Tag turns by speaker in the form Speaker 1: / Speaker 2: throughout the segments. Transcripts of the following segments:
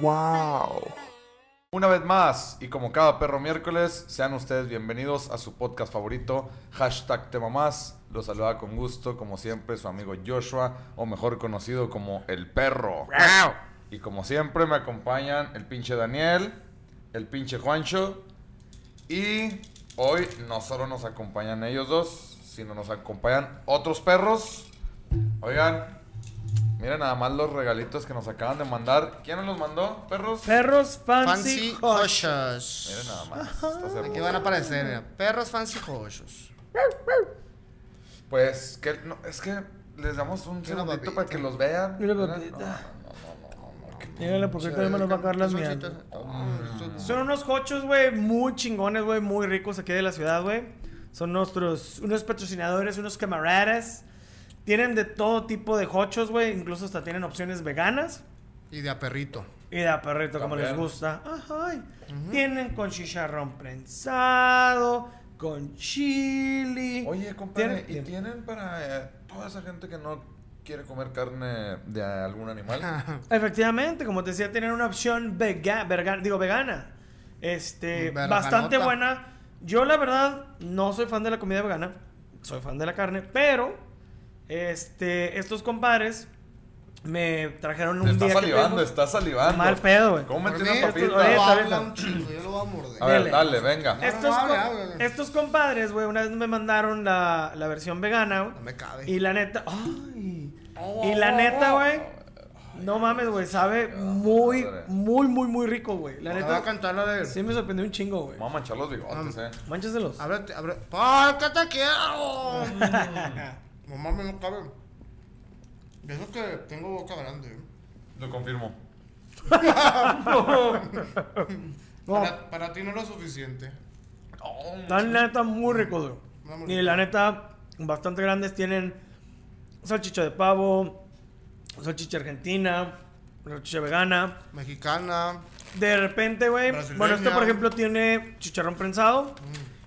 Speaker 1: ¡Wow!
Speaker 2: Una vez más, y como cada perro miércoles, sean ustedes bienvenidos a su podcast favorito, hashtag tema más. Los saluda con gusto, como siempre, su amigo Joshua, o mejor conocido como el perro. Y como siempre me acompañan el pinche Daniel, el pinche Juancho, y hoy no solo nos acompañan ellos dos, sino nos acompañan otros perros. Oigan, miren nada más los regalitos que nos acaban de mandar. ¿Quién nos los mandó, perros?
Speaker 3: Perros fancy.
Speaker 4: Fancy Hoshos.
Speaker 2: Miren nada más. estas
Speaker 4: Aquí
Speaker 2: hermosas.
Speaker 4: van a aparecer, mira, Perros Fancy Hoshos.
Speaker 2: Pues que no, es que les damos un
Speaker 4: Mira,
Speaker 2: segundito
Speaker 4: papita.
Speaker 2: para que los vean.
Speaker 3: Mira,
Speaker 2: Mira,
Speaker 3: papita.
Speaker 2: no,
Speaker 3: Díganle porque todavía me los va a acabar las mías. Son unos cochos, güey, muy chingones, güey, muy ricos aquí de la ciudad, güey. Son nuestros, unos patrocinadores, unos camaradas. Tienen de todo tipo de hochos, güey. Incluso hasta tienen opciones veganas.
Speaker 4: Y de a perrito.
Speaker 3: Y de a perrito, como
Speaker 2: También.
Speaker 3: les gusta. Ajá. Tienen con chicharrón prensado, con chili.
Speaker 2: Oye, compadre, ¿y
Speaker 3: Tienen-
Speaker 2: tienen para eh, toda esa gente que no quiere comer carne de algún animal?
Speaker 3: Efectivamente, como te decía, tienen una opción vega, verga- digo, vegana. Este,
Speaker 4: Verganota.
Speaker 3: bastante buena. Yo, la verdad, no soy fan de la comida vegana. Soy fan de la carne, pero este, estos compadres me trajeron
Speaker 2: Te
Speaker 3: un
Speaker 2: está
Speaker 3: día que
Speaker 2: salivando,
Speaker 3: tuvimos-
Speaker 2: está salivando.
Speaker 3: Mal pedo, güey.
Speaker 2: Cómete
Speaker 4: Por
Speaker 2: una
Speaker 4: mí,
Speaker 3: esto-
Speaker 2: papita.
Speaker 3: ahorita,
Speaker 4: habla
Speaker 3: ahorita.
Speaker 4: un chingo, yo lo voy a morder.
Speaker 2: A ver,
Speaker 3: dele.
Speaker 2: dale, venga.
Speaker 4: Eh.
Speaker 3: Estos,
Speaker 4: No, no,
Speaker 3: co-
Speaker 4: habla, habla.
Speaker 3: estos compadres, güey, una vez me mandaron la, la versión vegana. güey.
Speaker 4: No me cabe.
Speaker 3: Y la neta, ay. y la neta, güey, no mames, güey, sabe muy,
Speaker 2: madre.
Speaker 3: muy, muy, muy rico, güey. La
Speaker 4: Te voy a
Speaker 3: neta,
Speaker 4: cantar la de.
Speaker 3: sí me sorprendió un chingo, güey.
Speaker 2: Vamos a manchar los bigotes, eh.
Speaker 3: Mánchaselos.
Speaker 4: Ábrete, abre. ¡Por qué te quiero! no mames, no cabe. Y Eso que tengo boca grande. ¿eh?
Speaker 2: Lo confirmo.
Speaker 3: No,
Speaker 4: Para, para ti no es lo suficiente.
Speaker 2: Oh,
Speaker 3: la neta, muy rico, güey. Y la neta, bastante grandes tienen salchicha de pavo, salchicha argentina, salchicha vegana.
Speaker 4: Mexicana.
Speaker 3: De repente, güey,
Speaker 4: Brasileña.
Speaker 3: bueno, esto por ejemplo tiene chicharrón prensado.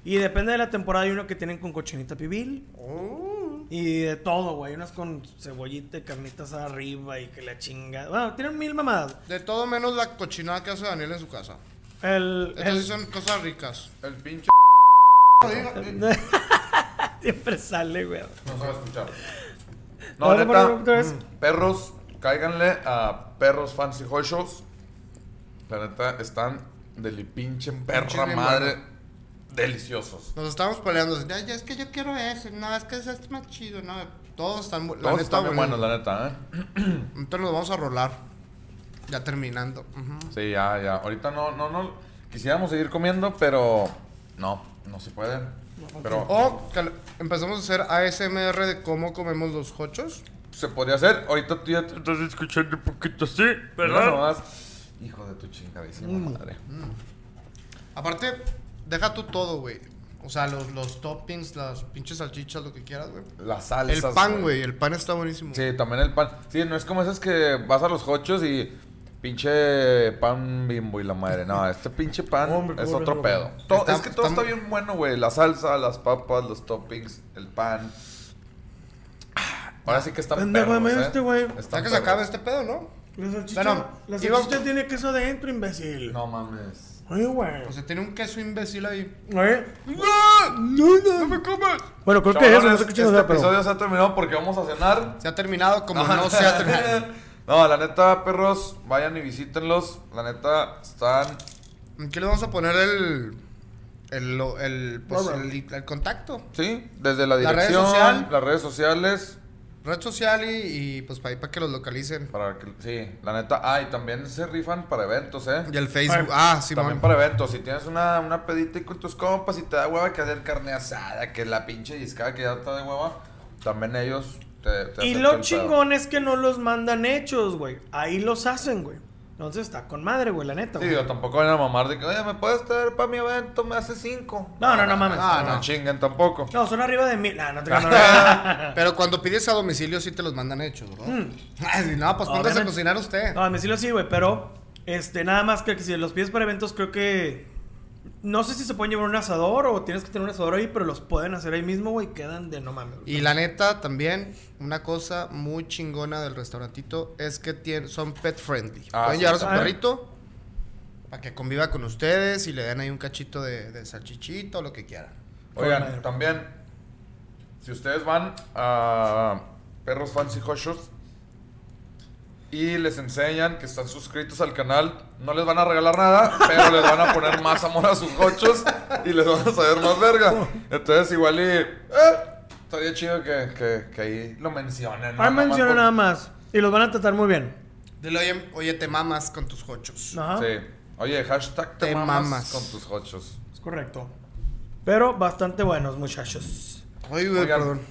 Speaker 3: Y depende de la temporada, hay uno que tienen con cochinita pibil.
Speaker 4: Oh.
Speaker 3: Y de todo, güey. Unas con cebollita y carnitas arriba y que la chinga. Bueno, tienen mil mamadas.
Speaker 4: De todo menos la cochinada que hace Daniel en su casa.
Speaker 3: El.
Speaker 4: Estas sí
Speaker 3: el
Speaker 4: son cosas ricas.
Speaker 2: El pinche
Speaker 3: siempre sale, güey.
Speaker 2: no sabe escuchar. No,
Speaker 3: Vamos a ponerlo otra
Speaker 2: neta,
Speaker 3: vez.
Speaker 2: mm, perros, cáiganle a perros fancy hot shows. La neta, están de li pinche perra
Speaker 4: Pinches bien
Speaker 2: madre deliciosos.
Speaker 4: Nos estábamos peleando. así, "Ay, es que yo quiero ese. No, es que ese es más chido. No, todos están. bu- la
Speaker 2: Todos
Speaker 4: neta,
Speaker 2: están bien
Speaker 4: bueno.
Speaker 2: buenos, la neta, ¿eh?
Speaker 4: Entonces nos vamos a rolar. Ya terminando. Ujú.
Speaker 2: Sí, ya, ya. Ahorita no, no, no. Quisiéramos seguir comiendo, pero no, no se puede. Pero oh,
Speaker 4: O que le- empezamos a hacer ASMR de cómo comemos los hochos.
Speaker 2: se podría hacer. Ahorita tú ya te estás escuchando un poquito así, ¿verdad? Hijo de tu chingadísima madre.
Speaker 4: Aparte, deja tú todo, güey. O sea, los, los toppings, las pinches salchichas, lo que quieras, güey.
Speaker 2: Las
Speaker 4: El
Speaker 2: salsas.
Speaker 4: pan, güey. El pan está buenísimo.
Speaker 2: Sí, también el pan. Sí, no es como esas que vas a los hochos y pinche pan bimbo y la madre. No, este pinche pan
Speaker 3: Hombre,
Speaker 2: es
Speaker 3: pobre,
Speaker 2: otro
Speaker 3: hombre.
Speaker 2: pedo. Todo-
Speaker 4: Está-
Speaker 2: es que todo
Speaker 4: está-
Speaker 2: está bien bueno, güey. La salsa, las papas, los toppings, el pan. Ahora sí que está
Speaker 3: Pendejo,
Speaker 2: perros,
Speaker 3: me dio
Speaker 2: ¿eh?
Speaker 3: este, güey.
Speaker 2: Están
Speaker 4: Ya que se acabe
Speaker 2: perros.
Speaker 4: este pedo, ¿no?
Speaker 3: La salchicha,
Speaker 4: Bueno,
Speaker 3: la
Speaker 4: iba-
Speaker 3: salchicha tiene queso adentro,
Speaker 4: este-
Speaker 3: imbécil.
Speaker 2: No Pues mames.
Speaker 3: Oye, güey.
Speaker 4: O sea, tiene un queso imbécil ahí.
Speaker 3: Oye.
Speaker 4: ¡No!
Speaker 3: No,
Speaker 4: me comas!
Speaker 3: Bueno, creo que eso,
Speaker 2: Chavalones,
Speaker 3: no sé qué
Speaker 2: este
Speaker 3: chingada, pero.
Speaker 2: episodio se ha terminado porque vamos a cenar.
Speaker 4: Se ha terminado como no se ha terminado.
Speaker 2: No, la neta, perros, vayan y visítenlos. La neta, están
Speaker 4: Aquí le vamos a poner el. El, lo- el, pues,
Speaker 3: Bárbaro.
Speaker 4: el- el contacto.
Speaker 2: Sí, desde la
Speaker 4: La red
Speaker 2: dirección,
Speaker 4: social.
Speaker 2: las redes sociales,
Speaker 4: Red social y, y, pues para ahí para que los localicen.
Speaker 2: para que, sí, la neta, ah, y también se rifan para eventos, ¿eh?
Speaker 4: Y el Facebook.
Speaker 3: Ay,
Speaker 4: Ah, sí,
Speaker 2: también para eventos, si tienes una, una pedita y con tus compas y te da hueva que hacer carne asada, que la pinche discada que ya está de hueva, también ellos te, te
Speaker 3: Y
Speaker 2: aceptan el
Speaker 3: lo
Speaker 2: pedo.
Speaker 3: chingón es que no los mandan hechos, güey. Ahí los hacen, güey. Entonces está con madre, güey, la neta,
Speaker 2: Sí,
Speaker 3: güey.
Speaker 2: digo, tampoco van a mamar de que, oye, ¿me puedes traer para mi evento? Me hace cinco.
Speaker 3: No, no, no mames.
Speaker 2: Ah, no,
Speaker 4: No.
Speaker 2: chinguen tampoco.
Speaker 3: No, son arriba de mil. Ah, No, no te creas,
Speaker 4: Pero cuando pides a domicilio sí te los mandan hechos, ¿verdad? Ay, sí, no, pues póngase a
Speaker 3: Obviamente.
Speaker 4: cocinar usted.
Speaker 3: No, a domicilio sí, güey, pero este, nada más que si los pides para eventos, creo que No sé si se pueden llevar un asador o tienes que tener un asador ahí, pero los pueden hacer ahí mismo, güey. Quedan de no mames. güey.
Speaker 4: Y la neta, también, una cosa muy chingona del restaurantito es que tien- son pet friendly.
Speaker 2: Ah,
Speaker 4: Pueden
Speaker 2: sí.
Speaker 4: llevar a su
Speaker 3: Ah.
Speaker 4: perrito para que conviva con ustedes y le den ahí un cachito de, de salchichita o lo que quieran.
Speaker 2: Oigan, también, si ustedes van a Perros Fancy Hot Shots y les enseñan que están suscritos al canal, no les van a regalar nada, pero les van a poner más amor a sus hochos y les van a saber más verga. Entonces, igual y. eh, estaría chido que, que- que ahí lo mencionen.
Speaker 3: Ah, menciona
Speaker 2: por-
Speaker 3: nada más. Y los van a tratar muy bien.
Speaker 4: Dile, oye, oye, te mamas con tus hochos.
Speaker 3: Ajá.
Speaker 2: Sí. Oye, hashtag te,
Speaker 4: Te
Speaker 2: mamas,
Speaker 4: mamas.
Speaker 2: con tus hochos.
Speaker 3: Es correcto. Pero bastante buenos, muchachos.
Speaker 4: Oye, güey,
Speaker 2: Oigan,
Speaker 4: perdón.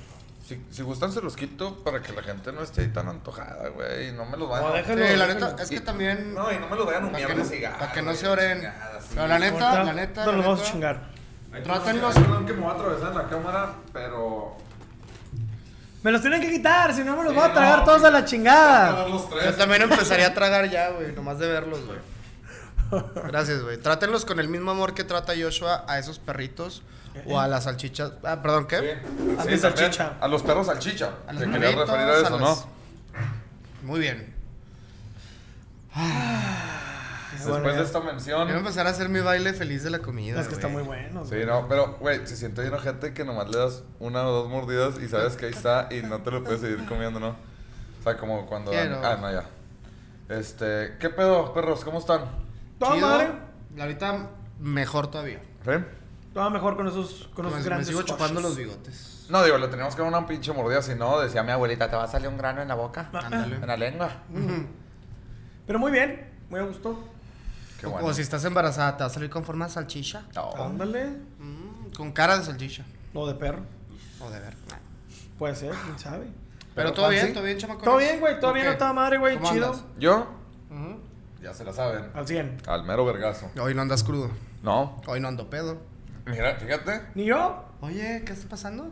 Speaker 2: Si, si gustan, se los quito para que la gente no esté ahí tan antojada, güey. No me los van
Speaker 3: No,
Speaker 2: a.
Speaker 3: déjalo,
Speaker 4: Sí, la
Speaker 3: déjalo.
Speaker 4: neta, es que también...
Speaker 2: No, y no me lo vean un
Speaker 4: Para que,
Speaker 2: mierda
Speaker 4: no,
Speaker 2: cigarro.
Speaker 4: pa' que no se
Speaker 2: güey,
Speaker 4: oren.
Speaker 2: chingada, sí.
Speaker 4: Pero la neta,
Speaker 3: Ahorita
Speaker 4: la neta.
Speaker 3: Nos
Speaker 4: la
Speaker 3: los vamos a
Speaker 4: neta,
Speaker 3: chingar.
Speaker 2: Ay,
Speaker 4: Trátenlos.
Speaker 2: Perdón que me voy a atravesar en la cámara, pero.
Speaker 3: Me los tienen que quitar, si no me los
Speaker 2: Sí,
Speaker 3: voy a tragar
Speaker 2: no,
Speaker 3: todos a la
Speaker 2: Voy a
Speaker 3: chingada.
Speaker 2: dar los tres.
Speaker 4: Yo también empezaría a tragar ya, güey, nomás de verlos, güey. Gracias, güey. Trátenlos con el mismo amor que trata Joshua a esos perritos
Speaker 3: Eh,
Speaker 4: o a las salchichas. Ah, perdón, ¿qué?
Speaker 2: Sí,
Speaker 3: A
Speaker 2: sí,
Speaker 3: mi
Speaker 2: también.
Speaker 3: salchicha.
Speaker 2: A los perros salchicha.
Speaker 4: A los
Speaker 2: Te quería
Speaker 4: perritos,
Speaker 2: referir a eso,
Speaker 4: las-
Speaker 2: ¿no?
Speaker 4: Muy bien.
Speaker 3: Ah,
Speaker 2: Después de esta mención.
Speaker 4: Voy a empezar a hacer mi baile feliz de la comida.
Speaker 3: Es que está
Speaker 4: güey.
Speaker 3: muy bueno.
Speaker 2: Sí, no, pero, güey, se siente bien gente que nomás le das una o dos mordidas y sabes que ahí está y no te lo puedes seguir comiendo, ¿no? O sea, como cuando dan-
Speaker 4: Quiero.
Speaker 2: Ah, no, ya. Este, ¿qué pedo, perros? ¿Cómo están?
Speaker 3: Toda
Speaker 4: Chido.
Speaker 3: madre.
Speaker 4: Ahorita mejor todavía.
Speaker 2: ¿Sí?
Speaker 3: Toda mejor con esos, con
Speaker 4: Me,
Speaker 3: esos
Speaker 4: me
Speaker 3: grandes.
Speaker 4: sigo chupando
Speaker 3: squashes.
Speaker 4: los bigotes.
Speaker 2: No, digo, le teníamos que dar una pinche mordida, si no, decía mi abuelita, te va a salir un grano en la boca,
Speaker 4: Ándale.
Speaker 2: en la lengua.
Speaker 3: Pero muy bien, muy a gusto.
Speaker 2: Qué
Speaker 4: o,
Speaker 2: bueno.
Speaker 4: o si estás embarazada, te va a salir con forma de salchicha.
Speaker 2: No.
Speaker 3: Ándale.
Speaker 4: Mm, con cara de salchicha.
Speaker 3: O de perro.
Speaker 4: O de ver. Pero,
Speaker 3: Puede ser,
Speaker 4: Ah.
Speaker 3: quién sabe.
Speaker 4: todo
Speaker 2: Juan,
Speaker 4: bien,
Speaker 2: sí.
Speaker 4: todo bien, chamaco.
Speaker 3: Todo bien, güey, todo bien,
Speaker 4: Ok.
Speaker 3: a toda madre, güey,
Speaker 4: ¿Cómo
Speaker 3: chido.
Speaker 4: andas?
Speaker 2: Yo,
Speaker 4: Ujú.
Speaker 2: ya se la saben,
Speaker 3: Al 100.
Speaker 2: al mero vergazo.
Speaker 4: Hoy no andas crudo.
Speaker 2: No,
Speaker 4: Hoy no ando pedo.
Speaker 2: mira, fíjate.
Speaker 3: Ni yo.
Speaker 4: Oye, ¿qué está pasando?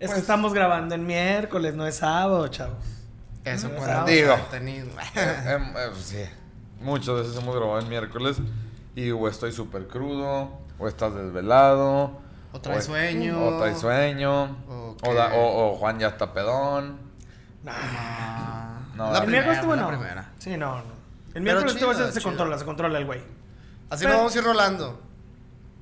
Speaker 3: Es
Speaker 4: Pues
Speaker 3: que estamos grabando en miércoles, no es sábado, chavos.
Speaker 4: Eso
Speaker 3: Mm,
Speaker 4: cuando
Speaker 2: digo.
Speaker 4: tenido.
Speaker 2: Eh, em, eh, sí. Muchas veces hemos grabado en miércoles y o estoy súper crudo, o estás desvelado.
Speaker 4: O traes sueño.
Speaker 2: O traes sueño.
Speaker 4: O
Speaker 2: O, da-
Speaker 4: que-
Speaker 2: o- o Juan ya está pedón. No,
Speaker 4: la
Speaker 2: el
Speaker 3: el
Speaker 4: primera,
Speaker 3: miércoles Ah. estuvo
Speaker 4: la
Speaker 3: no.
Speaker 4: primera.
Speaker 3: Sí, no, no. El miércoles
Speaker 4: chido,
Speaker 3: estuvo se, se
Speaker 4: chido.
Speaker 3: controla, se controla el güey.
Speaker 4: Así
Speaker 3: Pero-
Speaker 4: nos vamos a ir rolando.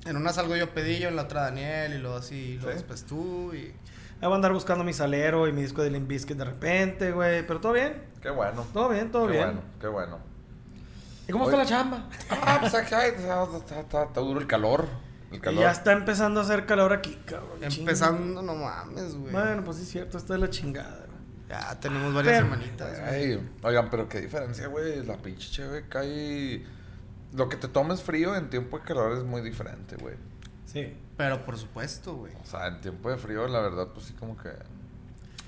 Speaker 4: En una salgo yo pedillo, en la otra Daniel, y luego así, y luego
Speaker 2: Sí.
Speaker 4: después tú, y...
Speaker 3: Ahí voy a andar buscando mi salero y mi disco de Limp Bizkit de repente, güey. Pero todo bien,
Speaker 2: Qué bueno.
Speaker 3: todo bien, todo
Speaker 2: qué
Speaker 3: bien.
Speaker 2: bueno, qué bueno.
Speaker 3: ¿Y cómo
Speaker 2: Oye.
Speaker 3: está la chamba?
Speaker 2: Ah, pues acá ay, está, está- está- está duro el calor. El
Speaker 3: Y
Speaker 2: calor.
Speaker 3: ya está empezando a hacer calor aquí, cabrón.
Speaker 4: Empezando, no mames, güey.
Speaker 3: chinga. Bueno, pues sí es cierto, está de la chingada. güey.
Speaker 4: Ya tenemos varias
Speaker 3: Pero-
Speaker 4: semanitas, güey.
Speaker 2: Ay, oigan, pero qué diferencia, güey. La pinche chévere cae. Lo que te tomes frío en tiempo de calor es muy diferente, güey.
Speaker 3: Sí.
Speaker 4: Pero por supuesto, güey.
Speaker 2: O sea, en tiempo de frío, la verdad, pues sí, como que.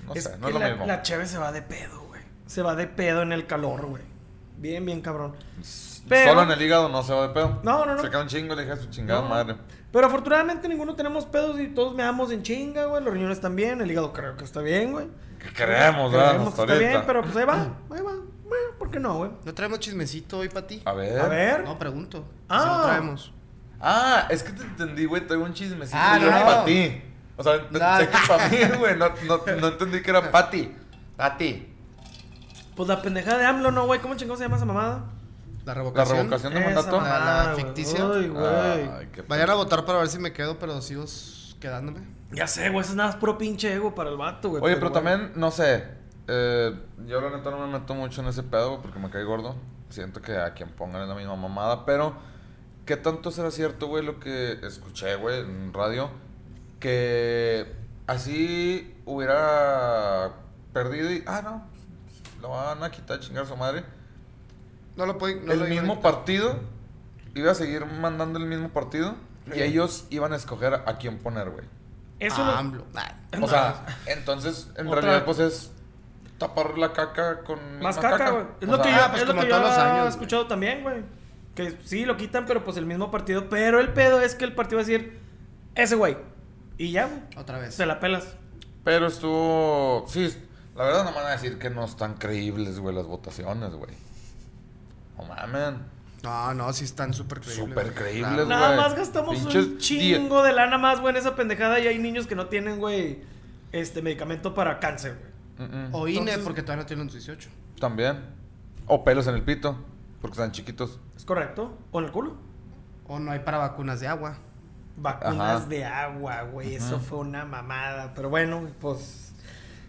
Speaker 2: No
Speaker 3: Es
Speaker 2: sé, no
Speaker 3: que
Speaker 2: es lo
Speaker 3: la,
Speaker 2: mismo.
Speaker 3: La cheve se va de pedo, güey. Se va de pedo en el calor, güey. Bien, bien cabrón. Pero-
Speaker 2: Solo en el hígado no se va de pedo.
Speaker 3: No, no, no.
Speaker 2: Se cae un chingo, le dije a su chingada
Speaker 3: No.
Speaker 2: madre.
Speaker 3: Pero afortunadamente ninguno tenemos pedos y todos me amos en chinga, güey. Los riñones están bien, el hígado creo que está bien, güey.
Speaker 2: Que queremos, ¿verdad?
Speaker 3: Creemos que está
Speaker 2: Hasta ahorita.
Speaker 3: bien, pero pues ahí va, ahí va. Bueno, ¿por qué no, güey?
Speaker 4: ¿No traemos chismecito hoy para ti?
Speaker 2: A ver.
Speaker 3: A ver.
Speaker 4: No, pregunto.
Speaker 3: Ah.
Speaker 4: Si no traemos.
Speaker 2: Ah, es que te entendí, güey. Traigo un chismecito.
Speaker 4: Ah,
Speaker 2: yo
Speaker 4: no,
Speaker 2: era
Speaker 4: no.
Speaker 2: para ti. O sea, pensé
Speaker 4: No.
Speaker 2: que para mí, güey. No, no, no entendí que era para ti. Para ti.
Speaker 3: Pues la pendejada de AMLO, no, güey. ¿Cómo chingados se llama esa mamada?
Speaker 4: La
Speaker 2: La
Speaker 4: revocación.
Speaker 2: revocación de
Speaker 3: Esa
Speaker 2: mandato.
Speaker 4: mamá.
Speaker 3: mamada,
Speaker 4: La- la
Speaker 3: güey.
Speaker 4: ficticia.
Speaker 3: Ay, güey.
Speaker 2: Ah, Ay, qué
Speaker 4: Vayan a votar para ver si me quedo, pero sigo s- quedándome.
Speaker 3: Ya sé, güey. Eso es nada más puro pinche ego para el vato, güey.
Speaker 2: Oye, pero
Speaker 3: güey.
Speaker 2: también, no sé. eh, yo la neta no me meto mucho en ese pedo güey, porque me cae gordo. Siento que a quien pongan es la misma mamada, pero ¿qué tanto será cierto, güey, lo que escuché, güey, en radio? Que así hubiera perdido y. Ah, no. Lo van a quitar, chingar a su madre.
Speaker 4: No lo pueden... No
Speaker 2: el
Speaker 4: lo digo
Speaker 2: mismo
Speaker 4: ahorita.
Speaker 2: partido iba a seguir mandando el mismo partido y ellos iban a escoger a quién poner, güey.
Speaker 3: Eso
Speaker 4: Ah,
Speaker 3: lo-
Speaker 4: AMLO. Ah.
Speaker 2: O sea, entonces, en
Speaker 3: Otra-
Speaker 2: realidad, pues es tapar la caca con
Speaker 3: Más
Speaker 2: misma
Speaker 3: caca, güey. Es
Speaker 2: O
Speaker 3: lo que
Speaker 2: sea,
Speaker 3: yo,
Speaker 4: pues
Speaker 3: es lo
Speaker 4: como
Speaker 3: que yo
Speaker 4: todos los años,
Speaker 3: he
Speaker 4: güey.
Speaker 3: escuchado también, güey. Que sí, lo quitan, pero pues el mismo partido. Pero el pedo es que el partido va a decir, ese güey. Y ya, güey.
Speaker 4: Otra vez.
Speaker 3: Se la pelas.
Speaker 2: Pero estuvo. Sí, la verdad no me van a decir que no están creíbles, güey, las votaciones, güey. No mamen.
Speaker 4: No, no, sí están súper creíbles.
Speaker 2: Súper
Speaker 4: güey.
Speaker 2: creíbles,
Speaker 4: Claro.
Speaker 3: Nada
Speaker 2: güey.
Speaker 3: más gastamos un
Speaker 2: Pinches
Speaker 3: chingo de lana más, güey, en esa pendejada. Y hay niños que no tienen, güey, este medicamento para cáncer, güey.
Speaker 2: Mm, mm.
Speaker 4: O INE,
Speaker 3: Entonces-
Speaker 4: porque todavía no tienen los 18.
Speaker 2: También. O pelos en el pito, porque están chiquitos.
Speaker 3: ¿Es correcto? ¿O en el culo?
Speaker 4: O no hay para vacunas de agua.
Speaker 3: Vacunas
Speaker 2: Ajá.
Speaker 3: de agua, güey. Eso fue una mamada. Pero bueno, pues.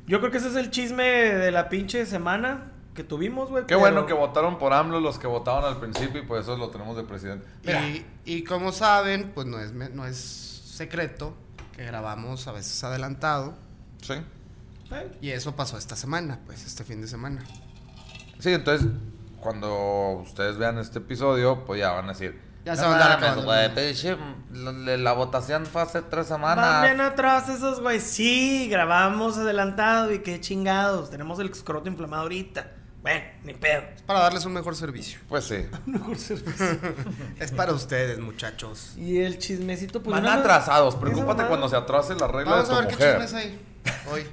Speaker 3: Yo creo que ese es el chisme de la pinche semana que tuvimos, güey.
Speaker 2: Qué
Speaker 3: pero-
Speaker 2: bueno que votaron por AMLO los que votaron al principio y por eso lo tenemos de presidente. Mira,
Speaker 4: Y, y como saben, pues no es, me- no es secreto que grabamos a veces adelantado.
Speaker 2: sí.
Speaker 3: Eh,
Speaker 4: Y eso pasó esta semana, pues este fin de semana.
Speaker 2: Sí, entonces, cuando ustedes vean este episodio, pues ya van a decir.
Speaker 4: Ya se va a andar
Speaker 2: mames,
Speaker 4: acabando el
Speaker 2: güey,
Speaker 4: mundo".
Speaker 2: pinche, la, la- la votación fue hace tres
Speaker 3: Van bien
Speaker 2: semanas.
Speaker 3: atrás esos, güey. Sí, grabamos adelantado y qué chingados. Tenemos el escroto inflamado ahorita. Bueno, ni pedo.
Speaker 4: Es para darles un mejor servicio.
Speaker 2: Pues sí.
Speaker 4: Es para ustedes, muchachos.
Speaker 3: Y el chismecito, pues.
Speaker 2: Van
Speaker 3: nada más-
Speaker 2: atrasados.
Speaker 3: esa
Speaker 2: Preocúpate
Speaker 3: mamada.
Speaker 2: cuando se atrase la regla
Speaker 4: Vamos
Speaker 2: de
Speaker 4: a
Speaker 2: tu
Speaker 4: ver qué
Speaker 2: mujer.
Speaker 4: chismes hay hoy.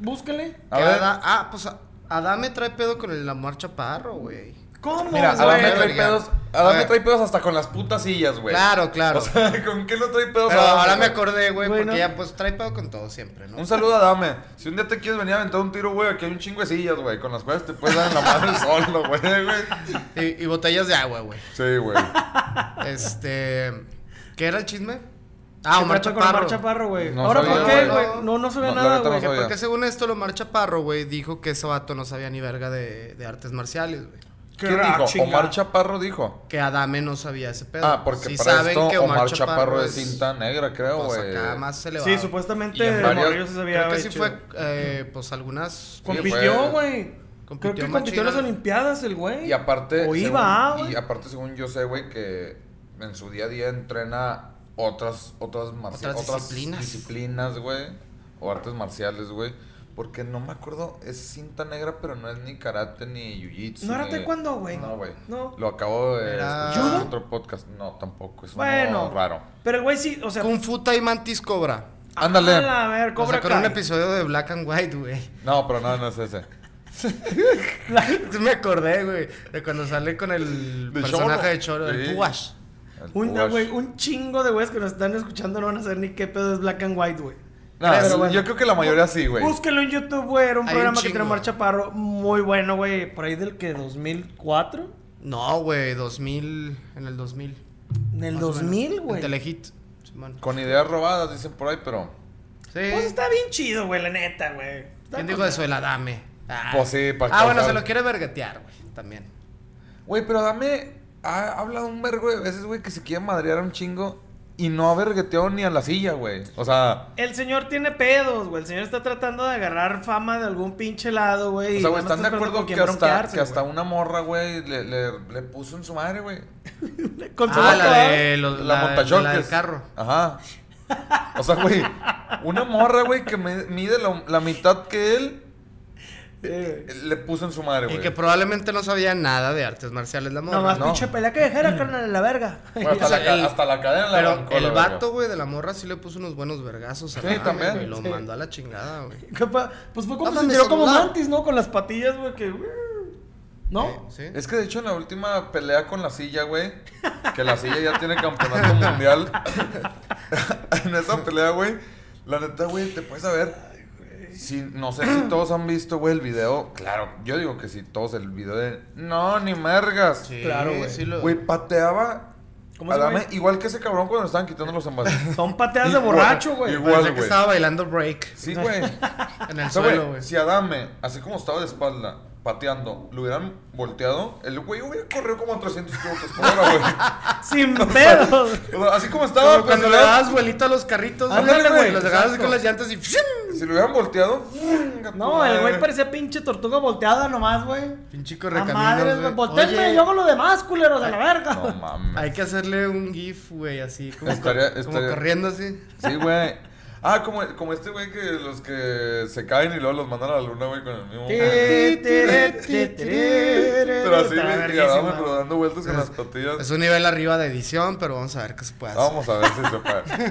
Speaker 3: Búscale.
Speaker 2: A
Speaker 4: Que
Speaker 2: ver.
Speaker 4: Ada- ah, pues a- Adame trae pedo con el Amor Chaparro, güey.
Speaker 3: ¿Cómo,
Speaker 2: Mira,
Speaker 3: güey?
Speaker 2: Adame
Speaker 4: güey.
Speaker 2: trae pedos. Adame
Speaker 4: A ver.
Speaker 2: trae pedos hasta con las putas sillas, güey.
Speaker 4: Claro, claro.
Speaker 2: O sea, ¿con qué no trae pedos
Speaker 4: Pero
Speaker 2: Adame,
Speaker 4: ahora me
Speaker 2: güey?
Speaker 4: acordé, güey,
Speaker 3: Güey,
Speaker 4: porque
Speaker 3: no.
Speaker 4: ya pues trae pedo con todo siempre, ¿no?
Speaker 2: Un saludo a Dame. Si un día te quieres venir a aventar un tiro, güey, aquí hay un chingo de sillas, güey, con las cuales te puedes dar en la madre solo, güey, güey.
Speaker 4: Y, y botellas de agua, güey.
Speaker 2: Sí, güey.
Speaker 4: Este. ¿Qué era el chisme? Ah, Omar
Speaker 3: ¿Qué pasó con
Speaker 4: Chaparro.
Speaker 3: Omar Chaparro, güey.
Speaker 2: No
Speaker 3: Ahora,
Speaker 4: sabía,
Speaker 3: ¿por qué,
Speaker 4: güey.
Speaker 3: güey? No, no se ve
Speaker 2: No, la
Speaker 3: nada,
Speaker 2: neta no
Speaker 3: güey.
Speaker 2: sabía.
Speaker 4: Porque según esto, el Omar Chaparro, güey, dijo que ese vato no sabía ni verga de, de artes marciales, güey.
Speaker 3: Qué
Speaker 2: ¿Quién
Speaker 3: ra-
Speaker 2: dijo?
Speaker 3: chinga.
Speaker 2: Omar Chaparro dijo.
Speaker 4: Que Adame no sabía ese pedo.
Speaker 2: Ah, porque
Speaker 4: Sí
Speaker 2: para
Speaker 4: saben
Speaker 2: esto
Speaker 4: que
Speaker 2: Omar, Chaparro, es cinta negra, creo,
Speaker 4: pues,
Speaker 2: güey.
Speaker 4: acá más elevado.
Speaker 3: Sí,
Speaker 2: Y
Speaker 3: supuestamente
Speaker 2: en
Speaker 3: de
Speaker 2: varios-
Speaker 3: morrillo se sabía
Speaker 4: Creo que sí
Speaker 3: hecho.
Speaker 4: fue, eh, pues algunas.
Speaker 3: Compitió,
Speaker 2: fue-
Speaker 3: güey.
Speaker 4: compitió
Speaker 3: Creo que
Speaker 4: machín
Speaker 3: compitió en las
Speaker 4: al-
Speaker 3: Olimpiadas el güey.
Speaker 2: Y aparte,
Speaker 3: O
Speaker 2: según-
Speaker 3: iba, ah, güey.
Speaker 2: y aparte, según yo sé, güey, que en su día a día entrena otras, otras, marci-
Speaker 4: Otras disciplinas.
Speaker 2: disciplinas, güey, o artes marciales, güey. Porque no me acuerdo, es cinta negra, pero no es ni karate ni jiu-jitsu.
Speaker 3: ¿No era
Speaker 2: ni-
Speaker 3: taekwondo, güey?
Speaker 2: No, güey.
Speaker 3: No.
Speaker 2: Lo acabo de
Speaker 4: Era-
Speaker 2: escuchar en
Speaker 3: ¿Judo?
Speaker 2: otro podcast. No, tampoco, es
Speaker 3: Bueno.
Speaker 2: bueno. raro.
Speaker 3: Pero el güey sí, o sea.
Speaker 2: Pues,
Speaker 4: Kung Fu y Mantis Cobra.
Speaker 2: Ándale.
Speaker 3: ala, A ver,
Speaker 4: Lo
Speaker 3: cobra
Speaker 4: sacó en un
Speaker 3: Kai.
Speaker 4: episodio de Black and White, güey.
Speaker 2: No, pero no, no es ese.
Speaker 4: Sí me acordé, güey, de cuando sale con el
Speaker 2: De
Speaker 4: personaje
Speaker 2: Choro.
Speaker 4: de Choro, el
Speaker 2: Sí.
Speaker 4: Pugash.
Speaker 2: El
Speaker 3: Un,
Speaker 2: Pugash.
Speaker 3: güey, un chingo de güeyes que nos están escuchando no van a saber ni qué pedo es Black and White, güey.
Speaker 2: No,
Speaker 3: Pero
Speaker 2: es-
Speaker 3: bueno.
Speaker 2: yo creo que la mayoría sí, güey.
Speaker 3: Búsquenlo en YouTube, güey. Era un
Speaker 4: Hay un
Speaker 3: programa que
Speaker 4: chingo.
Speaker 3: tiene Omar Chaparro muy bueno, güey. Por ahí del que 2004.
Speaker 4: No, güey, 2000, en el 2000.
Speaker 3: En el
Speaker 4: más o menos.
Speaker 3: 2000,
Speaker 4: En
Speaker 3: güey.
Speaker 4: Telehit. Simón.
Speaker 2: Con ideas robadas, dicen por ahí, pero.
Speaker 4: Sí.
Speaker 3: Pues está bien chido, güey, la neta, güey. Está
Speaker 4: ¿Quién dijo
Speaker 3: con-
Speaker 4: eso? El Adame. Ah,
Speaker 2: Pues sí, para
Speaker 4: Ah, bueno,
Speaker 2: causar-
Speaker 4: se lo quiere vergatear, güey, también.
Speaker 2: Güey, pero dame. Ha hablado un vergo de veces, güey, que se quiere madrear a un chingo y no ha vergueteado ni a la silla, güey. O sea,
Speaker 3: El señor tiene pedos, güey. El señor está tratando de agarrar fama de algún pinche lado, güey.
Speaker 2: o
Speaker 3: y
Speaker 2: sea, güey,
Speaker 3: nada más
Speaker 2: ¿están de
Speaker 3: está esperando
Speaker 2: acuerdo
Speaker 3: con
Speaker 2: que
Speaker 3: quién
Speaker 2: hasta,
Speaker 3: bronquearse,
Speaker 2: que hasta
Speaker 3: güey?
Speaker 2: una morra, güey, le, le, le puso en su madre, güey?
Speaker 3: Con su
Speaker 4: Ah,
Speaker 3: boca, ¿eh?
Speaker 4: la de los,
Speaker 2: La,
Speaker 4: la,
Speaker 2: montachoques.
Speaker 4: la del carro.
Speaker 2: Ajá. O sea, güey, una morra, güey, que me- mide la, la mitad que él,
Speaker 3: eh,
Speaker 2: le puso en su madre,
Speaker 4: Y
Speaker 2: güey.
Speaker 4: que probablemente no sabía nada de artes marciales la morra.
Speaker 3: Nomás
Speaker 2: no. Mm.
Speaker 3: pinche pelea que dejara, carnal, a la verga.
Speaker 2: Bueno, hasta,
Speaker 4: O sea,
Speaker 2: la, ca-
Speaker 4: el-
Speaker 2: hasta la cadena la
Speaker 4: Pero
Speaker 2: arrancó,
Speaker 4: el
Speaker 2: la verga.
Speaker 4: vato, güey, de la morra sí le puso unos buenos vergazos. al
Speaker 2: Sí,
Speaker 4: Adame,
Speaker 2: también.
Speaker 4: güey, Lo
Speaker 3: Sí.
Speaker 4: mandó a la chingada, güey.
Speaker 3: Que fue- Pues fue como
Speaker 4: Hazme
Speaker 3: se tiró como
Speaker 4: celular.
Speaker 3: mantis, ¿no? Con las patillas, güey, que... ¿No?
Speaker 4: Sí. sí.
Speaker 2: Es que de hecho en la última pelea con la silla, güey, que la silla ya tiene campeonato mundial. en esa pelea, güey, la neta, güey, te puedes saber. Si, no sé si todos han visto, güey, el video. Claro, yo digo que sí, todos el video de. No, ni mergas.
Speaker 4: Sí,
Speaker 3: Claro, güey.
Speaker 4: sí lo-
Speaker 2: Güey, pateaba.
Speaker 3: ¿Cómo
Speaker 2: a
Speaker 3: se
Speaker 2: Dame,
Speaker 3: llama?
Speaker 2: igual que ese cabrón cuando le estaban quitando los envases.
Speaker 3: Son pateadas de
Speaker 2: Igual,
Speaker 3: borracho, güey.
Speaker 2: Eh. igual.
Speaker 4: Parecía que
Speaker 2: güey.
Speaker 4: estaba bailando break
Speaker 2: Sí, güey.
Speaker 4: en el
Speaker 2: O sea,
Speaker 4: suelo,
Speaker 2: güey,
Speaker 4: güey.
Speaker 2: si Adame, así como estaba de espalda, pateando, lo hubieran volteado, el güey hubiera corrido como a 300 kilómetros por hora, güey.
Speaker 3: Sin pedos.
Speaker 2: O sea, así como estaba,
Speaker 4: Como
Speaker 2: pues,
Speaker 4: cuando
Speaker 2: si
Speaker 4: le
Speaker 2: lo hubieran-
Speaker 4: dabas vuelita a los carritos,
Speaker 2: Ándale,
Speaker 4: ándale,
Speaker 2: güey,
Speaker 4: güey. Los dejabas así
Speaker 2: exacto.
Speaker 4: con las llantas y
Speaker 2: si lo hubieran volteado. ¡chinga tu
Speaker 3: No, el güey
Speaker 2: madre!
Speaker 3: parecía pinche tortuga volteada nomás, güey.
Speaker 4: pinche
Speaker 3: La
Speaker 4: correcaminos.
Speaker 3: Ah, madre,
Speaker 4: güey.
Speaker 3: güey. Voltenme,
Speaker 4: Oye,
Speaker 3: yo hago lo demás, culeros, a la verga.
Speaker 2: No mames.
Speaker 4: Hay que hacerle un gif, güey, así como,
Speaker 2: Estaría-
Speaker 4: como
Speaker 2: estaría-
Speaker 4: corriendo así.
Speaker 2: Sí, güey. Ah, como, como este güey que los que se caen y luego los mandan a la luna, güey, con el mismo.
Speaker 3: Ti, ti, ti, ti, ti, ti, ti.
Speaker 2: Pero así,
Speaker 3: Está
Speaker 2: güey, y
Speaker 3: verguísima.
Speaker 2: Adame, pero dando vueltas con las patillas.
Speaker 4: Es un nivel arriba de edición, pero vamos a ver qué se puede hacer.
Speaker 2: Vamos a ver si se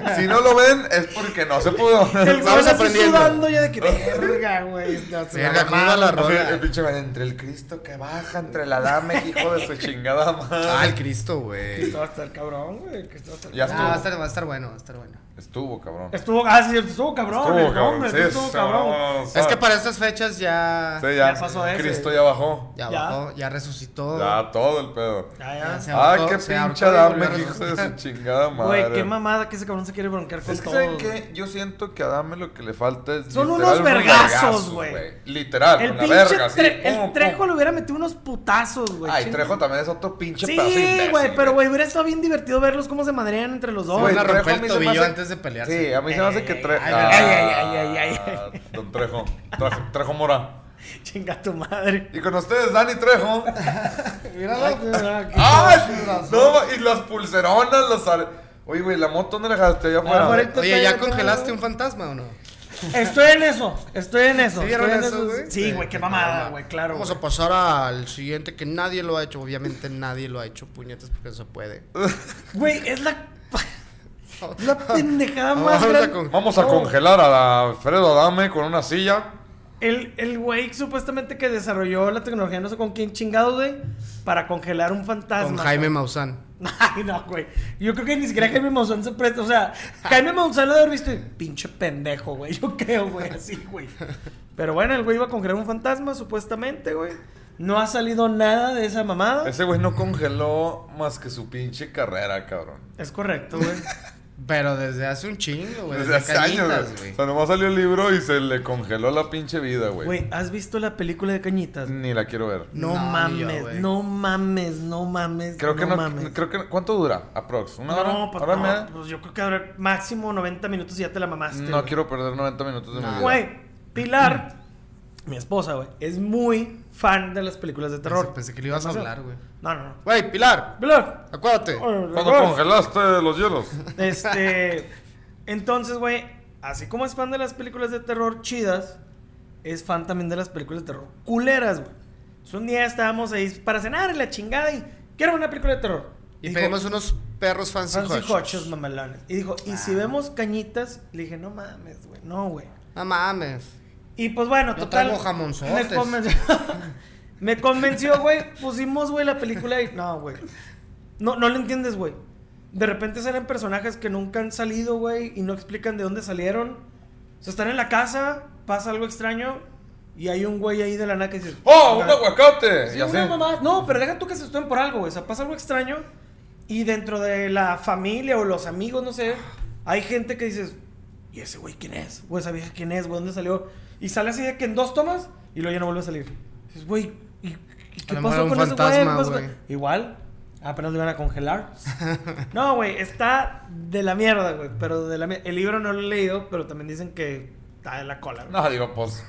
Speaker 2: puede. Si no lo ven, es porque no se pudo.
Speaker 3: El güey
Speaker 4: Estamos
Speaker 3: así
Speaker 4: aprendiendo.
Speaker 3: sudando ya de que verga, güey. este, no sé,
Speaker 4: Verga, ¿cómo
Speaker 3: mamá".
Speaker 4: iba la
Speaker 2: O sea,
Speaker 4: rola?
Speaker 2: el pinche güey, entre el Cristo que baja, entre la dame, hijo de su chingada madre.
Speaker 4: Ah, el Cristo, güey.
Speaker 3: Esto va a estar cabrón, güey. que esto va a estar-
Speaker 2: Ya
Speaker 4: Ah, va a
Speaker 2: estuvo.
Speaker 4: estar, va a estar bueno, va a estar bueno.
Speaker 2: Estuvo, cabrón.
Speaker 3: Estuvo, ah, sí, cierto, estuvo cabrón. el nombre, sí, estuvo cabrón.
Speaker 4: Es que para estas fechas ya,
Speaker 2: Sí, ya,
Speaker 3: Ya pasó ese.
Speaker 2: Cristo ya bajó.
Speaker 4: ya
Speaker 3: Ya.
Speaker 4: bajó, ya resucitó.
Speaker 2: Ya, todo el pedo.
Speaker 3: Ya,
Speaker 4: Ya
Speaker 3: ya.
Speaker 4: se
Speaker 2: Ah,
Speaker 4: ahorcó-
Speaker 2: qué
Speaker 4: se ahorcó
Speaker 2: pinche
Speaker 4: y
Speaker 2: Adame,
Speaker 4: volvió a
Speaker 2: hijo de
Speaker 4: resucitar.
Speaker 2: su chingada madre.
Speaker 3: Güey, qué mamada que ese cabrón se quiere bronquear con
Speaker 2: Es que,
Speaker 3: todo.
Speaker 2: ¿saben qué? Yo siento que a Adame lo que le falta es.
Speaker 3: Son
Speaker 2: literal
Speaker 3: unos vergazos, güey.
Speaker 2: Literal,
Speaker 3: El
Speaker 2: una
Speaker 3: pinche
Speaker 2: verga. así,
Speaker 3: tre-
Speaker 2: pum,
Speaker 3: el
Speaker 2: pum.
Speaker 3: Trejo le hubiera metido unos putazos, güey.
Speaker 2: Ay,
Speaker 3: chinga.
Speaker 2: Trejo también es otro pinche pedazo de
Speaker 3: Sí,
Speaker 2: imbécil,
Speaker 3: güey, pero güey, hubiera estado bien divertido verlos cómo se madrean entre los dos.
Speaker 4: Güey, Van a romper
Speaker 2: Trejo
Speaker 4: el
Speaker 2: a mí se me
Speaker 4: tobillo antes de pelearse.
Speaker 2: Sí, a mí se me hace que
Speaker 3: Ey,
Speaker 2: Trejo.
Speaker 3: ay, ay, ay, ay, ay,
Speaker 2: Don Trejo. Trejo- Trejo Mora.
Speaker 3: Chinga tu madre.
Speaker 2: Y con ustedes, Dani Trejo.
Speaker 4: Míralo.
Speaker 2: ¡Ay! No, y las pulseronas, las. are- Oye, güey, la moto no dejaste allá afuera.
Speaker 3: Afuera.
Speaker 4: Oye, ¿ya congelaste un fantasma o no?
Speaker 3: Estoy en eso, estoy en eso.
Speaker 4: ¿Sí vieron
Speaker 3: estoy en
Speaker 4: eso, güey?
Speaker 3: Sí, güey, qué mamada,
Speaker 4: mamada.
Speaker 3: güey, claro.
Speaker 4: Vamos
Speaker 3: güey.
Speaker 4: a pasar al siguiente que nadie lo ha hecho. Obviamente nadie lo ha hecho, puñetas, porque no se puede.
Speaker 3: Güey, es la. La pendejada
Speaker 4: Vamos
Speaker 3: más
Speaker 4: a
Speaker 3: grande.
Speaker 4: con-
Speaker 2: Vamos a
Speaker 3: No.
Speaker 2: congelar a Alfredo Adame con una silla.
Speaker 3: El, el güey supuestamente que desarrolló la tecnología, no sé con quién chingado, güey, para congelar un fantasma.
Speaker 4: Con Jaime Maussan.
Speaker 3: Ay, no, güey. Yo creo que ni siquiera Jaime Maussan se presta. O sea, Jaime Maussan lo haber visto y pinche pendejo, güey. Yo creo, güey, así, güey. Pero bueno, el güey iba a congelar un fantasma, supuestamente, güey. No ha salido nada de esa mamada. Es,
Speaker 2: Ese güey no congeló más que su pinche carrera, cabrón.
Speaker 3: correcto, güey.
Speaker 4: Pero desde hace un chingo, güey.
Speaker 2: Desde,
Speaker 4: Desde,
Speaker 2: hace
Speaker 4: Cañitas,
Speaker 2: años, güey.
Speaker 4: güey.
Speaker 2: O sea, nomás salió el libro y se le congeló la pinche vida, güey.
Speaker 3: Güey, ¿has visto la película de Cañitas?
Speaker 2: Ni la quiero ver.
Speaker 3: no
Speaker 4: No, ni yo,
Speaker 3: mames,
Speaker 4: güey.
Speaker 3: no mames, no mames.
Speaker 2: Creo que
Speaker 3: no
Speaker 2: no.
Speaker 3: mames.
Speaker 2: Creo que, ¿Cuánto dura? ¿Aprox? ¿Una hora?
Speaker 3: No, pues,
Speaker 2: ¿Hora y
Speaker 3: no,
Speaker 2: media?
Speaker 3: pues yo creo que habrá máximo 90 minutos y ya te la mamaste.
Speaker 2: No
Speaker 3: güey.
Speaker 2: quiero perder 90 minutos de
Speaker 4: Ah,
Speaker 2: mi vida.
Speaker 3: Güey, Pilar, mi esposa, güey, es muy fan de las películas de terror.
Speaker 4: Pensé, pensé que le ibas a
Speaker 3: Demasiado.
Speaker 4: hablar, güey.
Speaker 3: No, no, no.
Speaker 4: Güey, Pilar,
Speaker 3: Pilar.
Speaker 4: acuérdate.
Speaker 2: Cuando congelaste los hielos.
Speaker 3: Este. Entonces, güey, así como es fan de las películas de terror chidas, es fan también de las películas de terror culeras, güey. Entonces, un día estábamos ahí para cenar y la chingada y quiero ver una película de terror.
Speaker 4: Y
Speaker 3: Dijo,
Speaker 4: pedimos unos perros fancy,
Speaker 3: Fancy
Speaker 4: hotches.
Speaker 3: Hotchos, mamalones. Y dijo, ¿y
Speaker 4: Ah.
Speaker 3: si vemos cañitas? Le dije, no mames, güey, no, güey.
Speaker 4: No mames.
Speaker 3: Y pues bueno,
Speaker 4: Yo
Speaker 3: total.
Speaker 4: traigo jamonzotes.
Speaker 3: me convenció, me convenció, güey. Pusimos, güey, la película y. No, güey. No, no lo entiendes, güey. De repente salen personajes que nunca han salido, güey, y no explican de dónde salieron. O sea, están en la casa, pasa algo extraño y hay un güey ahí de la nada que dice.
Speaker 2: ¡Oh, un
Speaker 3: "Oiga,
Speaker 2: aguacate!
Speaker 3: Sí,
Speaker 2: y así.
Speaker 3: una mamá- No, pero deja tú que se estén por algo, güey. O sea, pasa algo extraño y dentro de la familia o los amigos, no sé, hay gente que dices, ¿y ese güey quién es? O esa vieja quién es, güey, ¿dónde salió? Y sale así de que en dos tomas y luego ya no vuelve a salir. Dices, güey, ¿y, y qué
Speaker 4: A lo
Speaker 3: pasó
Speaker 4: mejor
Speaker 3: con
Speaker 4: un
Speaker 3: ese güey? ¿Qué
Speaker 4: fantasma,
Speaker 3: pasó con-
Speaker 4: güey.
Speaker 3: Igual, apenas lo iban a congelar. no, güey, está de la mierda, güey. Pero de la mier- El libro no lo he leído, pero también dicen que está de la cola, güey.
Speaker 2: No, digo, pues.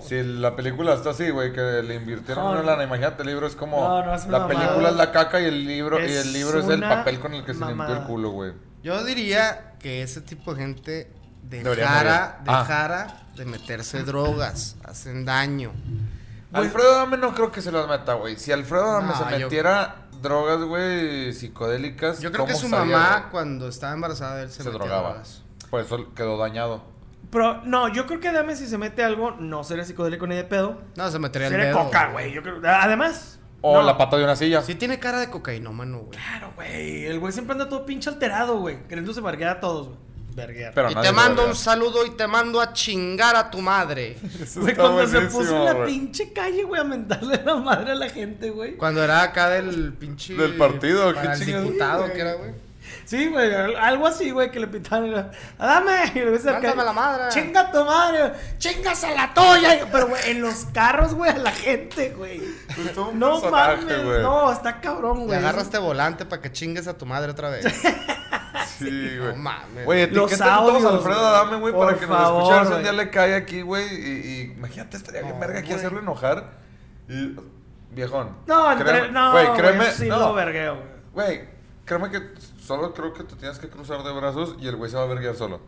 Speaker 2: Si la película está así, güey, que le invirtieron
Speaker 3: No,
Speaker 2: una
Speaker 3: no.
Speaker 2: lana, imagínate, el libro es como.
Speaker 3: No, no, es una
Speaker 2: la
Speaker 3: mamada.
Speaker 2: película es la caca y el libro, y
Speaker 3: Es
Speaker 2: el libro es el
Speaker 3: una
Speaker 2: papel con el que se limpió el
Speaker 3: mamada.
Speaker 2: culo, güey.
Speaker 4: Yo diría que ese tipo de gente
Speaker 2: Debería
Speaker 4: dejara,
Speaker 2: morir. Ah.
Speaker 4: dejara de meterse drogas. Hacen daño.
Speaker 2: Alfredo Dame no creo que se las meta, güey. Si Alfredo Dame
Speaker 4: No,
Speaker 2: se
Speaker 4: yo-
Speaker 2: metiera drogas, güey, psicodélicas.
Speaker 4: Yo creo que
Speaker 2: ¿cómo
Speaker 4: su
Speaker 2: sabía,
Speaker 4: mamá,
Speaker 2: güey?
Speaker 4: cuando estaba embarazada, él se,
Speaker 2: se,
Speaker 4: metía
Speaker 2: drogaba.
Speaker 4: drogas.
Speaker 2: Por eso quedó dañado.
Speaker 3: Pero, no, yo creo que Dame si se mete algo, no será psicodélico ni de pedo.
Speaker 4: No, se metería el
Speaker 3: Sería
Speaker 4: dedo.
Speaker 3: coca, güey. Yo creo. Además.
Speaker 2: O
Speaker 3: no.
Speaker 2: la pata de una silla.
Speaker 4: Sí tiene cara de cocainómano, güey.
Speaker 3: Claro, güey. El güey siempre anda todo pinche alterado, güey. Queriéndose barguear a todos, güey.
Speaker 4: Verguer.
Speaker 2: Pero
Speaker 4: y
Speaker 2: nadie
Speaker 4: te
Speaker 2: lo
Speaker 4: mando
Speaker 2: vea.
Speaker 4: un saludo y te mando a chingar a tu madre.
Speaker 2: Eso
Speaker 3: Güey,
Speaker 2: está
Speaker 3: cuando se
Speaker 2: buenísimo,
Speaker 3: puso en la
Speaker 2: güey.
Speaker 3: pinche calle, güey, a mentarle la madre a la gente, güey.
Speaker 4: Cuando era acá del pinche.
Speaker 2: Del partido,
Speaker 4: para
Speaker 2: qué
Speaker 4: el
Speaker 2: chingados.
Speaker 4: diputado que era, güey.
Speaker 3: Sí, güey. al- Algo así, güey, que le pitaban. era, ¡Dame! Y le ves al
Speaker 4: Mándame
Speaker 3: ca-
Speaker 4: la madre.
Speaker 3: ¡Chinga tu madre! ¡Chingas a la tuya! Y- Pero, güey, en los carros, güey, a la gente, güey.
Speaker 2: Es Pues, todo un
Speaker 3: No
Speaker 2: personaje,
Speaker 3: mames.
Speaker 2: güey.
Speaker 3: No, está cabrón,
Speaker 4: Le
Speaker 3: güey.
Speaker 4: agarraste volante para que chingues a tu madre otra vez.
Speaker 2: Sí, güey.
Speaker 4: No mames.
Speaker 2: Güey,
Speaker 3: Los
Speaker 2: etiqueten todos a
Speaker 3: audios,
Speaker 2: Alfredo
Speaker 3: güey.
Speaker 2: Adame, güey, para
Speaker 3: Por
Speaker 2: que
Speaker 3: favor,
Speaker 2: nos escuchara. Si un
Speaker 3: güey.
Speaker 2: día le cae aquí, güey, y, y imagínate, estaría bien verga aquí hacerlo enojar. Y, viejón.
Speaker 3: No, entre,
Speaker 2: créeme-
Speaker 3: no,
Speaker 2: güey,
Speaker 3: güey,
Speaker 2: créeme,
Speaker 3: sí
Speaker 2: no,
Speaker 3: lo vergueo, güey.
Speaker 2: güey, créeme que solo creo que te tienes que cruzar de brazos y el güey se va a verguear solo.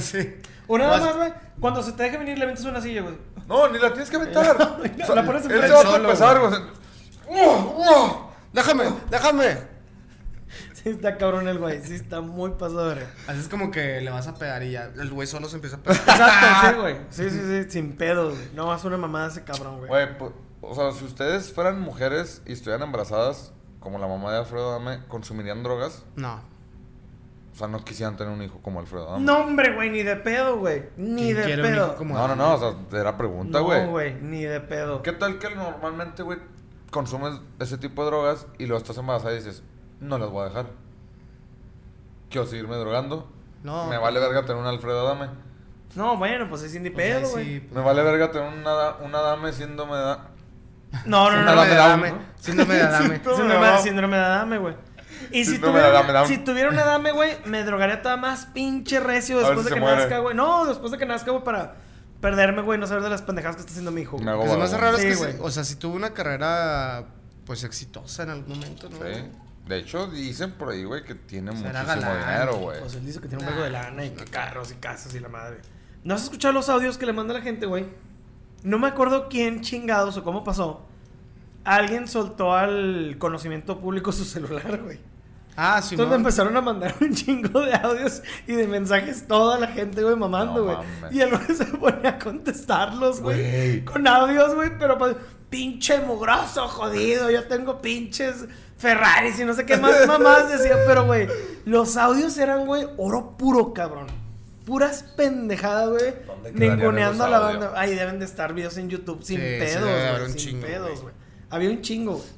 Speaker 4: sí.
Speaker 3: Una
Speaker 4: Vas-
Speaker 3: nada más, güey. Cuando se te deje venir, le metes una silla, güey.
Speaker 2: No, ni la tienes que aventar.
Speaker 3: la pones
Speaker 2: él
Speaker 3: enfrente
Speaker 2: se va a
Speaker 4: solo,
Speaker 2: tropezar, güey. Uh, uh.
Speaker 4: déjame, déjame.
Speaker 3: Sí, está cabrón el güey. Sí, está muy pasado de verga.
Speaker 4: Así es como que le vas a pegar y ya el güey solo se empieza a pegar.
Speaker 3: Exacto, sí, güey. Sí, sí, sí, sin pedo, güey. No, haz una mamada ese cabrón, güey.
Speaker 2: Güey, po- o sea, si ustedes fueran mujeres y estuvieran embarazadas, como la mamá de Alfredo Adame, ¿consumirían drogas?
Speaker 4: No.
Speaker 2: O sea, no quisieran tener un hijo como Alfredo Adame.
Speaker 3: No, hombre, güey, ni de pedo, güey. Ni
Speaker 4: ¿Quién
Speaker 3: de
Speaker 4: quiere un
Speaker 3: pedo.
Speaker 4: hijo como
Speaker 2: No, no, no, o sea, era pregunta, güey.
Speaker 3: No, güey, ni de pedo.
Speaker 2: ¿Qué tal que normalmente, güey, consumes ese tipo de drogas y luego estás embarazada y dices, no las voy a dejar? Quiero seguirme drogando.
Speaker 4: No.
Speaker 2: Me vale verga tener un Alfredo Adame.
Speaker 3: No, bueno, pues es ni
Speaker 4: Pues ahí
Speaker 3: pedo, güey.
Speaker 4: sí,
Speaker 2: Me vale verga tener un Ada- un Adame síndrome de... Da-
Speaker 3: No, no, no, no.
Speaker 4: Síndrome de
Speaker 2: Adame,
Speaker 4: Adame.
Speaker 2: ¿no?
Speaker 4: Síndrome de Adame.
Speaker 2: Síndrome
Speaker 3: Síndrome,
Speaker 2: de Down.
Speaker 3: síndrome de Adame, güey. Y si
Speaker 2: Síndrome de
Speaker 3: tuviera,
Speaker 2: Adame Down.
Speaker 3: si tuviera una Adame, güey, me drogaría todavía más pinche recio
Speaker 2: A ver
Speaker 3: después de
Speaker 2: si se
Speaker 3: que
Speaker 2: muere.
Speaker 3: nazca, güey. No, después de que nazca, güey, para perderme, güey, no saber de las pendejadas que está haciendo mi hijo. güey.
Speaker 2: Me hago
Speaker 4: Lo que se me hace raro
Speaker 3: Sí,
Speaker 4: es que,
Speaker 3: güey.
Speaker 4: se- o sea, si tuvo una carrera, pues exitosa en algún momento, ¿no?
Speaker 2: Sí. De hecho, dicen por ahí, güey, que tiene
Speaker 4: Será
Speaker 2: muchísimo
Speaker 4: galán,
Speaker 2: dinero, güey.
Speaker 3: Pues él dice que tiene un vergo de lana y que carros y casas y la madre. ¿No has escuchado los audios que le manda la gente, güey? No me acuerdo quién chingados o cómo pasó. Alguien soltó al conocimiento público su celular, güey.
Speaker 4: Ah, sí.
Speaker 3: Entonces empezaron a mandar un chingo de audios y de mensajes toda la gente, güey, mamando,
Speaker 2: No
Speaker 3: güey.
Speaker 2: mames.
Speaker 3: y el güey se pone a contestarlos, güey.
Speaker 2: Güey.
Speaker 3: Con audios, güey, pero pa- pinche mugroso, jodido. Yo tengo pinches Ferraris y no sé qué más mamás decía. Pero, güey, los audios eran, güey, oro puro, cabrón. Puras pendejadas, güey.
Speaker 2: ¿Dónde quedarían
Speaker 3: Ninguneando a
Speaker 2: esos
Speaker 3: la
Speaker 2: audios?
Speaker 3: banda. Ay, deben de estar videos en YouTube sin
Speaker 4: Sí, sí,
Speaker 3: pedos,
Speaker 4: debe haber
Speaker 3: güey,
Speaker 4: un
Speaker 3: sin
Speaker 4: chingo,
Speaker 3: pedos,
Speaker 4: güey.
Speaker 3: güey. Había un chingo, güey.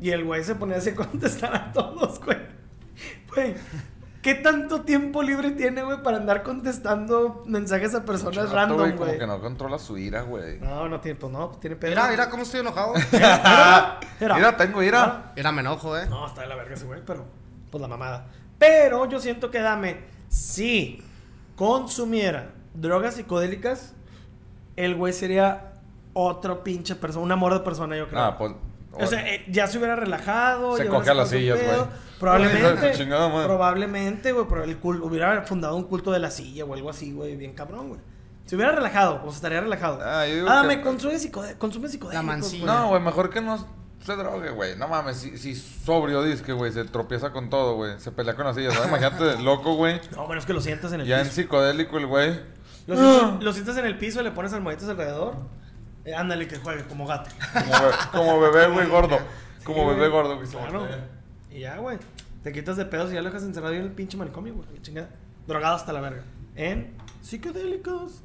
Speaker 3: Y el güey se ponía así a contestar a todos, güey. Güey, ¿qué tanto tiempo libre tiene, güey, para andar contestando mensajes a personas
Speaker 2: Chato,
Speaker 3: random,
Speaker 2: Como
Speaker 3: güey?
Speaker 2: que no controla su ira, güey.
Speaker 3: No, no tiene, pues no, pues tiene pedo.
Speaker 4: Mira, mira cómo estoy enojado.
Speaker 3: Era.
Speaker 2: Ira, tengo ira.
Speaker 4: Mira, me enojo, eh.
Speaker 3: No, está de la verga ese güey, pero pues la mamada. Pero yo siento que Dame, si consumiera drogas psicodélicas, el güey sería otro pinche persona, un amor de persona, yo creo.
Speaker 2: Ah, pues...
Speaker 3: O sea, eh, ya se hubiera relajado.
Speaker 2: Se
Speaker 3: ya hubiera
Speaker 2: cogea las
Speaker 3: sacado su
Speaker 2: sillas,
Speaker 3: pedo.
Speaker 2: güey.
Speaker 3: Probablemente.
Speaker 2: Chingada madre.
Speaker 3: probablemente, güey. Pero el cul- hubiera fundado un culto de la silla o algo así, güey. Bien cabrón, güey. Se hubiera relajado, o se estaría relajado.
Speaker 2: Ah, yo digo
Speaker 3: ah,
Speaker 2: que-
Speaker 3: me consume, psicode consume psicodélicos,
Speaker 4: La mancilla.
Speaker 3: güey.
Speaker 2: No, güey, mejor que no se drogue, güey. No mames, si, si sobrio dice que, güey, se tropieza con todo, güey. Se pelea con las sillas, ¿sabes? Imagínate, loco, güey.
Speaker 3: No, menos que lo sientas en el
Speaker 2: Ya en Ah.
Speaker 3: piso.
Speaker 2: psicodélico el güey.
Speaker 3: Lo, sientas, lo sientas en el piso, le pones almohaditas alrededor. Eh, ándale, que juegue como gato.
Speaker 2: Como, be- como bebé, güey, gordo. Como
Speaker 3: Sí,
Speaker 2: bebé
Speaker 3: güey.
Speaker 2: gordo, güey. se
Speaker 3: Claro.
Speaker 2: voltea.
Speaker 3: Y ya, güey. Te quitas de pedos y ya lo dejas encerrado ahí en el pinche manicomio, güey. La chingada. Drogado hasta la verga. En psicodélicos.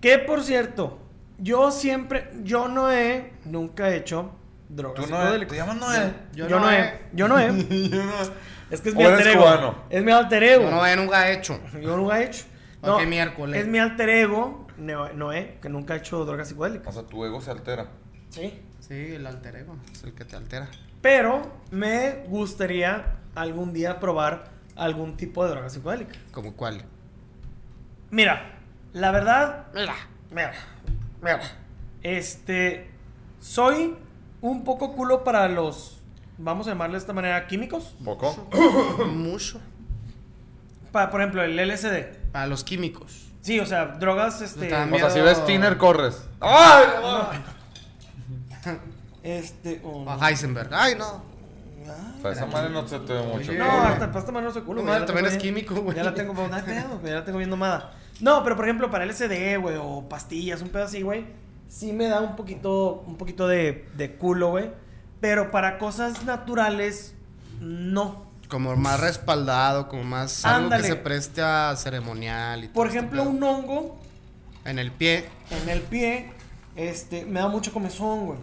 Speaker 3: Que por cierto, yo siempre, yo no he, nunca he hecho drogas
Speaker 2: Tú no
Speaker 3: psicodélicas.
Speaker 2: te llamas Noé.
Speaker 3: Yo, no he. Yo no he. es que es mi
Speaker 2: O eres
Speaker 3: alter ego.
Speaker 2: cubano.
Speaker 3: Es mi alter ego.
Speaker 4: Yo no he nunca hecho.
Speaker 3: Yo nunca he hecho.
Speaker 4: ¿O qué miércoles?
Speaker 3: Es mi alter ego, Noé, Noé, que nunca ha hecho drogas
Speaker 2: O
Speaker 3: psicodélicas.
Speaker 2: sea, tu ego se altera.
Speaker 3: Sí.
Speaker 4: Sí, el alter ego. Es el que te altera.
Speaker 3: Pero me gustaría algún día probar algún tipo de droga psicodélica.
Speaker 4: ¿Como cuál?
Speaker 3: Mira, la verdad,
Speaker 4: Mira.
Speaker 3: mira, mira. Este, soy un poco culo para los, vamos a llamarle de esta manera, químicos.
Speaker 2: Poco.
Speaker 4: Mucho.
Speaker 3: Para, por ejemplo, el LSD.
Speaker 4: Para los químicos.
Speaker 3: Sí, o sea, drogas, este,
Speaker 4: También.
Speaker 2: O sea, si
Speaker 4: Miedo.
Speaker 2: ves Tiner, corres.
Speaker 3: Ah.
Speaker 2: ¡Ah! ¡Ay! no!
Speaker 3: este, oh,
Speaker 4: Para Heisenberg. Ay, no.
Speaker 2: O sea, esa madre no se te ve mucho.
Speaker 4: Oye.
Speaker 3: No,
Speaker 2: güey.
Speaker 3: hasta para esta mano no soy culo.
Speaker 4: No,
Speaker 3: güey, ya la
Speaker 4: también
Speaker 3: tengo
Speaker 4: es
Speaker 3: bien-
Speaker 4: químico, güey.
Speaker 3: Ya la tengo, pues, nada de pedo, güey, ya la tengo bien nomada. No, pero por ejemplo, para LSD, güey, o pastillas, un pedo así, güey, sí me da un poquito, un poquito de, de culo, güey. Pero para cosas naturales, no.
Speaker 4: Como más respaldado, como más algo
Speaker 3: Ándale.
Speaker 4: que se preste a ceremonial y todo
Speaker 3: Por
Speaker 4: este
Speaker 3: ejemplo,
Speaker 4: pedo.
Speaker 3: un hongo
Speaker 4: en el pie.
Speaker 3: en el pie, este, me da mucho comezón, güey.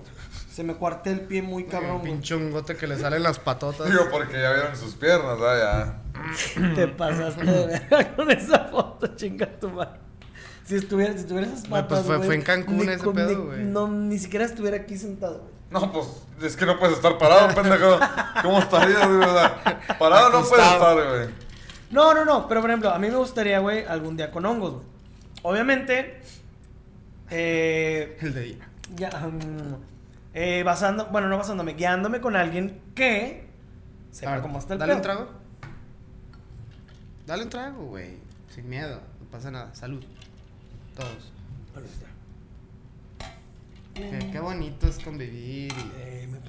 Speaker 3: Se me cuartea el pie muy cabrón,
Speaker 4: Un
Speaker 3: güey.
Speaker 4: pinche hongote que le salen las patotas.
Speaker 2: Digo, porque ya vieron sus piernas, ¿verdad? Ya.
Speaker 3: Te
Speaker 4: Mm.
Speaker 3: pasaste de verga con esa foto, chinga tu madre. Si estuviera, si estuviera esas
Speaker 4: Güey,
Speaker 3: patas,
Speaker 4: pues fue-
Speaker 3: güey,
Speaker 4: fue en Cancún
Speaker 3: ni
Speaker 4: ese
Speaker 3: con-
Speaker 4: pedo,
Speaker 3: ni-
Speaker 4: güey.
Speaker 3: No, ni siquiera estuviera aquí sentado, güey.
Speaker 2: No, pues es que no puedes estar parado, pendejo. ¿Cómo estarías, güey? O sea, Parado no puedes estar, güey.
Speaker 3: No, no, no, pero por ejemplo, a mí me gustaría, güey, algún día con hongos, güey. Obviamente, eh,
Speaker 4: El de ella.
Speaker 3: ya, mm, eh, basando, bueno, no basándome, guiándome con alguien que sepa cómo está el
Speaker 4: Dale
Speaker 3: pedo.
Speaker 4: un trago. Dale un trago, güey. Sin miedo. No pasa nada. Salud. Todos. Qué, qué bonito es convivir. y-
Speaker 3: Eh, me-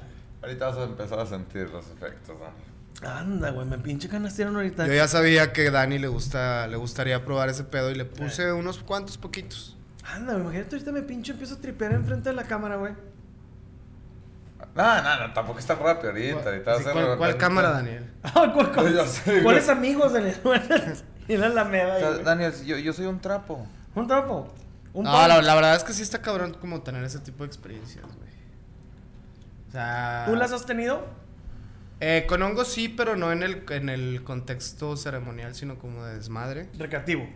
Speaker 2: Ahorita vas a empezar a sentir los efectos, Dani.
Speaker 3: Anda, güey, me pinche canastearon ahorita.
Speaker 4: Yo ya sabía que Dani le gusta, le gustaría probar ese pedo y le puse unos cuantos poquitos.
Speaker 3: Anda, güey, imagínate ahorita me pinche empiezo a tripear enfrente de la cámara, güey.
Speaker 2: No, no, no, tampoco está rápido ahorita. ahorita vas
Speaker 4: Sí,
Speaker 2: a hacer-
Speaker 4: ¿Cuál, cuál
Speaker 2: ahorita-
Speaker 4: cámara, Daniel?
Speaker 3: Ah, ¿Cuál, cuál-
Speaker 2: Ya sé,
Speaker 3: ¿Cuáles
Speaker 2: güey.
Speaker 3: amigos, Daniel? Era la meda,
Speaker 2: O sea,
Speaker 3: güey.
Speaker 2: Daniel, yo, yo soy un trapo.
Speaker 3: Un trapo. Un
Speaker 4: No,
Speaker 3: pan.
Speaker 4: la, la verdad es que sí está cabrón como tener ese tipo de experiencias, güey. O sea...
Speaker 3: ¿Tú las has tenido?
Speaker 4: eh, con hongos sí, pero no en el, en el contexto ceremonial, sino como de desmadre.
Speaker 3: Recreativo.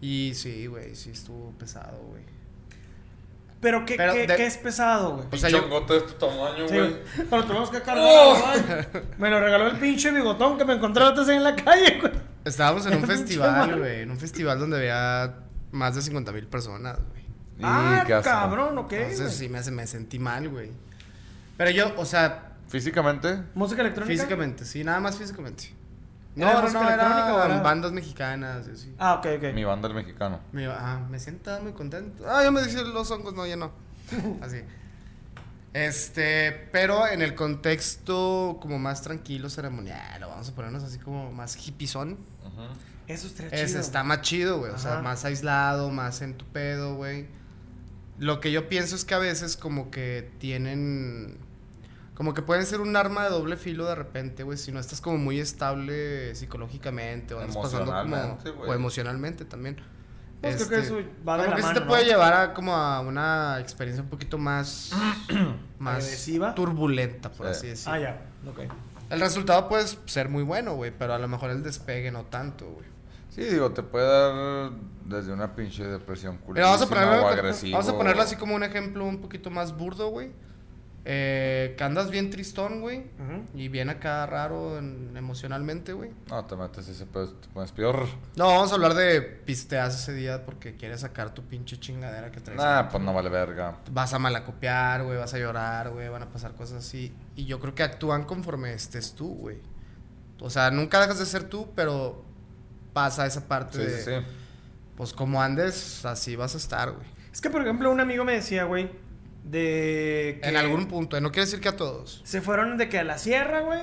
Speaker 4: Y sí, güey, sí estuvo pesado, güey.
Speaker 3: Pero ¿qué,
Speaker 4: Pero
Speaker 3: qué-
Speaker 4: de-
Speaker 3: qué es pesado, güey?
Speaker 4: O
Speaker 2: O
Speaker 4: sea,
Speaker 2: sea,
Speaker 4: yo-
Speaker 2: de este tamaño,
Speaker 3: Sí,
Speaker 2: güey.
Speaker 3: güey. pero tenemos que cargar. güey. Me lo regaló el pinche bigotón que me encontré antes ahí en la calle, güey.
Speaker 4: Estábamos en un
Speaker 3: Pinche
Speaker 4: festival,
Speaker 3: madre.
Speaker 4: güey. En un festival donde había más de 50 mil personas, güey.
Speaker 2: Y
Speaker 3: ah,
Speaker 2: qué asco.
Speaker 3: cabrón, ok.
Speaker 4: Entonces
Speaker 3: güey.
Speaker 4: sí me, hace- me sentí mal, güey. Pero yo, o sea,
Speaker 2: Físicamente,
Speaker 3: ¿Música electrónica?
Speaker 4: físicamente, sí, nada más físicamente. No,
Speaker 3: ¿Era
Speaker 4: no,
Speaker 3: música
Speaker 4: no,
Speaker 3: electrónica o
Speaker 4: eran
Speaker 3: era-
Speaker 4: bandas mexicanas y así.
Speaker 3: Ah, ok, ok.
Speaker 2: mi banda el mexicano.
Speaker 4: Me, iba, ah, me sienta muy contento. Ah, ya me dije los hongos, no, ya no. Así. Este, pero en el contexto como más tranquilo, ceremonial, o vamos a ponernos así como más hippizón.
Speaker 3: Eso estaría chido.
Speaker 4: Ese está más chido, güey. O sea,
Speaker 3: Ajá.
Speaker 4: más aislado, más en tu pedo, güey. Lo que yo pienso es que a veces como que tienen... Como que pueden ser un arma de doble filo de repente, güey. Si no estás como muy estable psicológicamente o andas pasando
Speaker 2: Emocionalmente,
Speaker 4: como...
Speaker 2: güey.
Speaker 4: O emocionalmente también. Este,
Speaker 3: Pues creo que eso va de
Speaker 4: como
Speaker 3: la
Speaker 4: que sí
Speaker 3: mano,
Speaker 4: te
Speaker 3: ¿no?
Speaker 4: puede llevar a como a una experiencia un poquito más... más
Speaker 3: Agresiva.
Speaker 4: Turbulenta, por
Speaker 2: Sí.
Speaker 4: así decirlo.
Speaker 3: Ah, ya. Ok.
Speaker 4: El resultado puede ser muy bueno, güey. Pero a lo mejor el despegue no tanto, güey.
Speaker 2: Sí, digo, te puede dar desde una pinche depresión
Speaker 4: Mira, vamos a,
Speaker 2: culísima
Speaker 4: ponerlo,
Speaker 2: o
Speaker 4: en-
Speaker 2: agresivo.
Speaker 4: vamos a ponerlo así como un ejemplo un poquito más burdo, güey. Eh, que andas bien tristón, güey.
Speaker 3: Ujú.
Speaker 4: Y bien acá raro en- emocionalmente, güey.
Speaker 2: No, te metes ese pedo, te pones peor.
Speaker 4: No, vamos a hablar de pisteas ese día porque quieres sacar tu pinche chingadera que traes.
Speaker 2: Nah, pues no vale verga.
Speaker 4: Vas a malacopiar, güey. Vas a llorar, güey. Van a pasar cosas así. Y yo creo que actúan conforme estés tú, güey. O sea, nunca dejas de ser tú, pero pasa esa parte
Speaker 2: Sí,
Speaker 4: de...
Speaker 2: sí, sí.
Speaker 4: Pues como andes, así vas a estar, güey.
Speaker 3: Es que, por ejemplo, un amigo me decía, güey, de. que
Speaker 4: En algún punto. eh, No quiere decir que a todos.
Speaker 3: Se fueron de que a la sierra, güey,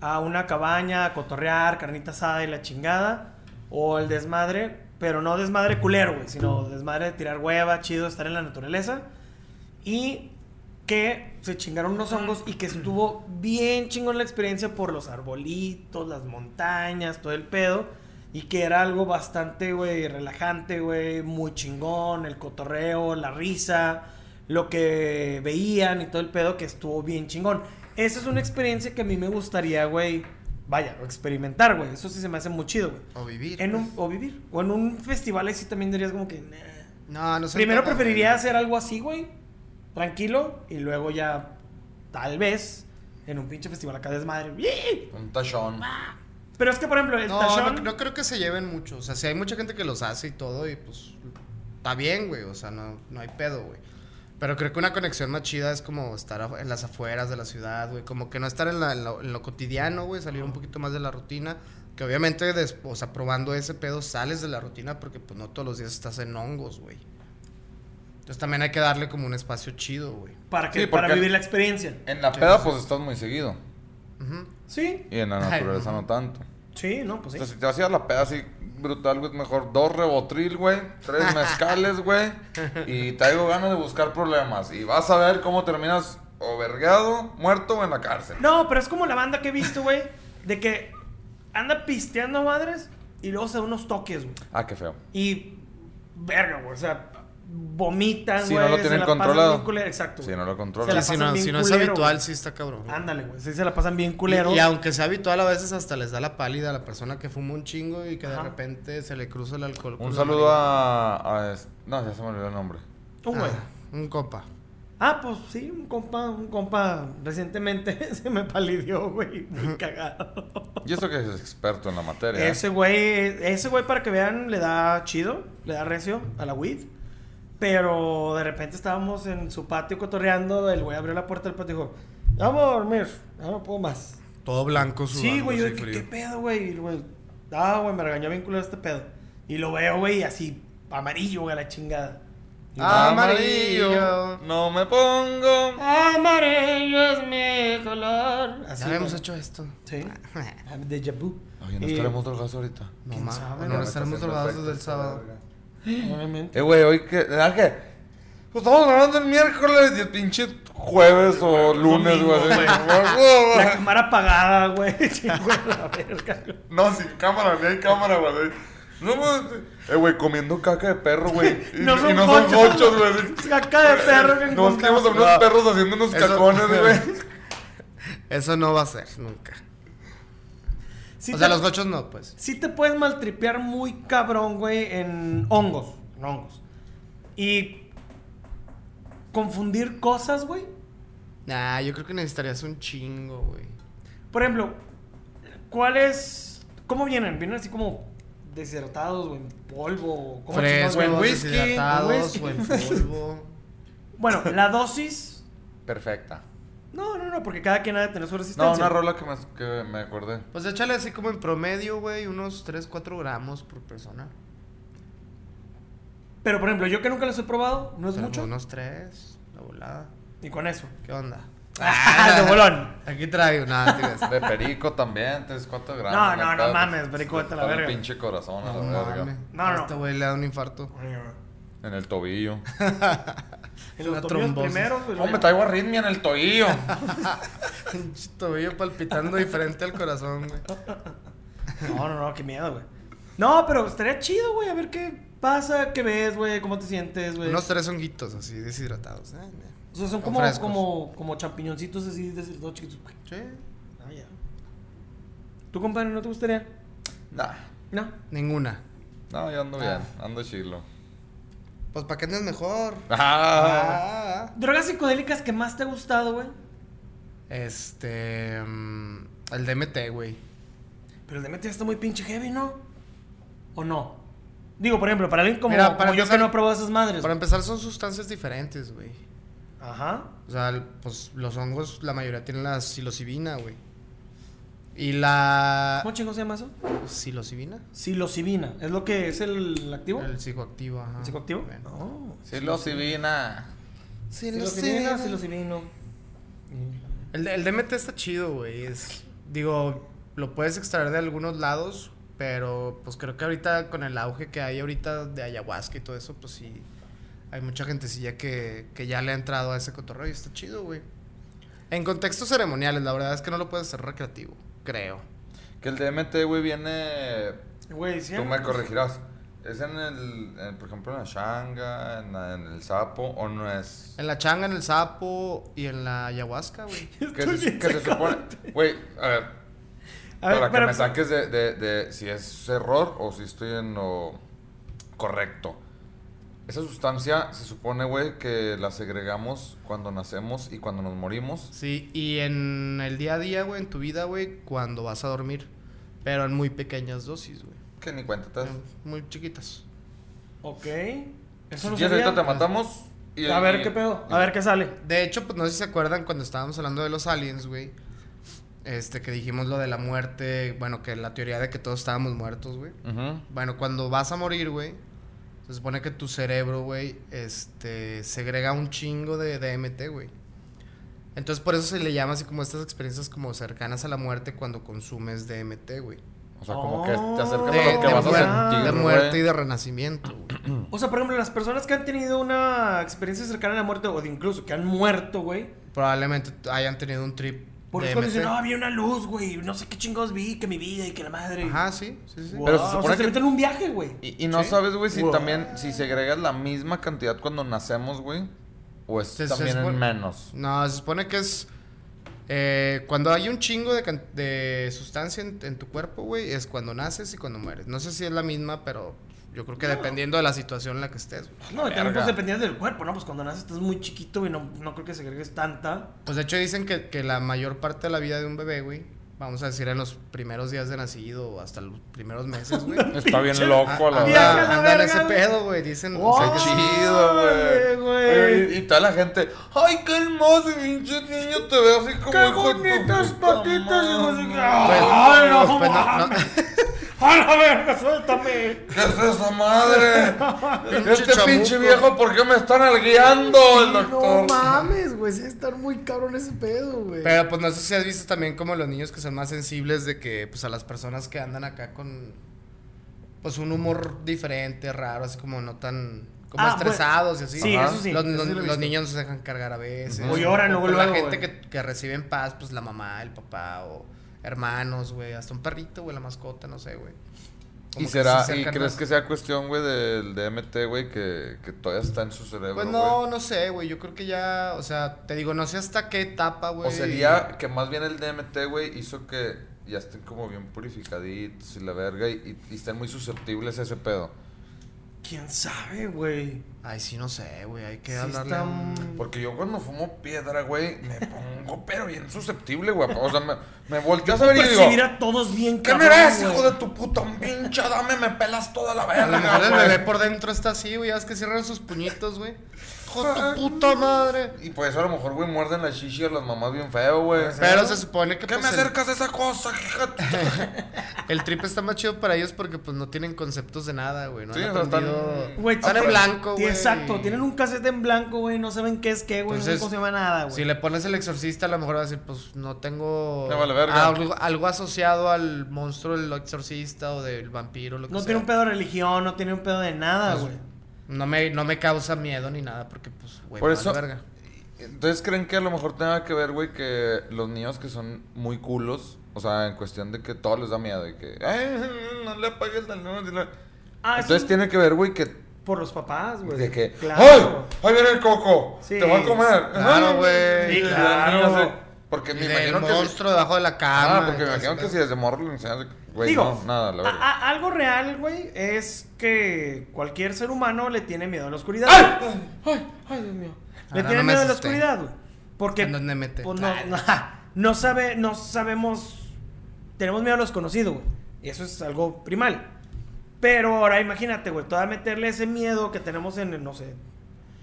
Speaker 3: a una cabaña, a cotorrear, carnita asada y la chingada. O el desmadre, pero no desmadre culero, güey, sino desmadre de tirar hueva, chido, estar en la naturaleza. Y que se chingaron unos hongos y que estuvo bien chingón la experiencia por los arbolitos, las montañas, todo el pedo. Y que era algo bastante, güey, relajante, güey, muy chingón, el cotorreo, la risa, lo que veían y todo el pedo que estuvo bien chingón. Esa es una experiencia que a mí me gustaría, güey, vaya, experimentar, güey. Eso sí se me hace muy chido, güey.
Speaker 4: O vivir.
Speaker 3: En
Speaker 4: pues.
Speaker 3: un, o vivir. O en un festival ahí sí también dirías como que... "Nah".
Speaker 4: No, Pues no sé.
Speaker 3: Primero preferiría hacer algo así, güey. Tranquilo. Y luego ya, tal vez, en un pinche festival acá desmadre. ¡Yee!
Speaker 2: Un tachón.
Speaker 4: Ah.
Speaker 3: Pero es que, por ejemplo, el
Speaker 4: No,
Speaker 3: tachón...
Speaker 4: no, no creo que se lleven mucho. O sea, si hay mucha gente que los hace y todo, y pues está bien, güey. O sea, no, no hay pedo, güey. Pero creo que una conexión más chida es como estar afu- en las afueras de la ciudad, güey. Como que no estar en, la- en lo, en lo cotidiano, güey. Salir un poquito más de la rutina. Que obviamente, des- o sea, probando ese pedo sales de la rutina porque pues no todos los días estás en hongos, güey. Entonces también hay que darle como un espacio chido, güey.
Speaker 3: ¿Para que
Speaker 2: Sí,
Speaker 3: Para
Speaker 2: porque-
Speaker 3: vivir la experiencia.
Speaker 2: En la
Speaker 4: Sí,
Speaker 2: peda,
Speaker 4: sí.
Speaker 2: pues estás muy seguido.
Speaker 4: Ujú.
Speaker 3: Sí.
Speaker 2: Y en la
Speaker 4: Ay,
Speaker 2: naturaleza
Speaker 4: no.
Speaker 2: no tanto.
Speaker 3: Sí, no, pues
Speaker 2: O sea,
Speaker 3: sí.
Speaker 2: si te vas a ir a la peda así brutal, güey, mejor dos rebotril, güey, tres mezcales, güey, y traigo ganas de buscar problemas. Y vas a ver cómo terminas o vergueado, muerto o en la cárcel.
Speaker 3: No, pero es como la banda que he visto, güey. De que anda pisteando a madres y luego se da unos toques, güey.
Speaker 2: Ah, qué feo.
Speaker 3: Y... Verga, güey. O sea, vomitan, güey.
Speaker 2: Si no lo
Speaker 3: se
Speaker 2: tienen
Speaker 3: la pasan
Speaker 2: controlado.
Speaker 3: bien culero, Exacto.
Speaker 2: Si
Speaker 3: güey.
Speaker 2: no lo
Speaker 3: Se
Speaker 4: Sí,
Speaker 3: la
Speaker 2: controlas.
Speaker 4: si
Speaker 3: pasan
Speaker 4: no,
Speaker 3: bien
Speaker 4: si no es
Speaker 3: culero,
Speaker 4: habitual,
Speaker 3: güey. Ah,
Speaker 4: sí está cabrón. güey.
Speaker 3: Ándale, güey. Sí se la pasan bien culero.
Speaker 4: Y, y aunque sea habitual, a veces hasta les da la pálida a la persona que fuma un chingo y que de
Speaker 3: Ajá.
Speaker 4: repente se le cruza el alcohol. con
Speaker 2: Un
Speaker 4: la
Speaker 2: saludo
Speaker 4: marihuana.
Speaker 2: a, a es- No, ya se me olvidó el nombre.
Speaker 3: Un güey.
Speaker 4: Ah, un copa.
Speaker 3: Ah, pues sí, un compa, un compa recientemente se me palidió, güey, muy cagado.
Speaker 2: Y eso que es experto en la materia. ¿eh?
Speaker 3: ese güey, ese güey para que vean le da chido, le da recio a la weed. Pero de repente estábamos en su patio cotorreando, el güey abrió la puerta del patio y dijo, "Ya vamos a dormir, ya no puedo más.
Speaker 4: Todo blanco, sudando.
Speaker 3: Sí, güey, yo
Speaker 4: así
Speaker 3: de que,
Speaker 4: frío.
Speaker 3: ¿qué pedo, güey? Y el güey, ah, güey, me regañó bien culero este pedo. Y lo veo, güey, así, amarillo, güey, a la chingada. Y
Speaker 4: Ah, Amarillo.
Speaker 2: No me pongo.
Speaker 3: Amarillo es mi color.
Speaker 4: Ya habíamos hecho esto.
Speaker 3: Sí. Ah, De Jabu.
Speaker 2: Oye, no
Speaker 3: Y-
Speaker 2: estaremos drogados ahorita.
Speaker 4: No
Speaker 3: ¿Quién
Speaker 4: más.
Speaker 3: sabe?
Speaker 4: No, no estaremos drogados desde el sábado.
Speaker 2: Eh, güey, hoy que. ¿Verdad que? Pues estamos grabando el miércoles y el pinche jueves o lunes, güey.
Speaker 3: La cámara apagada, güey. Sí, güey, la verga.
Speaker 2: No, sin cámara, ni hay cámara, güey. No, güey. Eh, güey, comiendo caca de perro, güey. Y
Speaker 3: No son
Speaker 2: y no son
Speaker 3: cochos.
Speaker 2: cochos, güey.
Speaker 3: Caca de perro que
Speaker 2: No, es que íbamos a
Speaker 3: encontramos.
Speaker 2: ver unos perros haciendo unos
Speaker 4: Eso-
Speaker 2: cacones, güey.
Speaker 4: Eso no va a ser nunca.
Speaker 3: Sí
Speaker 4: o
Speaker 3: te-
Speaker 4: sea, los gochos no, pues.
Speaker 3: sí te puedes maltripear muy cabrón, güey, en hongos. en hongos. Y confundir cosas, güey.
Speaker 4: Nah, yo creo que necesitarías un chingo, güey.
Speaker 3: Por ejemplo, ¿cuál es. ¿Cómo vienen? ¿Vienen así como deshidratados o en polvo? ¿Cómo chingados?
Speaker 4: Frescos,
Speaker 3: Bueno,
Speaker 2: whisky,
Speaker 4: deshidratados,
Speaker 3: whisky.
Speaker 4: o en polvo.
Speaker 3: Bueno, la dosis.
Speaker 2: Perfecta.
Speaker 3: No, no, no, porque cada quien ha de tener su resistencia.
Speaker 2: No, una rola que me, que me acordé.
Speaker 4: Pues échale así como en promedio, güey, unos 3, 4 gramos por persona.
Speaker 3: Pero por ejemplo, yo que nunca las he probado, no es
Speaker 4: Pero
Speaker 3: mucho.
Speaker 4: Unos 3, la volada.
Speaker 3: Y con eso.
Speaker 4: ¿Qué onda?
Speaker 3: ¡Ah! ¡De bolón!
Speaker 4: Aquí traigo, nada, tío.
Speaker 2: De perico también, 3, 4 gramos.
Speaker 3: No, no,
Speaker 2: hay
Speaker 3: no
Speaker 2: pedo.
Speaker 3: mames, perico, vete a la
Speaker 2: pues, Con
Speaker 3: verga.
Speaker 2: el pinche corazón, a la
Speaker 4: No,
Speaker 2: verga.
Speaker 4: mames.
Speaker 3: No, no.
Speaker 4: Este güey le da un infarto.
Speaker 2: En el tobillo.
Speaker 3: En
Speaker 4: Una
Speaker 3: los tobillos
Speaker 4: trombosis.
Speaker 3: primero, güey.
Speaker 2: No, me
Speaker 3: luego-
Speaker 2: traigo arritmia en el tobillo.
Speaker 4: Un tobillo palpitando diferente al corazón, güey.
Speaker 3: No, no, no, qué miedo, güey. No, pero estaría chido, güey, a ver qué pasa, qué ves, güey, cómo te sientes, güey.
Speaker 4: Unos tres honguitos así, deshidratados. ¿eh?
Speaker 3: O sea, son
Speaker 4: Son
Speaker 3: como,
Speaker 4: frescos.
Speaker 3: como, como champiñoncitos así de todos chiquitos.
Speaker 4: Sí.
Speaker 3: Ah, ya. ¿Tú, compadre, no te gustaría?
Speaker 2: Nah.
Speaker 3: No.
Speaker 4: Ninguna.
Speaker 2: No, yo ando bien. Ando chilo.
Speaker 4: Pues para qué andes mejor.
Speaker 2: Ah.
Speaker 4: Ah.
Speaker 3: ¿Drogas psicodélicas que más te ha gustado, güey?
Speaker 4: Este. mm, el DMT, güey.
Speaker 3: Pero el DMT está muy pinche heavy, ¿no? ¿O no? Digo, por ejemplo, para alguien como,
Speaker 4: Mira, para
Speaker 3: como yo que
Speaker 4: empezar-
Speaker 3: no he probado esas madres.
Speaker 4: Para em- empezar, son sustancias diferentes, güey.
Speaker 3: Ajá.
Speaker 4: O sea, el- pues los hongos, la mayoría tienen la psilocibina, güey. Y la.
Speaker 3: ¿Cómo chingo se llama eso?
Speaker 4: ¿Psilocibina?
Speaker 3: Psilocibina. ¿Es lo que es el activo?
Speaker 4: El psicoactivo, ajá.
Speaker 3: ¿El psicoactivo?
Speaker 4: Bueno.
Speaker 3: No.
Speaker 2: Sí, lo civina.
Speaker 3: Psilocibina,
Speaker 4: Psilocibina.
Speaker 3: psilocibina.
Speaker 4: El, el DMT está chido, güey. Es, digo, lo puedes extraer de algunos lados, pero pues creo que ahorita con el auge que hay ahorita de ayahuasca y todo eso, pues sí. Hay mucha gentecilla que, que ya le ha entrado a ese cotorreo y está chido, güey. En contextos ceremoniales, la verdad es que no lo puedes hacer recreativo, creo.
Speaker 2: Que el DMT, güey, viene.
Speaker 3: Güey, sí.
Speaker 2: Tú me corregirás. ¿Es en el. en, por ejemplo, en la shanga, en, la- en el sapo, o no es?
Speaker 4: En la changa, en el sapo y en la ayahuasca, güey.
Speaker 2: Que
Speaker 3: Estoy
Speaker 2: se,
Speaker 3: bien
Speaker 2: que se
Speaker 3: sacado
Speaker 2: supone. Güey, a ver.
Speaker 3: A ver,
Speaker 2: para que
Speaker 3: pero-
Speaker 2: me saques de, de- de si es error o si estoy en lo correcto. Esa sustancia se supone, güey, que la segregamos cuando nacemos y cuando nos morimos.
Speaker 4: Sí, y en el día a día, güey, en tu vida, güey, cuando vas a dormir, pero en muy pequeñas dosis, güey.
Speaker 2: Que ni cuenta, ¿estás?
Speaker 4: En Muy chiquitas.
Speaker 3: Ok. Eso
Speaker 2: Si
Speaker 3: no
Speaker 2: quieres,
Speaker 3: sabía.
Speaker 2: ahorita te matamos. y-
Speaker 3: A ver qué pedo. A ver qué sale.
Speaker 4: De hecho, pues no sé si se acuerdan cuando estábamos hablando de los aliens, güey. Este, que dijimos lo de la muerte, bueno, que la teoría de que todos estábamos muertos, güey.
Speaker 2: Ujú.
Speaker 4: Bueno, cuando vas a morir, güey, se supone que tu cerebro, güey, este, segrega un chingo de DMT, güey. Entonces, por eso se le llama así como estas experiencias como cercanas a la muerte cuando consumes DMT, güey.
Speaker 2: O sea, como que
Speaker 3: Oh,
Speaker 2: te
Speaker 4: De,
Speaker 2: acercas a
Speaker 4: de
Speaker 2: lo que vas
Speaker 4: muer-
Speaker 2: a sentir.
Speaker 4: de
Speaker 2: güey.
Speaker 4: muerte y de renacimiento, güey.
Speaker 3: O sea, por ejemplo, las personas que han tenido una experiencia cercana a la muerte o de incluso que han muerto, güey.
Speaker 4: Probablemente hayan tenido un trip
Speaker 3: Porque es
Speaker 4: DMT.
Speaker 3: cuando dicen, no, había una luz, güey. No sé qué chingados vi, que mi vida y que la madre.
Speaker 4: Ajá, sí, sí, sí.
Speaker 3: Wow,
Speaker 2: Pero se
Speaker 3: o sea,
Speaker 2: supone
Speaker 3: se
Speaker 2: que-
Speaker 3: meten en un viaje, güey.
Speaker 2: Y, y no
Speaker 4: Sí.
Speaker 2: sabes, güey, si
Speaker 3: Wow.
Speaker 2: también, si segregas la misma cantidad cuando nacemos, güey, o es
Speaker 4: Se- se
Speaker 2: también en
Speaker 4: supone-
Speaker 2: menos.
Speaker 4: No, se supone que es. eh, cuando hay un chingo de, can- de sustancia en, en tu cuerpo, güey, es cuando naces y cuando mueres. No sé si es la misma, pero yo creo que dependiendo de la situación en la que estés, güey.
Speaker 3: No, también
Speaker 2: verga.
Speaker 3: pues dependiendo del cuerpo, ¿no? Pues cuando naces estás muy chiquito, güey. No, no creo que segregues tanta.
Speaker 4: Pues de hecho dicen que, que la mayor parte de la vida de un bebé, güey, vamos a decir en los primeros días de nacido o hasta los primeros meses, güey. Ah,
Speaker 2: Está bien
Speaker 3: Pinche-
Speaker 2: loco, la
Speaker 4: anda-
Speaker 3: Viaja a
Speaker 2: verdad.
Speaker 3: la
Speaker 4: anda en
Speaker 3: verga,
Speaker 4: ese
Speaker 3: güey.
Speaker 4: pedo, güey. Dicen. o sea,
Speaker 3: ¡Oh!
Speaker 2: Está
Speaker 4: que-
Speaker 2: chido,
Speaker 3: Ay,
Speaker 2: güey.
Speaker 3: güey.
Speaker 2: Oye, Y toda la gente, ay, qué hermoso, pinche niño, te veo así como
Speaker 3: ¡Qué
Speaker 2: hijo de tu
Speaker 3: bonitas
Speaker 2: puta
Speaker 3: patitas! Y no sé qué.
Speaker 2: madre".
Speaker 4: Pues-
Speaker 3: ¡Ay, no,
Speaker 4: pues no-
Speaker 3: mames! ¡A la verga, suéltame!
Speaker 2: ¿Qué es esa madre? este
Speaker 4: chamuco.
Speaker 2: pinche viejo, ¿por qué me están algueando el
Speaker 3: No
Speaker 2: doctor?
Speaker 3: mames, güey. Sí, estar muy cabrón ese pedo, güey.
Speaker 4: Pero pues no sé si has visto también como los niños que son más sensibles de que pues a las personas que andan acá con pues un humor diferente, raro, así como no tan como
Speaker 3: Ah,
Speaker 4: estresados y así.
Speaker 3: Sí,
Speaker 2: Ajá. eso
Speaker 3: sí,
Speaker 4: Los,
Speaker 3: eso
Speaker 4: los-
Speaker 3: sí lo he
Speaker 4: los
Speaker 3: visto.
Speaker 4: niños se dejan cargar a veces.
Speaker 3: O lloran
Speaker 4: O
Speaker 3: luego,
Speaker 4: con la
Speaker 3: luego,
Speaker 4: gente
Speaker 3: güey.
Speaker 4: que, que recibe en paz, pues la mamá, el papá o hermanos, güey, hasta un perrito, güey, la mascota, no sé, güey. Como
Speaker 2: ¿Y,
Speaker 4: que
Speaker 2: será,
Speaker 4: se
Speaker 2: ¿Y
Speaker 4: acercan
Speaker 2: crees
Speaker 4: más.
Speaker 2: que sea cuestión, güey, del DMT, güey, que, que todavía está en su cerebro?
Speaker 4: Pues
Speaker 2: güey?
Speaker 4: no, no sé, güey. Yo creo que ya, o sea, te digo, no sé hasta qué etapa, güey.
Speaker 2: O sería que más bien el DMT, güey, hizo que ya estén como bien purificaditos y la verga y, y- y estén muy susceptibles a ese pedo.
Speaker 3: ¿Quién sabe, güey?
Speaker 4: Ay, sí, no sé, güey. Hay que
Speaker 3: Sí
Speaker 4: hablarle.
Speaker 3: está
Speaker 4: a un-
Speaker 3: un-
Speaker 2: Porque yo cuando fumo piedra, güey, me pongo pero bien susceptible, güey. O sea, me, me volteas a ver
Speaker 4: Pues
Speaker 2: y digo,
Speaker 3: Percibir Pues, a todos bien,
Speaker 2: ¿qué me
Speaker 3: cabrón,
Speaker 2: ves,
Speaker 3: güey.
Speaker 2: hijo de tu puta pincha? Dame, me pelas toda la
Speaker 4: A lo
Speaker 2: verga,
Speaker 4: mejor el
Speaker 2: güey".
Speaker 4: bebé por dentro está así, güey. Ya ves que cierran sus puñitos, güey. Hijo de tu puta madre.
Speaker 2: Y por eso a lo mejor, güey, muerden la shishi a las mamás bien feo, güey.
Speaker 4: Pero se supone que
Speaker 2: ¿Qué me
Speaker 4: pues, el-
Speaker 2: acercas a esa cosa, hija? de tu-
Speaker 4: el, trip está más chido para ellos porque pues no tienen conceptos de nada, güey. No
Speaker 2: Sí,
Speaker 4: han
Speaker 2: o sea, están-
Speaker 4: aprendido-
Speaker 3: Güey,
Speaker 4: están en
Speaker 3: tienen-
Speaker 4: blanco, güey.
Speaker 3: Exacto, tienen un cassette en blanco, güey. No saben qué es qué, güey. No saben
Speaker 4: Entonces,
Speaker 3: cómo se llama nada, güey.
Speaker 4: Si le pones el exorcista, a lo mejor va a decir, pues no tengo
Speaker 2: Me vale verga.
Speaker 4: Algo, algo asociado al monstruo del exorcista o del vampiro, lo que
Speaker 3: No
Speaker 4: sea.
Speaker 3: tiene un pedo de religión, no tiene un pedo de nada,
Speaker 2: Pues,
Speaker 3: güey.
Speaker 4: No me, no me causa miedo ni nada porque, pues, güey,
Speaker 2: Por
Speaker 4: me vale
Speaker 2: eso-
Speaker 4: verga.
Speaker 2: Entonces, ¿creen que a lo mejor tenga que ver, güey, que los niños que son muy culos, o sea, en cuestión de que todo les da miedo y que, "Ay, no le apagues la luz", y la-
Speaker 3: Ah,
Speaker 2: Entonces,
Speaker 3: eso-
Speaker 2: tiene que ver, güey, que,
Speaker 3: Por los papás, güey.
Speaker 2: de que,
Speaker 3: Claro.
Speaker 2: ¡ay! ¡Ahí viene el coco!
Speaker 3: Sí.
Speaker 2: ¡Te voy a comer!
Speaker 4: Claro, güey.
Speaker 3: Sí,
Speaker 2: Y la
Speaker 3: claro.
Speaker 2: niña se- Porque
Speaker 4: Y
Speaker 2: me
Speaker 4: del
Speaker 2: imagino que.
Speaker 4: monstruo debajo de la
Speaker 2: Ah,
Speaker 4: cama.
Speaker 2: porque me
Speaker 4: entonces,
Speaker 2: imagino que si desde morro le enseñas, de que, güey,
Speaker 3: Digo,
Speaker 2: no, nada,
Speaker 4: ah,
Speaker 2: la
Speaker 3: a-
Speaker 2: verdad.
Speaker 3: a- algo real, güey, es que cualquier ser humano le tiene miedo a la oscuridad. ¡Ay! ¡Ay, Dios mío! Le
Speaker 4: Ahora
Speaker 3: tiene
Speaker 4: no me
Speaker 3: miedo a la
Speaker 4: asusté.
Speaker 3: oscuridad, güey. Porque.
Speaker 4: ¿En dónde mete?
Speaker 3: pues, no,
Speaker 4: Ay.
Speaker 3: no, no sabe, no sabemos. Tenemos miedo a lo desconocido, güey. Y eso es algo primal. Pero ahora imagínate, güey, todavía meterle ese miedo que tenemos en, el, no sé.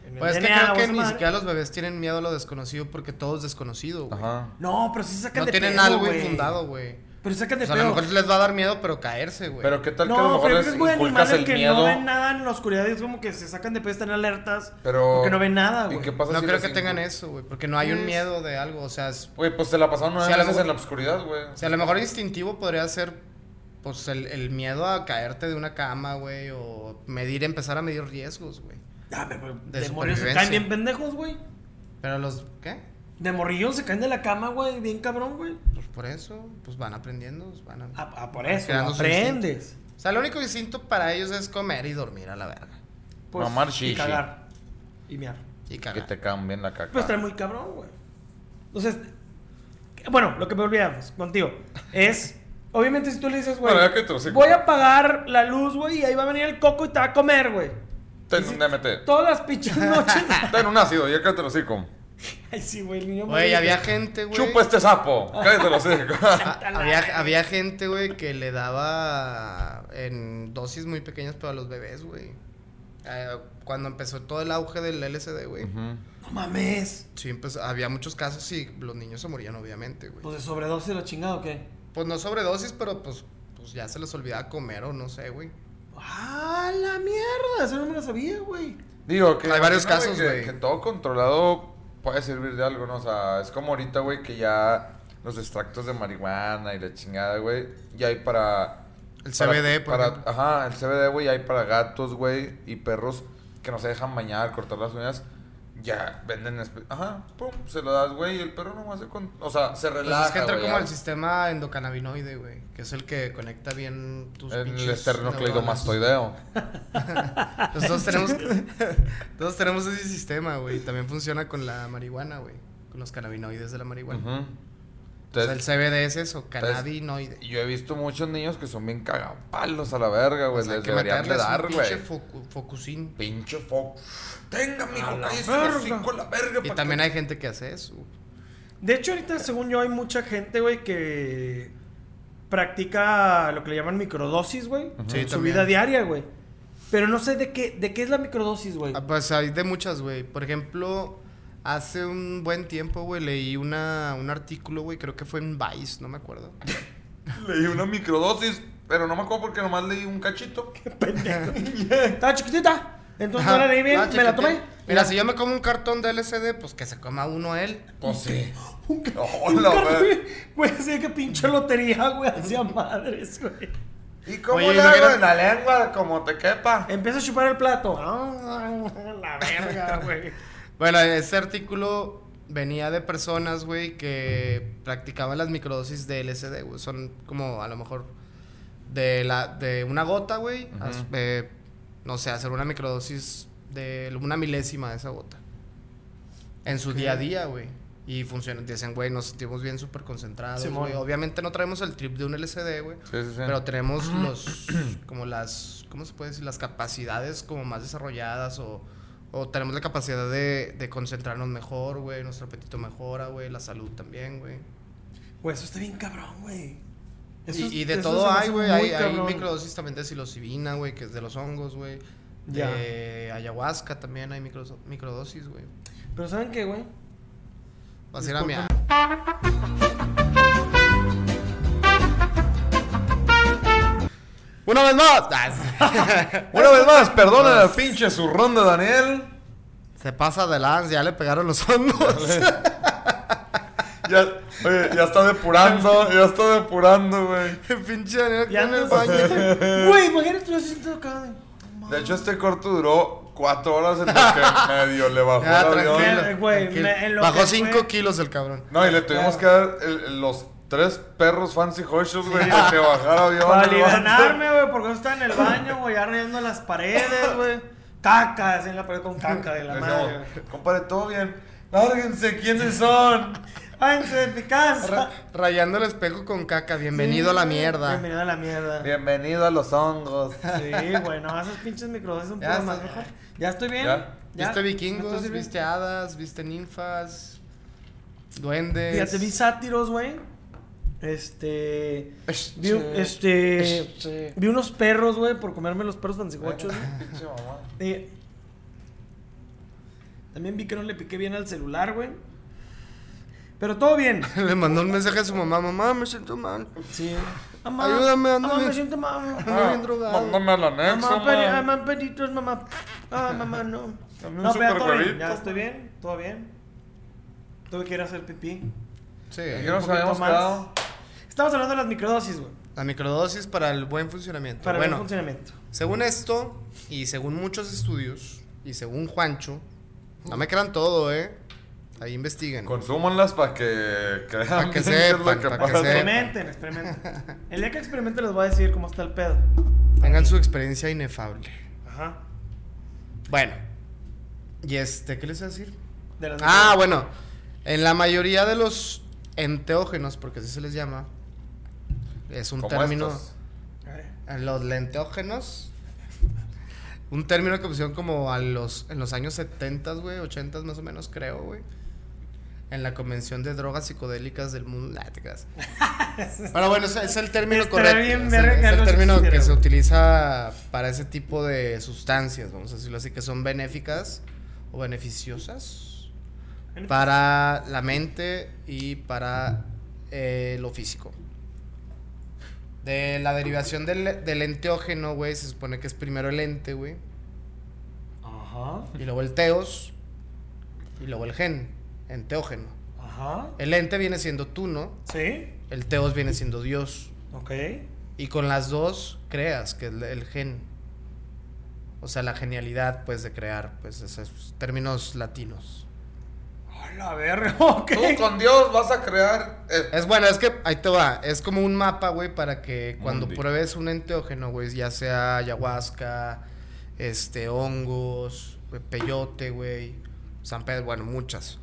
Speaker 3: en el
Speaker 4: Pues es que
Speaker 3: DNA
Speaker 4: creo
Speaker 3: o
Speaker 4: que
Speaker 3: esa
Speaker 4: ni
Speaker 3: madre.
Speaker 4: siquiera los bebés tienen miedo a lo desconocido porque todo es desconocido, güey.
Speaker 2: Ajá.
Speaker 3: No, pero sí sacan
Speaker 4: No
Speaker 3: de
Speaker 4: tienen
Speaker 3: pedo,
Speaker 4: algo
Speaker 3: güey.
Speaker 4: infundado, güey.
Speaker 3: Pero sacan de
Speaker 4: O sea, a
Speaker 3: pedo.
Speaker 4: lo mejor les va a dar miedo, pero caerse, güey.
Speaker 2: Pero qué tal que a lo
Speaker 3: No,
Speaker 2: mejor
Speaker 3: pero
Speaker 2: les
Speaker 3: es muy animal
Speaker 2: inculcas el
Speaker 3: el que no
Speaker 2: miedo.
Speaker 3: ven nada en la oscuridad. Es como que se sacan de pedo, están alertas.
Speaker 2: Pero-
Speaker 3: Porque no ven nada,
Speaker 2: ¿Y
Speaker 3: güey.
Speaker 2: qué pasa
Speaker 4: no
Speaker 2: si
Speaker 4: creo
Speaker 2: les
Speaker 4: que tengan
Speaker 2: incul-
Speaker 4: eso, güey, porque no hay un
Speaker 3: Pues-
Speaker 4: miedo de algo. O sea, es-
Speaker 2: Güey, pues se la pasaron nueve
Speaker 4: Sí, a lo
Speaker 2: veces
Speaker 4: mejor-
Speaker 2: en la oscuridad, güey.
Speaker 4: o sea, a lo mejor instintivo podría ser pues el, el miedo a caerte de una cama, güey, o medir, empezar a medir riesgos, güey.
Speaker 3: Ah, pero, pero
Speaker 4: De
Speaker 3: de, morrillos se
Speaker 4: supervivencia.
Speaker 3: caen bien pendejos, güey.
Speaker 4: Pero los, ¿qué?
Speaker 3: De morrillos se caen de la cama, güey. Bien cabrón, güey.
Speaker 4: Pues por eso, pues van aprendiendo, van a-
Speaker 3: Ah, ah, por eso.
Speaker 4: Creando su
Speaker 3: Aprendes.
Speaker 4: O sea, lo único instinto para ellos es comer y dormir a la verga.
Speaker 2: Mamar
Speaker 3: pues, y
Speaker 2: shishi.
Speaker 3: cagar. Y miar.
Speaker 4: Y
Speaker 2: Que
Speaker 4: cagar.
Speaker 2: te cambien la caca.
Speaker 3: Pues está muy cabrón, güey. Entonces, bueno, lo que me olvidamos contigo es, obviamente si tú le dices, güey,
Speaker 2: Bueno, ya que te lo sé.
Speaker 3: voy a apagar la luz, güey, y ahí va a venir el coco y te va a comer, güey.
Speaker 2: Ten
Speaker 3: Y si-
Speaker 2: un DMT.
Speaker 3: Todas las pinches noches.
Speaker 2: Ten un ácido, ya cállate el hocico.
Speaker 3: Ay, sí, güey, el niño.
Speaker 4: Güey,
Speaker 3: me-
Speaker 4: había gente, güey.
Speaker 2: Chupa este sapo. Cállate el hocico.
Speaker 4: Ah, Había, había gente, güey, que le daba en dosis muy pequeñas para los bebés, güey. Eh, Cuando empezó todo el auge del LSD, güey.
Speaker 2: Ujú.
Speaker 3: No mames.
Speaker 4: Sí, empezó- había muchos casos y los niños se morían, obviamente, güey.
Speaker 3: Pues de sobredosis de la chingada, ¿o qué?
Speaker 4: Pues no sobredosis, pero pues, pues ya se les olvidaba comer o no sé, güey.
Speaker 3: ¡Ah, la mierda! Eso no me lo sabía, güey.
Speaker 2: Digo que.
Speaker 4: Hay varios
Speaker 2: imagino,
Speaker 4: casos,
Speaker 2: que-
Speaker 4: güey.
Speaker 2: Que todo controlado puede servir de algo, ¿no? O sea, es como ahorita, güey, que ya los extractos de marihuana y la chingada, güey, ya hay para.
Speaker 4: El
Speaker 2: para-
Speaker 4: CBD, por
Speaker 2: para-
Speaker 4: ejemplo.
Speaker 2: Ajá, el CBD, güey, hay para gatos, güey, y perros que no se dejan bañar, cortar las uñas. Ya venden. espe- Ajá, pum, se lo das, güey, y el perro nomás se. Con... O sea, se
Speaker 4: Pues
Speaker 2: relaja.
Speaker 4: es que entra
Speaker 2: güey,
Speaker 4: como
Speaker 2: ya.
Speaker 4: el sistema endocannabinoide, güey. Que es el que conecta bien tus pinches
Speaker 2: El
Speaker 4: neuronas.
Speaker 2: esternocleidomastoideo.
Speaker 4: Nosotros tenemos, todos tenemos ese sistema, güey. También funciona con la marihuana, güey. Con los cannabinoides de la marihuana.
Speaker 2: Ujú.
Speaker 4: O sea,
Speaker 2: Entonces, pues,
Speaker 4: el CBD es eso,
Speaker 2: entonces-
Speaker 4: cannabinoide.
Speaker 2: yo he visto muchos niños que son bien cagapalos a la verga, güey.
Speaker 4: O sea, hay
Speaker 2: pues, les
Speaker 4: que
Speaker 2: deberían de
Speaker 4: meterles
Speaker 2: dar,
Speaker 4: un pinche
Speaker 2: güey.
Speaker 4: focu- focusin.
Speaker 2: Pinche foco. Tenga, mijo,
Speaker 3: la
Speaker 2: cállese
Speaker 3: verga.
Speaker 2: el hocico a la verga.
Speaker 4: Y
Speaker 2: pa'
Speaker 4: también
Speaker 2: que-
Speaker 4: hay gente que hace eso.
Speaker 3: De hecho, ahorita, según yo, hay mucha gente, güey, que practica lo que le llaman microdosis, güey. en
Speaker 4: Sí,
Speaker 3: su
Speaker 4: también.
Speaker 3: vida diaria, güey. Pero no sé de qué, de qué es la microdosis, güey.
Speaker 4: Ah, Pues hay de muchas, güey. Por ejemplo, hace un buen tiempo, güey, leí una, un artículo, güey, creo que fue en Vice, no me acuerdo.
Speaker 2: Leí una microdosis Pero no me acuerdo porque nomás leí un cachito.
Speaker 3: Estaba chiquitita. Entonces
Speaker 4: Ajá.
Speaker 3: no la leí bien,
Speaker 4: Ah,
Speaker 3: me la
Speaker 4: chécate.
Speaker 3: tomé.
Speaker 4: Mira, si yo me como un cartón de LCD, pues que se coma uno él.
Speaker 2: Pues sí.
Speaker 3: Un ca- un
Speaker 2: Hola,
Speaker 3: cartón,
Speaker 2: güey.
Speaker 3: Güey, así que pinche lotería, güey, hacía madres, güey.
Speaker 2: ¿Y cómo
Speaker 4: Oye,
Speaker 2: le
Speaker 4: ¿no
Speaker 2: hago
Speaker 4: quieres-
Speaker 2: en la lengua? Como te quepa.
Speaker 4: Eh,
Speaker 3: Empieza a chupar el plato. la verga, güey.
Speaker 4: Bueno, este artículo venía de personas, güey, que practicaban las microdosis de LSD, güey. Son como a lo mejor de la de una gota, güey. as-
Speaker 2: Ujú.
Speaker 4: eh, no sé, hacer una microdosis de una milésima de esa gota. En su día a día, güey. Y funciona. Dicen, güey, nos sentimos bien súper concentrados,
Speaker 3: Simón.
Speaker 4: güey. Obviamente no traemos el trip de un LSD, güey.
Speaker 2: Sí, sí, sí.
Speaker 4: Pero tenemos
Speaker 3: Ah.
Speaker 4: los, como las, ¿cómo se puede decir? Las capacidades como más desarrolladas o, o tenemos la capacidad de, de concentrarnos mejor, güey. Nuestro apetito mejora, güey. La salud también, güey.
Speaker 3: Güey, eso está bien cabrón, güey. Eso es-
Speaker 4: Y, y de
Speaker 3: eso
Speaker 4: todo
Speaker 3: se me
Speaker 4: hay,
Speaker 3: hace
Speaker 4: güey.
Speaker 3: muy
Speaker 4: Hay, hay
Speaker 3: cabrón.
Speaker 4: microdosis también de psilocibina, güey, que es de los hongos, güey. De ayahuasca también hay micro- microdosis, güey.
Speaker 3: Pero ¿saben qué, güey?
Speaker 4: Vas a ir a
Speaker 3: Disculpen.
Speaker 4: mear. Una vez más.
Speaker 2: Una vez más, perdonen
Speaker 4: Pues-
Speaker 2: al pinche zurrón de Daniel.
Speaker 4: Se pasa de lanza, ya le pegaron los hongos.
Speaker 2: Ya, oye, ya está depurando, ya está depurando, güey.
Speaker 4: El pinche Daniel
Speaker 3: Ya
Speaker 4: con el
Speaker 3: no
Speaker 4: baño.
Speaker 3: Güey, imagínate, yo siento acá. güey.
Speaker 2: De hecho, este corto duró cuatro horas en lo que medio le bajó
Speaker 4: Ya,
Speaker 2: el avión.
Speaker 3: Eh, güey,
Speaker 4: tranquilo.
Speaker 3: me- en
Speaker 4: tranquilo.
Speaker 3: lo
Speaker 4: Bajó
Speaker 3: que
Speaker 4: 5
Speaker 3: fue-
Speaker 4: kilos el cabrón.
Speaker 2: No, y le tuvimos que dar el- el- los tres perros fancy hoshos, güey, para que bajara avión.
Speaker 3: Para
Speaker 2: el vato.
Speaker 3: alivianarme, güey, porque yo estaba en el baño, güey, ya rayando las paredes, güey. Caca, así en la pared con caca de la
Speaker 2: Le
Speaker 3: madre.
Speaker 2: decíamos,
Speaker 3: güey.
Speaker 2: compadre, todo bien. Lárguense, ¿quiénes son?
Speaker 3: Ay, se me cansa.
Speaker 4: Rayando el espejo con caca. Bienvenido a la mierda.
Speaker 3: Bienvenido a la mierda.
Speaker 2: Bienvenido a los hongos.
Speaker 3: Sí, güey, no, esos pinches microdosis un
Speaker 4: Ya
Speaker 3: poco
Speaker 4: está.
Speaker 3: más mejor. Ya estoy bien.
Speaker 2: Ya.
Speaker 3: Ya.
Speaker 4: Viste
Speaker 3: ¿Me estoy
Speaker 4: vikingos,
Speaker 3: sirviendo?
Speaker 4: viste hadas, viste ninfas, duendes.
Speaker 3: Fíjate, vi sátiros, güey. Este. Vi, un- este. Vi unos perros, güey, por comerme los perros pancigochos.
Speaker 2: Pinche mamá.
Speaker 3: Eh, también vi que no le piqué bien al celular, güey. Pero todo bien.
Speaker 4: Le mandó un mensaje a su mamá, mamá, me siento mal.
Speaker 3: Sí.
Speaker 4: Ayúdame, ando
Speaker 3: mamá,
Speaker 4: bien-
Speaker 3: me siento mal.
Speaker 2: Ah,
Speaker 4: Ando bien drogado.
Speaker 2: Mándame al anexo,
Speaker 3: Mamá, pedi-
Speaker 2: man.
Speaker 3: mamá, peditos, mamá. Ah, mamá, no.
Speaker 2: Dame un
Speaker 3: No, pero ya todo bien.
Speaker 2: superhuevito.
Speaker 3: Ya estoy bien, todo bien. Tuve que ir a hacer pipí.
Speaker 4: Sí.
Speaker 2: Yo no
Speaker 3: Un
Speaker 2: sé, habíamos
Speaker 3: poquito más.
Speaker 2: quedado.
Speaker 3: Estamos hablando de las microdosis, güey.
Speaker 4: La microdosis para el buen funcionamiento.
Speaker 3: Para el
Speaker 4: bueno,
Speaker 3: funcionamiento.
Speaker 4: Según esto, y según muchos estudios, y según Juancho, no me crean todo, ¿eh? Ahí investiguen.
Speaker 2: Consúmanlas para que crean
Speaker 4: Pa' que
Speaker 2: bien qué es
Speaker 4: sepan,
Speaker 2: lo que
Speaker 4: pa' que
Speaker 2: pasa.
Speaker 4: sepan.
Speaker 3: Experimenten, experimenten. El día que experimenten les voy a decir cómo está el pedo.
Speaker 4: Tengan su experiencia inefable.
Speaker 3: Ajá.
Speaker 4: Bueno, ¿y este qué les iba a decir?
Speaker 3: De las
Speaker 4: Ah,
Speaker 3: microdosis.
Speaker 4: bueno, en la mayoría de los enteógenos, porque así se les llama, es un
Speaker 2: Como
Speaker 4: término.
Speaker 2: estos.
Speaker 3: Eh,
Speaker 4: En los lenteógenos. Un término que pusieron como a los, en los años 70, güey, 80 más o menos, creo, güey. En la Convención de Drogas Psicodélicas del Mundo. Ah, te creas. Bueno, bueno, es, es el término
Speaker 3: Estaría
Speaker 4: correcto.
Speaker 3: bien
Speaker 4: es el,
Speaker 3: verga que
Speaker 4: es el
Speaker 3: algo se
Speaker 4: término que
Speaker 3: hiciera,
Speaker 4: se
Speaker 3: güey.
Speaker 4: utiliza para ese tipo de sustancias, vamos a decirlo así, que son benéficas o beneficiosas para la mente y para eh, lo físico. De la derivación del, del enteógeno, güey, se supone que es primero el ente, güey,
Speaker 3: Ajá.
Speaker 4: y luego el teos, y luego el gen, enteógeno.
Speaker 3: Ajá.
Speaker 4: El ente viene siendo tú, ¿no?
Speaker 3: Sí.
Speaker 4: El teos viene siendo Dios.
Speaker 3: Ok.
Speaker 4: Y con las dos creas, que es el- el gen. O sea, la genialidad, pues, de crear, pues, esos términos latinos.
Speaker 3: Hola, verga. Ok.
Speaker 2: Tú con Dios vas a crear. eh,
Speaker 4: Es bueno, es que ahí te va. Es como un mapa, güey, para que cuando
Speaker 2: Mundi.
Speaker 4: pruebes un enteógeno, güey, ya sea ayahuasca, este, hongos, güey, peyote, güey, San Pedro, bueno, muchas.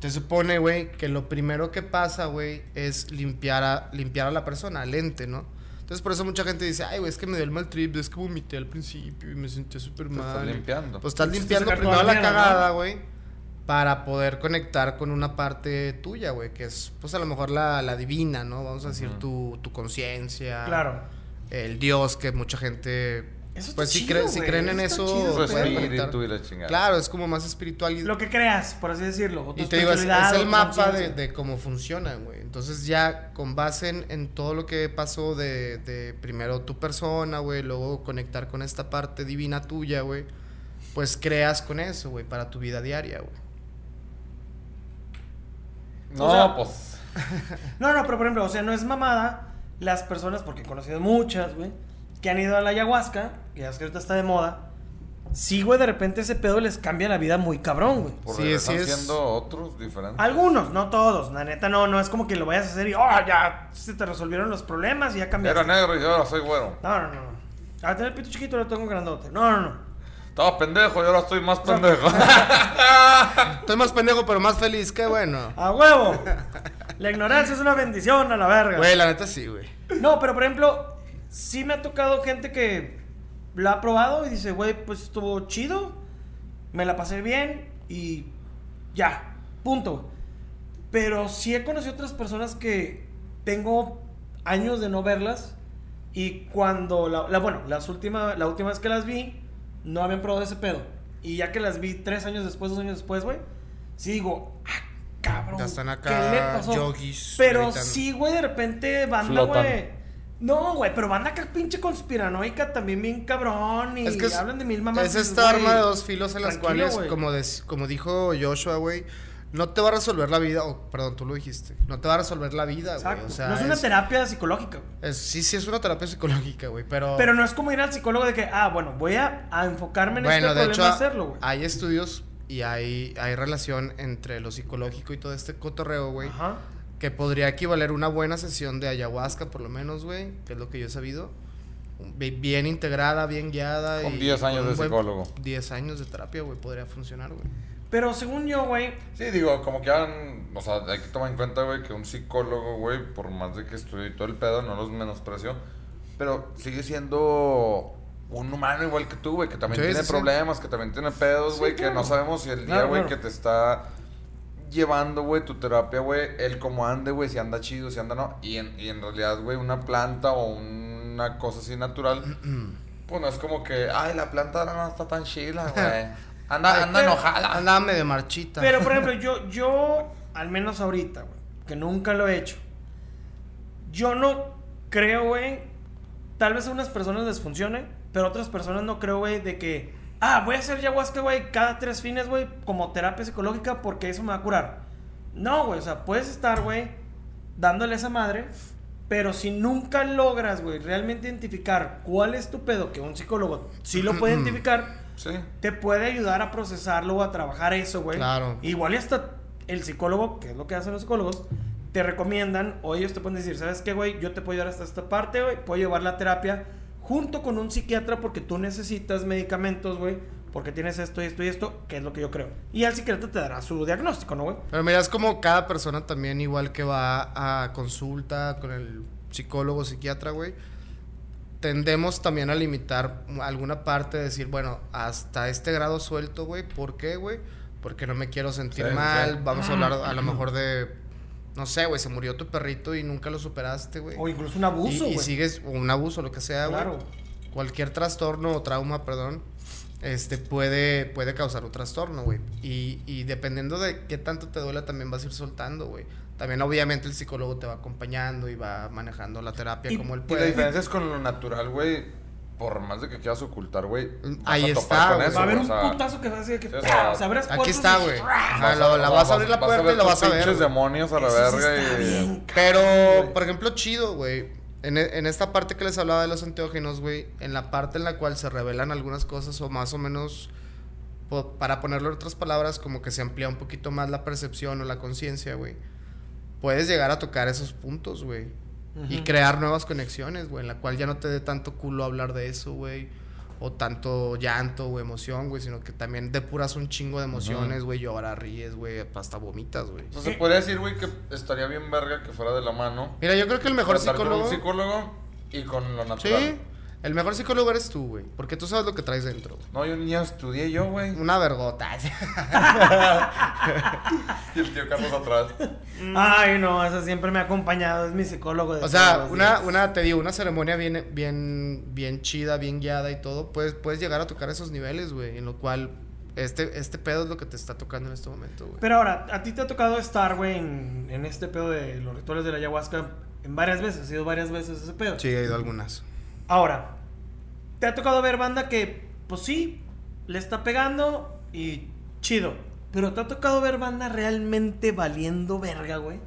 Speaker 4: Se supone, güey, que lo primero que pasa, güey, es limpiar a, limpiar a la persona, al ente, ¿no? Entonces, por eso mucha gente dice, ay, güey, es que me dio el mal trip, es que vomité al principio y me sentía súper
Speaker 2: te estás
Speaker 4: mal.
Speaker 2: limpiando.
Speaker 4: Pues estás
Speaker 3: Sí,
Speaker 4: limpiando
Speaker 3: sacar
Speaker 4: primero
Speaker 3: toda la
Speaker 4: la
Speaker 3: mierda,
Speaker 4: cagada, güey. Para poder conectar con una parte tuya, güey. Que es, pues a lo mejor la, la divina, ¿no? Vamos a decir, tu, tu conciencia.
Speaker 3: Claro.
Speaker 4: El Dios que mucha gente
Speaker 3: Eso
Speaker 4: Pues
Speaker 3: está
Speaker 4: si,
Speaker 3: chido,
Speaker 4: cre- si
Speaker 3: güey,
Speaker 4: creen en
Speaker 3: está
Speaker 4: eso,
Speaker 3: chido,
Speaker 2: Su
Speaker 3: güey.
Speaker 4: pues, pueden
Speaker 2: espíritu y la chingada.
Speaker 4: Claro, es como más espiritual. Y,
Speaker 3: Lo que creas, por así decirlo. o tu
Speaker 4: y te digo, es,
Speaker 3: espiritualidad,
Speaker 4: es
Speaker 3: o
Speaker 4: el
Speaker 3: tu
Speaker 4: mapa de,
Speaker 3: conciencia.
Speaker 4: de cómo funcionan, güey. Entonces ya con base en, en todo lo que pasó de, de primero tu persona, güey, luego conectar con esta parte divina tuya, güey, pues creas con eso, güey, para tu vida diaria, güey.
Speaker 2: No,
Speaker 3: O sea,
Speaker 2: pues.
Speaker 3: No, no, pero por ejemplo, o sea, no es mamada las personas, porque he conocido muchas, güey, que han ido a la ayahuasca, y es que ahorita está de moda. Sí, güey, de repente ese pedo les cambia la vida muy cabrón, güey.
Speaker 2: Por
Speaker 4: sí,
Speaker 2: sí,
Speaker 4: sí es-
Speaker 2: siendo otros diferentes.
Speaker 3: Algunos, no todos, la neta no, no es como que lo vayas a hacer y, oh, ya se te resolvieron los problemas y ya cambiaste.
Speaker 2: Era negro y ahora soy güero.
Speaker 3: No, no, no. Ahora tener el pito chiquito, ahora tengo grandote. No, no, no.
Speaker 2: Estaba pendejo y ahora estoy más pendejo.
Speaker 4: Estoy más pendejo, pero más feliz, qué bueno.
Speaker 3: ¡A huevo! La ignorancia es una bendición a la verga.
Speaker 4: Güey, la neta sí, güey.
Speaker 3: No, pero por ejemplo, sí me ha tocado gente que la ha probado y dice, güey, pues estuvo chido, me la pasé bien y ya, punto. Pero sí he conocido otras personas que tengo años de no verlas y cuando, la, la- bueno, las última, la última vez que las vi, no habían probado ese pedo. Y ya que las vi tres años después, dos años después, güey, sí digo, ah, cabrón.
Speaker 4: Ya están acá
Speaker 3: ¿qué le pasó?"
Speaker 4: yogis
Speaker 3: Pero
Speaker 4: gritando.
Speaker 3: sí, güey, de repente banda,
Speaker 2: Flotan.
Speaker 3: güey. No, güey, pero banda acá pinche conspiranoica también bien cabrón y
Speaker 4: Es que es-
Speaker 3: hablan de mil mamás.
Speaker 4: Es
Speaker 3: y dices,
Speaker 4: esta
Speaker 3: güey,
Speaker 4: arma de dos filos en las
Speaker 3: tranquilo,
Speaker 4: cuales,
Speaker 3: güey.
Speaker 4: como, des- como dijo Joshua, güey, no te va a resolver la vida, o perdón, tú lo dijiste, no te va a resolver la vida, güey.
Speaker 3: Exacto.
Speaker 4: O sea,
Speaker 3: no es una
Speaker 4: es-
Speaker 3: terapia psicológica, güey.
Speaker 4: es- sí, sí, es una terapia psicológica, güey, pero...
Speaker 3: Pero no es como ir al psicólogo de que, ah, bueno, voy a, a enfocarme en
Speaker 4: bueno,
Speaker 3: este
Speaker 4: de
Speaker 3: problema
Speaker 4: hecho, ah,
Speaker 3: y hacerlo, güey.
Speaker 4: hay estudios y hay, hay relación entre lo psicológico y todo este cotorreo, güey,
Speaker 3: Ajá.
Speaker 4: que podría equivaler una buena sesión de ayahuasca, por lo menos, güey, que es lo que yo he sabido. Bi- Bien integrada, bien guiada.
Speaker 2: Con
Speaker 4: y
Speaker 2: 10 años
Speaker 4: un
Speaker 2: de
Speaker 4: buen-
Speaker 2: psicólogo.
Speaker 4: 10 años de terapia, güey, podría funcionar, güey.
Speaker 3: Pero según yo, güey,
Speaker 2: Sí, digo, como que han. O sea, hay que tomar en cuenta, güey, que un psicólogo, güey, por más de que estudie y todo el pedo, no los menosprecio. Pero sigue siendo un humano igual que tú, güey, que también
Speaker 4: Sí,
Speaker 2: tiene
Speaker 4: sí, sí.
Speaker 2: problemas, que también tiene pedos, güey, que no sabemos si el día,
Speaker 3: Claro,
Speaker 2: güey,
Speaker 3: claro.
Speaker 2: que te está llevando, güey, tu terapia, güey, el cómo ande, güey, si anda chido, si anda no. Y en, y en realidad, güey, una planta o una cosa así natural, pues no es como que, ay, la planta ahora no está tan chila, güey. Anda, anda
Speaker 3: pero-
Speaker 2: enojada.
Speaker 4: Andaba medio marchita.
Speaker 3: Pero, por ejemplo, yo, yo, al menos ahorita, güey, que nunca lo he hecho, yo no creo, güey, tal vez a unas personas les funcione, pero a otras personas no creo, güey, de que, ah, voy a hacer ayahuasca, güey, cada tres fines, güey, como terapia psicológica, porque eso me va a curar. No, güey, o sea, puedes estar, güey, dándole esa madre, pero si nunca logras, güey, realmente identificar cuál es tu pedo, que un psicólogo sí lo puede identificar,
Speaker 2: Sí.
Speaker 3: te puede ayudar a procesarlo o a trabajar eso, güey.
Speaker 4: Claro.
Speaker 3: Igual y hasta el psicólogo, que es lo que hacen los psicólogos, te recomiendan o ellos te pueden decir, ¿sabes qué, güey? Yo te puedo ayudar hasta esta parte, güey. Puedo llevar la terapia junto con un psiquiatra porque tú necesitas medicamentos, güey. Porque tienes esto y esto y esto, que es lo que yo creo. Y al psiquiatra te dará su diagnóstico, ¿no, güey?
Speaker 4: Pero mira, es como cada persona también, igual que va a consulta con el psicólogo, psiquiatra, güey, tendemos también a limitar alguna parte, decir, bueno, hasta este grado suelto, güey, ¿por qué, güey? Porque no me quiero sentir
Speaker 2: Sí, sí.
Speaker 4: mal, vamos a hablar
Speaker 3: Ah.
Speaker 4: a lo mejor de, no sé, güey, se murió tu perrito y nunca lo superaste, güey.
Speaker 3: O incluso un
Speaker 4: Y-
Speaker 3: abuso,
Speaker 4: y,
Speaker 3: güey.
Speaker 4: sigues o un abuso, lo que sea, güey.
Speaker 3: Claro.
Speaker 4: Cualquier trastorno o trauma, perdón, este puede, puede causar un trastorno, güey. Y, y dependiendo de qué tanto te duela, también vas a ir soltando, güey. También, obviamente, el psicólogo te va acompañando y va manejando la terapia
Speaker 3: Y-
Speaker 4: como él
Speaker 2: Y la
Speaker 4: puede.
Speaker 2: diferencia es con lo natural, güey. Por más de que quieras ocultar, güey. vas
Speaker 4: Mm, Ahí
Speaker 2: a topar
Speaker 4: está,
Speaker 2: con
Speaker 4: güey.
Speaker 2: eso,
Speaker 3: Va a haber
Speaker 2: güey,
Speaker 3: un
Speaker 2: o sea,
Speaker 3: putazo que va a decir que...
Speaker 2: sí, o sea,
Speaker 3: ¡pah! O sea, abres
Speaker 4: Aquí
Speaker 3: puertas
Speaker 4: está,
Speaker 3: y-
Speaker 4: güey.
Speaker 2: vas
Speaker 4: Ajá, lo- la vas a abrir la puerta y la
Speaker 2: tus
Speaker 4: vas a ver.
Speaker 2: pinches
Speaker 4: güey.
Speaker 2: demonios a la
Speaker 3: Eso sí
Speaker 2: verga
Speaker 3: está
Speaker 2: y-
Speaker 3: bien,
Speaker 4: Pero, por ejemplo, chido, güey. En, e- en esta parte que les hablaba de los enteógenos, güey, en la parte en la cual se revelan algunas cosas o más o menos, po- para ponerlo en otras palabras, como que se amplía un poquito más la percepción o la conciencia, güey. Puedes llegar a tocar esos puntos, güey. Y
Speaker 3: Ujú.
Speaker 4: crear nuevas conexiones, güey, en la cual ya no te dé tanto culo hablar de eso, güey. O tanto llanto o emoción, güey, sino que también depuras un chingo de emociones, güey, lloras, ríes, güey, hasta vomitas, güey.
Speaker 2: O sea, se podría decir, güey, que estaría bien verga que fuera de la mano.
Speaker 4: Mira, yo creo que el mejor
Speaker 2: Tratar con
Speaker 4: psicólogo...
Speaker 2: un psicólogo y con lo natural.
Speaker 4: Sí. El mejor psicólogo eres tú, güey. Porque tú sabes lo que traes dentro. güey.
Speaker 2: No, yo ni estudié yo, güey.
Speaker 4: Una vergota.
Speaker 2: Y el tío Carlos atrás.
Speaker 3: Mm. Ay, no, eso siempre me ha acompañado, es mi psicólogo. de
Speaker 4: O sea,
Speaker 3: todos los
Speaker 4: una,
Speaker 3: días.
Speaker 4: una, te digo, una ceremonia bien, bien, bien chida, bien guiada y todo, puedes, puedes llegar a tocar esos niveles, güey. En lo cual, este, este pedo es lo que te está tocando en este momento, güey.
Speaker 3: Pero ahora, a ti te ha tocado estar, güey, en, en este pedo de los rituales de la ayahuasca en varias veces, ha ido varias veces ese pedo.
Speaker 4: Sí, he ido a algunas.
Speaker 3: Ahora, te ha tocado ver banda que, pues sí, le está pegando y chido. Pero te ha tocado ver banda realmente valiendo verga, güey.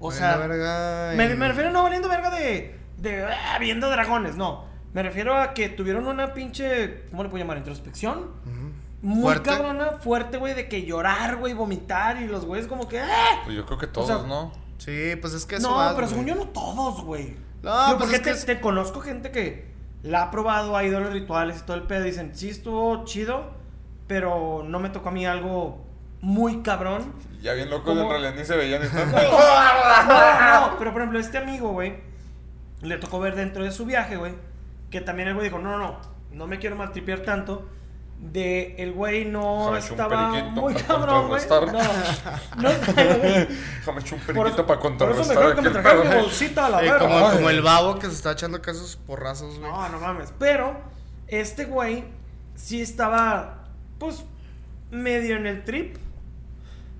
Speaker 3: O sea,
Speaker 4: Buena verga, eh,
Speaker 3: me,
Speaker 4: y-
Speaker 3: me refiero no valiendo verga de, de ah, viendo dragones, no. Me refiero a que tuvieron una pinche, ¿cómo le puedo llamar? Introspección.
Speaker 4: Ujú.
Speaker 3: Muy
Speaker 4: Fuerte.
Speaker 3: cabrona, fuerte, güey, de que llorar, güey, vomitar y los güeyes como que... ¡ah!
Speaker 2: Pues yo creo que todos,
Speaker 3: sea,
Speaker 2: ¿no?
Speaker 4: Sí, pues es que eso
Speaker 3: No,
Speaker 4: vas,
Speaker 3: pero
Speaker 4: güey.
Speaker 3: según yo no todos, güey.
Speaker 4: No,
Speaker 3: No,
Speaker 4: pues
Speaker 3: porque
Speaker 4: es
Speaker 3: te,
Speaker 4: que es-
Speaker 3: te conozco gente que la ha probado, ha ido a los rituales y todo el pedo. Dicen, sí, estuvo chido, pero no me tocó a mí algo muy cabrón.
Speaker 2: Ya bien locos,
Speaker 3: ¿Cómo?
Speaker 2: en realidad ni se veían. y Están...
Speaker 3: No, no, pero por ejemplo, este amigo, güey, le tocó ver dentro de su viaje, güey, que también el güey dijo, no, no, no, no me quiero maltripear tanto. De el güey no
Speaker 2: Déjame echar un
Speaker 3: estaba
Speaker 2: periquito
Speaker 3: muy
Speaker 2: para
Speaker 3: cabrón, güey. No,
Speaker 2: contrarrestar.
Speaker 3: no,
Speaker 2: Déjame echar un
Speaker 3: por eso-
Speaker 2: periquito para
Speaker 3: Por eso
Speaker 2: contrarrestar
Speaker 3: mejor que
Speaker 2: aquí
Speaker 3: me
Speaker 2: el
Speaker 3: trajeran
Speaker 2: pedo.
Speaker 3: bolsita a la
Speaker 4: Eh,
Speaker 3: verga.
Speaker 4: como,
Speaker 2: Ay.
Speaker 4: como el babo que se está echando acá esos porrazos, güey.
Speaker 3: No, no mames. Pero este güey sí estaba, pues, medio en el trip.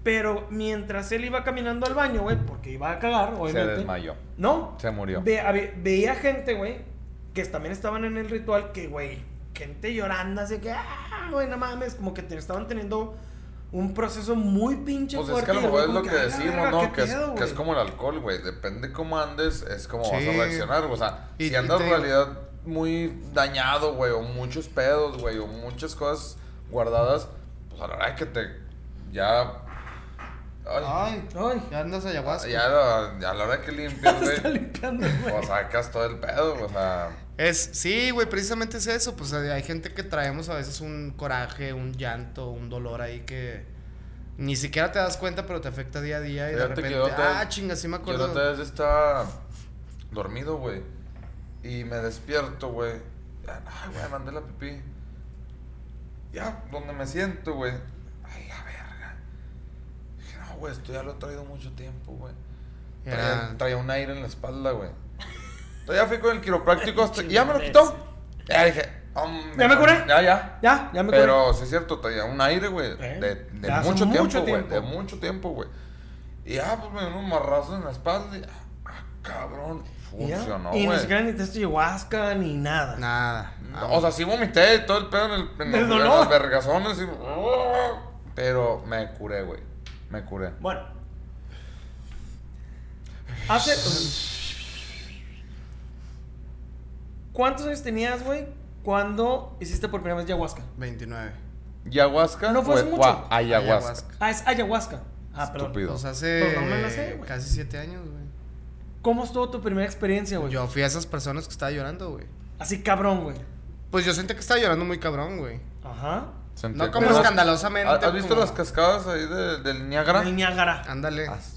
Speaker 3: Pero mientras él iba caminando al baño, güey, porque iba a cagar,
Speaker 2: Se
Speaker 3: obviamente.
Speaker 2: desmayó.
Speaker 3: No.
Speaker 2: Se murió.
Speaker 3: Ve- a ve- veía gente, güey, que también estaban en el ritual, que, güey, gente llorando, así que, ah, güey, no mames, como que te- estaban teniendo un proceso muy pinche
Speaker 2: Pues es
Speaker 3: fuerte.
Speaker 2: que a lo
Speaker 3: y el güey
Speaker 2: mejor es
Speaker 3: como
Speaker 2: lo que
Speaker 3: "A la
Speaker 2: decimos,
Speaker 3: verga,
Speaker 2: ¿no?
Speaker 3: qué
Speaker 2: Que es,
Speaker 3: pedo,
Speaker 2: que es
Speaker 3: güey".
Speaker 2: como el alcohol, güey. Depende cómo andes, es como vas
Speaker 4: Sí.
Speaker 2: a reaccionar. O sea,
Speaker 4: Y-
Speaker 2: si andas
Speaker 4: y
Speaker 2: en
Speaker 4: te-
Speaker 2: realidad muy dañado, güey, o muchos pedos, güey, o muchas cosas guardadas, pues a la hora que te. Ya. ay,
Speaker 4: Ay,
Speaker 3: Ay,
Speaker 4: ya andas ayahuasca.
Speaker 2: ya a la, a la hora que limpias, güey,
Speaker 3: está limpiando, güey.
Speaker 2: pues sacas todo el pedo, o sea.
Speaker 4: Es, sí, güey, precisamente es eso. Pues hay hay gente que traemos a veces un coraje, un llanto, un dolor ahí que ni siquiera te das cuenta, pero te afecta día a día. Y de
Speaker 2: Fíjate que
Speaker 4: repente,
Speaker 2: yo otra-
Speaker 4: ah, chinga, sí me
Speaker 2: Yo la
Speaker 4: acuerdo.
Speaker 2: otra vez estaba dormido, güey. Y me despierto, güey. Ay, güey, mandé la pipí. Ya, donde me siento, güey. Ay, la verga. Dije, no, güey, esto ya lo he traído mucho tiempo, güey. Traía,
Speaker 4: Era-
Speaker 2: traía un aire en la espalda, güey. Entonces ya fui con el quiropráctico hasta... y ya me lo quitó. Ya dije, hombre,
Speaker 3: ¿Ya me curé?
Speaker 2: Ya, ya.
Speaker 3: Ya, ya me curé.
Speaker 2: Pero sí es cierto, traía un aire, güey.
Speaker 3: Eh,
Speaker 2: De, de
Speaker 3: ya hace
Speaker 2: mucho,
Speaker 3: mucho
Speaker 2: tiempo, güey.
Speaker 3: tiempo.
Speaker 2: De mucho tiempo, güey. Y ya, pues me dieron un marrazo en la espalda. Y, ah, cabrón.
Speaker 3: Y ya.
Speaker 2: Funcionó,
Speaker 3: Y ni
Speaker 2: güey.
Speaker 3: siquiera ni te ayahuasca ni nada.
Speaker 4: Nada.
Speaker 2: No, O sea, sí vomité y todo el pedo en, el, en,
Speaker 3: Del
Speaker 2: el- en
Speaker 3: dolor.
Speaker 2: los vergazones. y- pero me curé, güey. Me curé.
Speaker 3: Bueno. Hace. ¿Cuántos años tenías, güey? Cuando hiciste por primera vez ayahuasca.
Speaker 4: 29.
Speaker 2: ¿Ayahuasca?
Speaker 3: No fue hace
Speaker 2: güey,
Speaker 3: mucho.
Speaker 2: gua- Ayahuasca.
Speaker 3: Ah, es ayahuasca. Ah, perdón.
Speaker 2: Estúpido.
Speaker 4: Pues hace
Speaker 3: Pues no me la sé, güey.
Speaker 4: casi 7 años, güey.
Speaker 3: ¿Cómo estuvo tu primera experiencia, güey?
Speaker 4: Yo fui a esas personas que estaba llorando, güey.
Speaker 3: Así cabrón, güey.
Speaker 4: Pues yo sentí que estaba llorando muy cabrón, güey.
Speaker 3: Ajá.
Speaker 2: Sentí
Speaker 4: No como
Speaker 2: que-
Speaker 4: escandalosamente.
Speaker 2: ¿Has visto
Speaker 4: como-
Speaker 2: las cascadas ahí de- del Niágara? Ah,
Speaker 3: El Niágara.
Speaker 4: Ándale. Las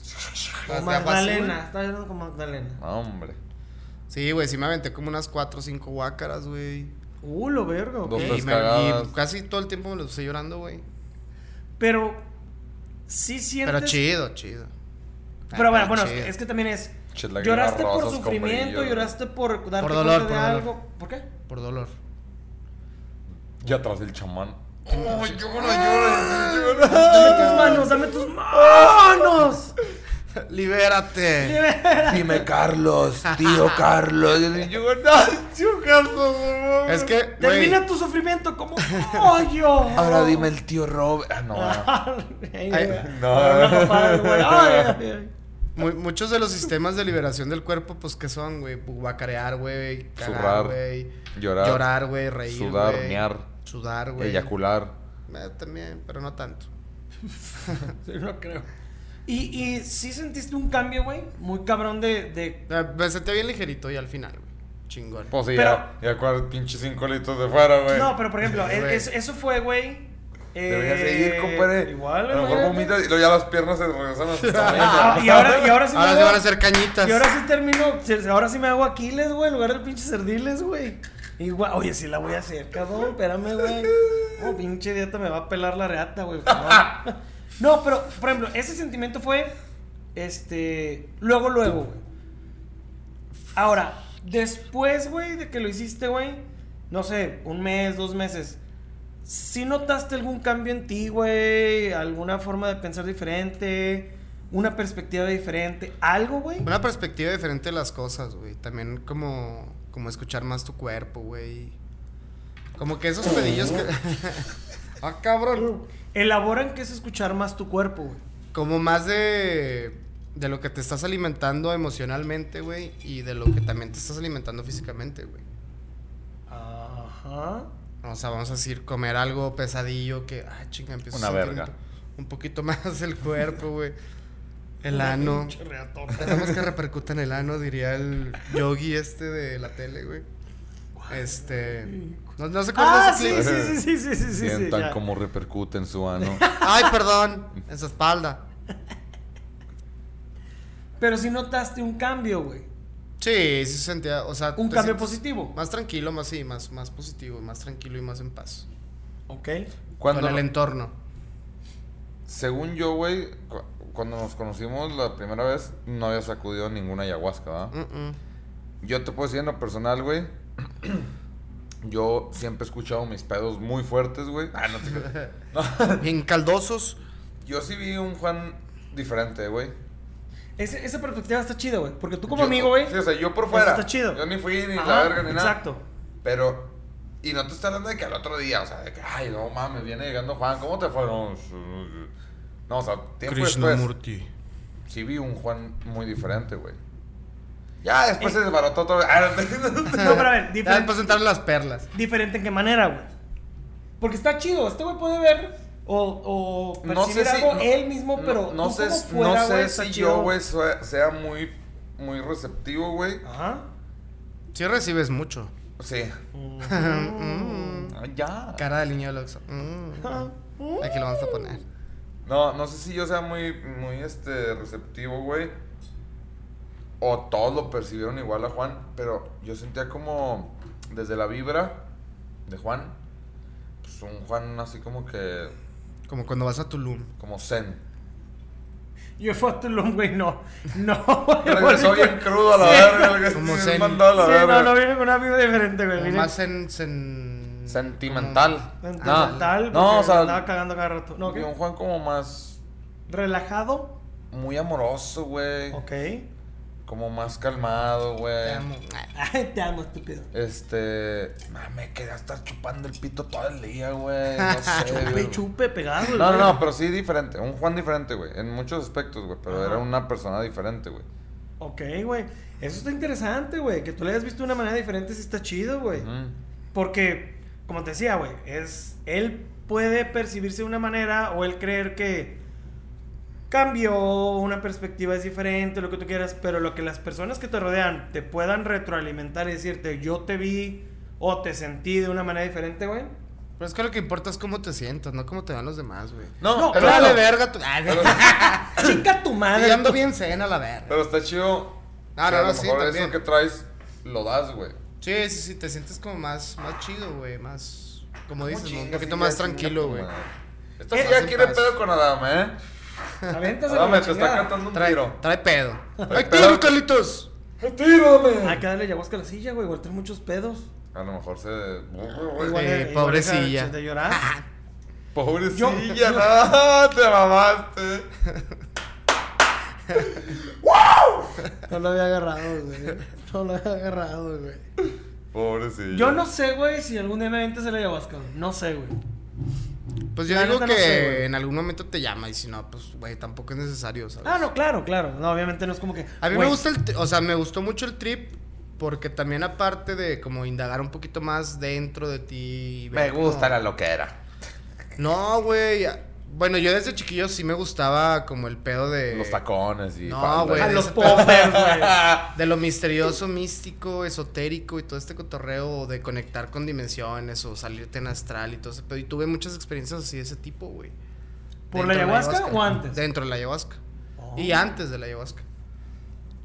Speaker 4: de agua
Speaker 3: Magdalena.
Speaker 4: azul.
Speaker 3: Estaba llorando con Magdalena.
Speaker 2: No, hombre.
Speaker 4: Sí, güey, sí me aventé como unas 4 o 5 guácaras, güey.
Speaker 3: Uh, lo verga, ok.
Speaker 2: Dos
Speaker 4: Y
Speaker 2: Pues
Speaker 4: me- y
Speaker 2: cagadas.
Speaker 4: casi todo el tiempo me lo estoy llorando, güey.
Speaker 3: Pero. Sí sientes.
Speaker 4: Pero chido, chido.
Speaker 3: Pero bueno, bueno,
Speaker 4: chido.
Speaker 3: es que también es.
Speaker 2: Pinches lágrimas
Speaker 3: Lloraste por
Speaker 2: rosas con
Speaker 3: sufrimiento,
Speaker 2: brillo.
Speaker 3: lloraste por darte
Speaker 4: Por dolor,
Speaker 3: cuenta de
Speaker 4: por dolor.
Speaker 3: algo. ¿Por qué?
Speaker 4: Por dolor.
Speaker 2: Y atrás el chamán.
Speaker 3: Dame tus manos, dame tus manos.
Speaker 4: ¡Libérate!
Speaker 2: Dime, Carlos, tío Carlos. Yo, no, tío Carlos, por favor.
Speaker 4: Es que, güey,
Speaker 3: Termina tu sufrimiento como pollo.
Speaker 2: Ahora dime el tío Robert. Ah, no. ah.
Speaker 3: Ay,
Speaker 4: Ay,
Speaker 3: güey.
Speaker 2: no.
Speaker 3: Ahora una papada, güey. Ay, ay, ay.
Speaker 4: mu- muchos de los sistemas de liberación del cuerpo, pues, ¿qué son, güey? Guacarear, güey,
Speaker 2: Zurrar.
Speaker 4: cagar, güey.
Speaker 2: Llorar.
Speaker 4: Llorar, güey, reír,
Speaker 2: Sudar,
Speaker 4: güey.
Speaker 2: mear.
Speaker 4: Sudar, güey.
Speaker 2: Eyacular.
Speaker 4: Eh, también, pero no tanto.
Speaker 3: Sí, no creo. Y, y sí sentiste un cambio, güey, muy cabrón de, de-
Speaker 4: Eh, Me senté bien ligerito y al final, güey. Chingón.
Speaker 2: Pues sí,
Speaker 3: Pero-
Speaker 2: ya, ya cuatro pinches cinco litros de fuera, güey.
Speaker 3: No, pero por ejemplo,
Speaker 4: Sí,
Speaker 3: es-
Speaker 4: güey.
Speaker 3: es- eso fue, güey. eh,
Speaker 2: Deberías seguir, compadre.
Speaker 3: Igual,
Speaker 2: A lo mejor
Speaker 3: imagínate.
Speaker 2: vomitas y luego ya las piernas se regresan a su
Speaker 3: Ah,
Speaker 2: tamaño.
Speaker 3: y ahora, y ahora sí me
Speaker 4: Ahora se
Speaker 3: hago-
Speaker 4: van a hacer cañitas.
Speaker 3: Y ahora sí termino, ahora sí me hago Aquiles, güey, en lugar del pinche Cerdiles, güey. Igual, oye, sí la voy a hacer, cabrón, espérame, güey. Oh, pinche dieta me va a pelar la reata, güey. por favor. no, pero, por ejemplo, ese sentimiento fue, este, luego, luego, güey. Ahora, después, güey, de que lo hiciste, güey, no sé, un mes, dos meses, ¿sí notaste algún cambio en ti, güey? ¿Alguna forma de pensar diferente? ¿Una perspectiva diferente? ¿Algo, güey?
Speaker 4: Una perspectiva diferente de las cosas, güey. También como, como escuchar más tu cuerpo, güey. Como que esos pedillos que... ah, cabrón.
Speaker 3: Elaboran que es escuchar más tu cuerpo, güey.
Speaker 4: Como más de... De lo que te estás alimentando emocionalmente, güey. Y de lo que también te estás alimentando físicamente, güey.
Speaker 3: Ajá.
Speaker 4: O sea, vamos a decir, comer algo pesadillo que... Ah, chinga, empiezo
Speaker 2: Una
Speaker 4: a sentir
Speaker 2: verga.
Speaker 4: un po- Un poquito más el cuerpo, güey. El ano.
Speaker 3: Pinche reatón.
Speaker 4: Tratamos que repercuta en el ano, diría el yogi este de la tele, güey. Este. No, no se
Speaker 3: Ah,
Speaker 4: acuerda
Speaker 3: sí,
Speaker 4: ese clip.
Speaker 3: sí, sí, sí, sí, sí, sí. sí,
Speaker 2: Sientan
Speaker 3: ya.
Speaker 2: cómo repercute en su ano.
Speaker 4: Ay, perdón. En su espalda.
Speaker 3: Pero si notaste un cambio, güey.
Speaker 4: Sí, sí se sentía. O sea,
Speaker 3: Un
Speaker 4: te
Speaker 3: cambio
Speaker 4: sientes
Speaker 3: positivo.
Speaker 4: Más tranquilo, más sí, más, más positivo, más tranquilo y más en paz.
Speaker 3: Ok.
Speaker 2: Cuando,
Speaker 4: Con el entorno.
Speaker 2: según yo, güey, cu- cuando nos conocimos la primera vez, no había sacudido ninguna ayahuasca, ¿verdad?
Speaker 4: Mm, mm.
Speaker 2: Yo te puedo decir en lo personal, güey. Yo siempre he escuchado mis pedos muy fuertes, güey. Ah, no te creas.
Speaker 4: Bien caldosos.
Speaker 2: Yo sí vi un Juan diferente, güey.
Speaker 3: Ese- esa perspectiva está chida, güey. Porque tú como
Speaker 2: Yo-
Speaker 3: amigo, güey.
Speaker 2: Sí, o sea, yo por
Speaker 3: Eso
Speaker 2: fuera.
Speaker 3: está chido.
Speaker 2: Yo ni fui ni la
Speaker 3: Ajá,
Speaker 2: verga ni nada.
Speaker 3: Exacto.
Speaker 2: Pero, y no te está hablando de que al otro día, o sea, de que, ay, no mames, viene llegando Juan, ¿cómo te fue? No, sí, sí. No, o sea, tiempo después, sí vi un Juan muy diferente, güey. Ya
Speaker 3: Eh.
Speaker 2: después se desbarató todo. Ah, no,
Speaker 3: No, pero a ver,
Speaker 4: Ya
Speaker 3: diferente,
Speaker 2: pues,
Speaker 4: después entraron las perlas.
Speaker 3: diferente en qué manera, güey. Porque está chido. Este güey puede ver o, o
Speaker 2: no
Speaker 3: percibir
Speaker 2: sé si
Speaker 3: algo
Speaker 2: no-
Speaker 3: él mismo,
Speaker 2: no-
Speaker 3: pero
Speaker 2: no
Speaker 3: tú
Speaker 2: sé,
Speaker 3: como
Speaker 2: si-
Speaker 3: fuera,
Speaker 2: no
Speaker 3: güey,
Speaker 2: sé
Speaker 3: está
Speaker 2: si
Speaker 3: chido.
Speaker 2: yo, güey, sea, sea muy, muy receptivo, güey.
Speaker 3: Ajá.
Speaker 4: Sí recibes mucho.
Speaker 2: Sí.
Speaker 4: Mm.
Speaker 2: Ah, ya.
Speaker 4: Cara del niño del Oxxo. Mm. Aquí lo vamos a poner.
Speaker 2: No, no sé si yo sea muy, muy este, receptivo, güey. O todos lo percibieron igual a Juan, pero yo sentía como desde la vibra de Juan, pues un Juan así como que,
Speaker 4: Como cuando vas a Tulum.
Speaker 2: como zen.
Speaker 3: Yo fui a Tulum, güey, no. No, güey.
Speaker 2: Regresó
Speaker 3: porque-
Speaker 2: bien crudo a la
Speaker 3: Sí,
Speaker 2: verga, güey,
Speaker 4: Como
Speaker 2: bien
Speaker 4: zen.
Speaker 2: mandado a la
Speaker 3: Sí,
Speaker 2: verga.
Speaker 3: no, no viene con una vida diferente, güey.
Speaker 4: Como
Speaker 3: vine-
Speaker 4: más en. sen-
Speaker 2: Sentimental.
Speaker 3: tan- tan-
Speaker 2: No,
Speaker 3: tal,
Speaker 2: no, o
Speaker 3: porque
Speaker 2: sea,
Speaker 3: Estaba cagando cada rato. No, ¿qué?
Speaker 2: un Juan como más,
Speaker 3: Relajado.
Speaker 2: muy amoroso, güey.
Speaker 3: Ok.
Speaker 2: Como más calmado, güey.
Speaker 4: Te amo.
Speaker 3: Ay, te amo, estúpido.
Speaker 2: Este. ma, Me quería estar chupando el pito todo el día, güey. No sé,
Speaker 3: Chupe,
Speaker 2: güey.
Speaker 3: chupe, pegado. güey.
Speaker 2: No, no, no, pero sí diferente. Un Juan diferente, güey. En muchos aspectos, güey. Pero
Speaker 3: Ajá.
Speaker 2: era una persona diferente, güey.
Speaker 3: Ok, güey. Eso está interesante, güey. Que tú le hayas visto de una manera diferente sí está chido, güey.
Speaker 2: Mm.
Speaker 3: Porque, como te decía, güey, es. Él puede percibirse de una manera o él creer que cambió, una perspectiva es diferente, lo que tú quieras, pero lo que las personas que te rodean te puedan retroalimentar y decirte, yo te vi o te sentí de una manera diferente, güey.
Speaker 4: Pero es que lo que importa es cómo te sientas, no cómo te van los demás, güey.
Speaker 2: No,
Speaker 3: No,
Speaker 2: pero,
Speaker 4: Pero vale
Speaker 2: pero-
Speaker 4: verga tu. Ay,
Speaker 2: pero-
Speaker 3: Chica tu
Speaker 4: sí,
Speaker 3: madre.
Speaker 4: ando bien cena, la verga.
Speaker 2: pero está chido.
Speaker 4: Ah,
Speaker 2: que
Speaker 4: no,
Speaker 2: a
Speaker 4: no,
Speaker 2: lo
Speaker 4: sí,
Speaker 2: mejor
Speaker 4: también.
Speaker 2: eso que traes lo das, güey.
Speaker 4: Sí, sí, sí, te sientes como más, más chido, güey. Más. Como dices, ¿no?
Speaker 2: Chinga,
Speaker 4: un poquito
Speaker 2: sí,
Speaker 4: más
Speaker 2: ya, chinga
Speaker 4: tranquilo,
Speaker 2: tu
Speaker 4: güey.
Speaker 2: madre. Esta
Speaker 3: Eh,
Speaker 2: sí ya
Speaker 4: hacen
Speaker 2: quiere
Speaker 4: paz.
Speaker 2: pedo con Adam, ¿eh?
Speaker 3: Aviéntaselo,
Speaker 2: Adam, te
Speaker 3: chingada.
Speaker 2: está cantando un
Speaker 4: Trae,
Speaker 2: tiro.
Speaker 4: trae pedo.
Speaker 2: Trae
Speaker 4: ¡Ay,
Speaker 2: pedo.
Speaker 4: tiro, Carlitos!
Speaker 3: Hay que
Speaker 2: ¡Tírame!
Speaker 3: darle ayahuasca a la silla, güey, igual trae muchos pedos.
Speaker 2: A lo mejor se.
Speaker 3: Igual,
Speaker 4: Eh,
Speaker 3: igual
Speaker 4: pobrecilla.
Speaker 3: deja De llorar.
Speaker 2: Pobrecilla,
Speaker 3: Yo- yo-
Speaker 2: ah, te mamaste.
Speaker 3: No lo había agarrado, güey. No lo había agarrado, güey.
Speaker 2: Pobrecilla.
Speaker 3: Yo no sé, güey, si algún día me avientas el ayahuasca. güey. No sé, güey.
Speaker 4: Pues yo
Speaker 3: La
Speaker 4: digo
Speaker 3: neta
Speaker 4: que
Speaker 3: no sé, güey.
Speaker 4: en algún momento te llama y si no, pues, güey, tampoco es necesario, ¿sabes?
Speaker 3: Ah, no, claro, claro. No, obviamente no es como que.
Speaker 4: A mí
Speaker 3: güey,
Speaker 4: me gusta el, tri- o sea, me gustó mucho el trip porque también aparte de como indagar un poquito más dentro de ti. y
Speaker 2: Me
Speaker 4: ver
Speaker 2: gusta
Speaker 4: como-
Speaker 2: la loquera.
Speaker 4: No, güey. a- Bueno, yo desde chiquillo sí me gustaba como el pedo de
Speaker 2: Los tacones y.
Speaker 4: no,
Speaker 2: falda.
Speaker 4: güey.
Speaker 3: A los
Speaker 4: ese
Speaker 3: poppers, güey.
Speaker 4: de lo misterioso, místico, esotérico y todo este cotorreo de conectar con dimensiones o salirte en astral y todo ese pedo. Y tuve muchas experiencias así de ese tipo, güey.
Speaker 3: ¿Por
Speaker 4: Dentro
Speaker 3: la
Speaker 4: de
Speaker 3: ayahuasca o antes?
Speaker 4: Dentro de la ayahuasca.
Speaker 3: Oh.
Speaker 4: Y antes de la ayahuasca.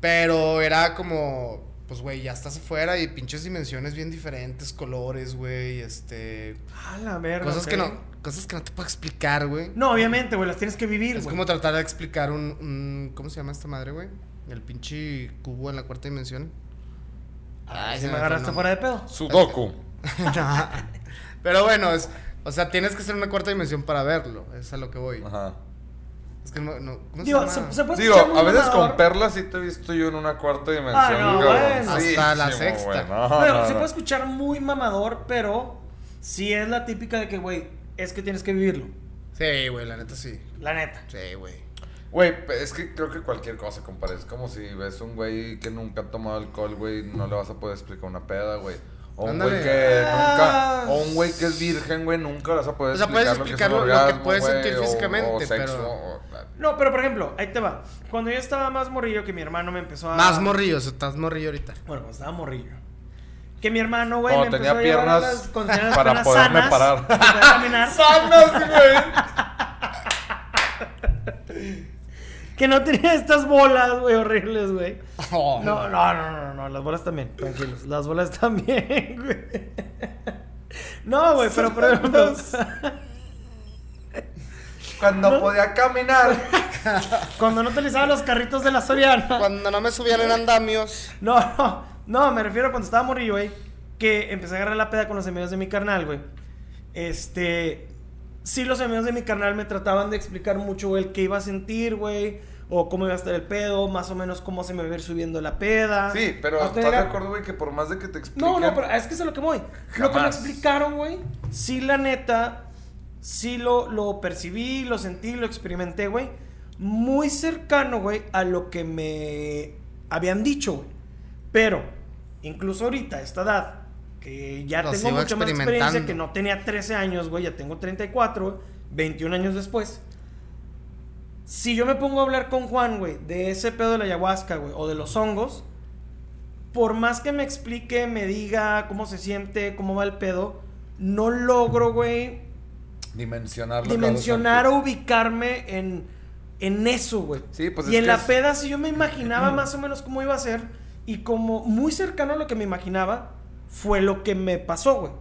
Speaker 4: Pero era como pues, güey, ya estás afuera y pinches dimensiones bien diferentes, colores, güey, este...
Speaker 3: Ah, la verga.
Speaker 4: Cosas,
Speaker 3: ok.
Speaker 4: que no, cosas que no te puedo explicar, güey.
Speaker 3: No, obviamente, güey, las tienes que vivir,
Speaker 4: Es
Speaker 3: güey.
Speaker 4: como tratar de explicar un, un- ¿Cómo se llama esta madre, güey? El pinche cubo en la cuarta dimensión. Ay,
Speaker 3: Si Ah, me
Speaker 4: se fue el
Speaker 3: agarraste
Speaker 4: nombre.
Speaker 3: fuera de pedo.
Speaker 2: Sudoku.
Speaker 4: No. Pero bueno, es, o sea, tienes que ser una cuarta dimensión para verlo. Es a lo que voy.
Speaker 2: Ajá.
Speaker 4: Es que no. no ¿cómo
Speaker 3: Digo,
Speaker 4: se llama?
Speaker 3: se, se puede
Speaker 2: Digo,
Speaker 3: escuchar muy
Speaker 2: a veces
Speaker 3: mamador.
Speaker 2: con perlas sí te he visto yo en una cuarta dimensión.
Speaker 3: Ah, no, bueno.
Speaker 4: Hasta la
Speaker 2: cabroncísimo,
Speaker 4: sexta.
Speaker 2: güey. No,
Speaker 3: Bueno,
Speaker 2: no,
Speaker 3: se
Speaker 2: no.
Speaker 3: puede escuchar muy mamador, pero sí es la típica de que, güey, es que tienes que vivirlo.
Speaker 4: Sí, güey, la neta sí.
Speaker 3: La neta.
Speaker 4: Sí, güey.
Speaker 2: Güey, pe- es que creo que cualquier cosa, compadre. Es como si ves un güey que nunca ha tomado alcohol, güey, no le vas a poder explicar una peda, güey. O un güey
Speaker 4: Ándale.
Speaker 2: que
Speaker 3: Ah.
Speaker 2: nunca. O un güey que es virgen, güey, nunca le vas a poder
Speaker 4: O sea, puedes
Speaker 2: explicar
Speaker 4: explicarlo,
Speaker 2: lo que es un
Speaker 4: lo que
Speaker 2: orgasmo,
Speaker 4: puedes
Speaker 2: güey,
Speaker 4: sentir
Speaker 2: o- o
Speaker 4: físicamente,
Speaker 2: sexo,
Speaker 4: pero-
Speaker 2: o-
Speaker 3: No, pero por ejemplo, ahí te va. Cuando yo estaba más morrillo, que mi hermano me empezó a.
Speaker 4: Más morrillo, o sea, estás morrillo ahorita.
Speaker 3: Bueno, cuando estaba morrillo. Que mi hermano, güey, me
Speaker 2: Cuando
Speaker 3: empezó
Speaker 2: tenía
Speaker 3: a llevar a
Speaker 2: piernas
Speaker 3: las- cuando tenía las
Speaker 2: para
Speaker 3: piernas
Speaker 2: poderme
Speaker 3: sanas,
Speaker 2: parar.
Speaker 3: para poder caminar.
Speaker 2: ¡Sanas, güey!
Speaker 3: Que no tenía estas bolas, güey, horribles, güey.
Speaker 2: Oh.
Speaker 4: Oh,
Speaker 3: No, no, no, no, no, las bolas también, tranquilos. Las bolas también, güey. No, güey, pero por ejemplo.
Speaker 2: Cuando podía caminar.
Speaker 3: Cuando no utilizaba los carritos de la Soriana.
Speaker 4: Cuando no me subían en andamios.
Speaker 3: No, no, no, me refiero a cuando estaba morrillo, güey. Que empecé a agarrar la peda con los amigos de mi carnal, güey. Este. Sí, los amigos de mi carnal me trataban de explicar mucho, güey, el que iba a sentir, güey. O cómo iba a estar el pedo, más o menos cómo se me iba a ir subiendo la peda.
Speaker 2: Sí, pero
Speaker 3: Hasta
Speaker 2: ¿estás de
Speaker 3: llegar-
Speaker 2: acuerdo, güey, que por más de que te expliquen...
Speaker 3: No, no, pero es que es a lo que voy. Lo que me
Speaker 2: Jamás.
Speaker 3: explicaron, güey. Sí, la neta. Sí lo, lo percibí, lo sentí, lo experimenté, güey. Muy cercano, güey, a lo que me habían dicho, güey. Pero, incluso ahorita, a esta edad, que ya
Speaker 4: Lo
Speaker 3: tengo
Speaker 4: sigo
Speaker 3: mucha más experiencia,
Speaker 4: experimentando.
Speaker 3: que no tenía 13 años, güey, ya tengo 34, 21 años después. Si yo me pongo a hablar con Juan, güey, de ese pedo de la ayahuasca, güey, o de los hongos, por más que me explique, me diga cómo se siente, cómo va el pedo, no logro, güey,
Speaker 2: Dimensionar lo que vas a
Speaker 3: dimensionar
Speaker 2: sentir.
Speaker 3: o ubicarme en, en eso, güey.
Speaker 2: Sí, pues
Speaker 3: y
Speaker 2: es
Speaker 3: en
Speaker 2: que
Speaker 3: la
Speaker 2: es-
Speaker 3: peda, si yo me imaginaba más o menos cómo iba a ser, y como muy cercano a lo que me imaginaba, fue lo que me pasó, güey.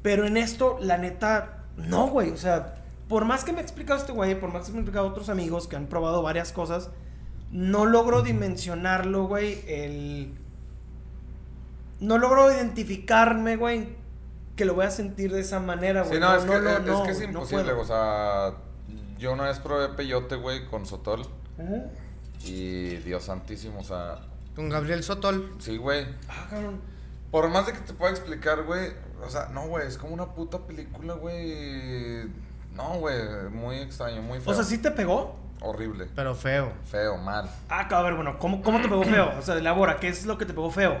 Speaker 3: Pero en esto, la neta, no, güey. O sea, por más que me ha explicado este güey, por más que me ha explicado otros amigos que han probado varias cosas, no logro dimensionarlo, güey. El. No logro identificarme, güey, que lo voy a sentir de esa manera, güey.
Speaker 2: Sí, no, es, que,
Speaker 3: lo-
Speaker 2: es- es,
Speaker 3: no,
Speaker 2: que es
Speaker 3: güey, no
Speaker 2: imposible,
Speaker 3: puedo.
Speaker 2: o sea... Yo una vez probé peyote, güey, con sotol.
Speaker 3: Ujú.
Speaker 2: Y Dios santísimo, o sea...
Speaker 4: Con Gabriel Sotol.
Speaker 2: Sí, güey.
Speaker 3: Ah, cabrón.
Speaker 2: Por más de que te pueda explicar, güey... O sea, no, güey, es como una puta película, güey... No, güey, muy extraño, muy feo.
Speaker 3: O sea, ¿sí te pegó?
Speaker 2: Horrible.
Speaker 4: Pero feo.
Speaker 2: Feo, mal.
Speaker 3: Ah, cabrón, a ver, bueno, ¿cómo, ¿cómo te pegó feo? O sea, elabora, ¿qué es lo que te pegó feo?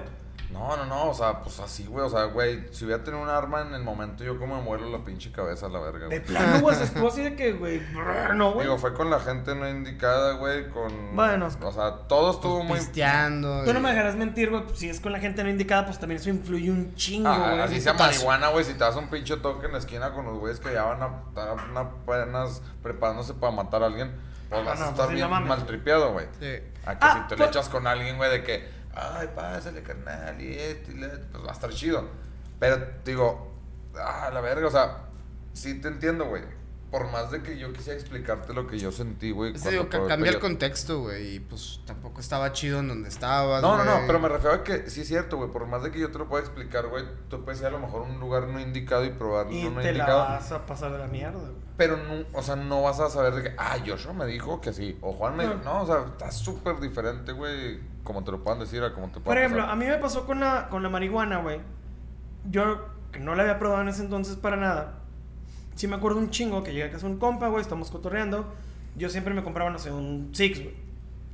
Speaker 2: No, no, no, o sea, pues así, güey, o sea, güey, si hubiera tenido un arma en el momento, yo como me muero la pinche cabeza a la verga,
Speaker 3: De
Speaker 2: güey.
Speaker 3: plano, güey, o sea, estuvo así de que, güey, brr, no, güey.
Speaker 2: Digo, fue con la gente no indicada, güey, con...
Speaker 3: Bueno. pues
Speaker 2: O sea, todo estuvo muy...
Speaker 4: Pisteando.
Speaker 3: Tú no
Speaker 4: y-
Speaker 3: me dejarás mentir, güey, pues, si es con la gente no indicada, pues también eso influye un chingo,
Speaker 2: Ah,
Speaker 3: güey. este
Speaker 2: así sea marihuana, güey, si te das un pinche toque en la esquina con los güeyes que ya van a estar apenas preparándose para matar a alguien, pues
Speaker 3: Ah,
Speaker 2: vas
Speaker 3: no,
Speaker 2: a
Speaker 3: pues
Speaker 2: estar
Speaker 3: sí, no
Speaker 2: bien
Speaker 3: mames.
Speaker 2: maltripeado, güey.
Speaker 4: Sí.
Speaker 2: A que
Speaker 3: Ah,
Speaker 2: si te
Speaker 3: pues-
Speaker 2: le echas con alguien, güey, de que, ay, pásale, carnal, y esto y la... Pues va a estar chido. Pero, digo, ah, la verga, o sea, sí te entiendo, güey. Por más de que yo quisiera explicarte lo que yo sentí, güey.
Speaker 4: Sí,
Speaker 2: cuando
Speaker 4: digo, ca-
Speaker 2: probé
Speaker 4: cambia el
Speaker 2: peyote.
Speaker 4: contexto, güey. Y pues tampoco estaba chido en donde estabas.
Speaker 2: No, no, no,
Speaker 4: güey.
Speaker 2: pero me refiero a que sí es cierto, güey. Por más de que yo te lo pueda explicar, güey, tú puedes ir a lo mejor a un lugar no indicado y probarlo
Speaker 3: Y
Speaker 2: no
Speaker 3: te la
Speaker 2: indicado.
Speaker 3: vas a pasar de la mierda, güey.
Speaker 2: Pero, no, o sea, no vas a saber de que, ah, Joshua me dijo que sí. O Juan me
Speaker 3: No.
Speaker 2: dijo, no, o sea, está súper diferente, güey, como te lo puedan decir a como te puedan
Speaker 3: Por ejemplo,
Speaker 2: pasar.
Speaker 3: a mí me pasó con la, con la marihuana, güey. Yo, que no la había probado en ese entonces para nada. Sí me acuerdo un chingo que llegué a casa de un compa, güey, estamos cotorreando. Yo siempre me compraba, no sé, un six, güey.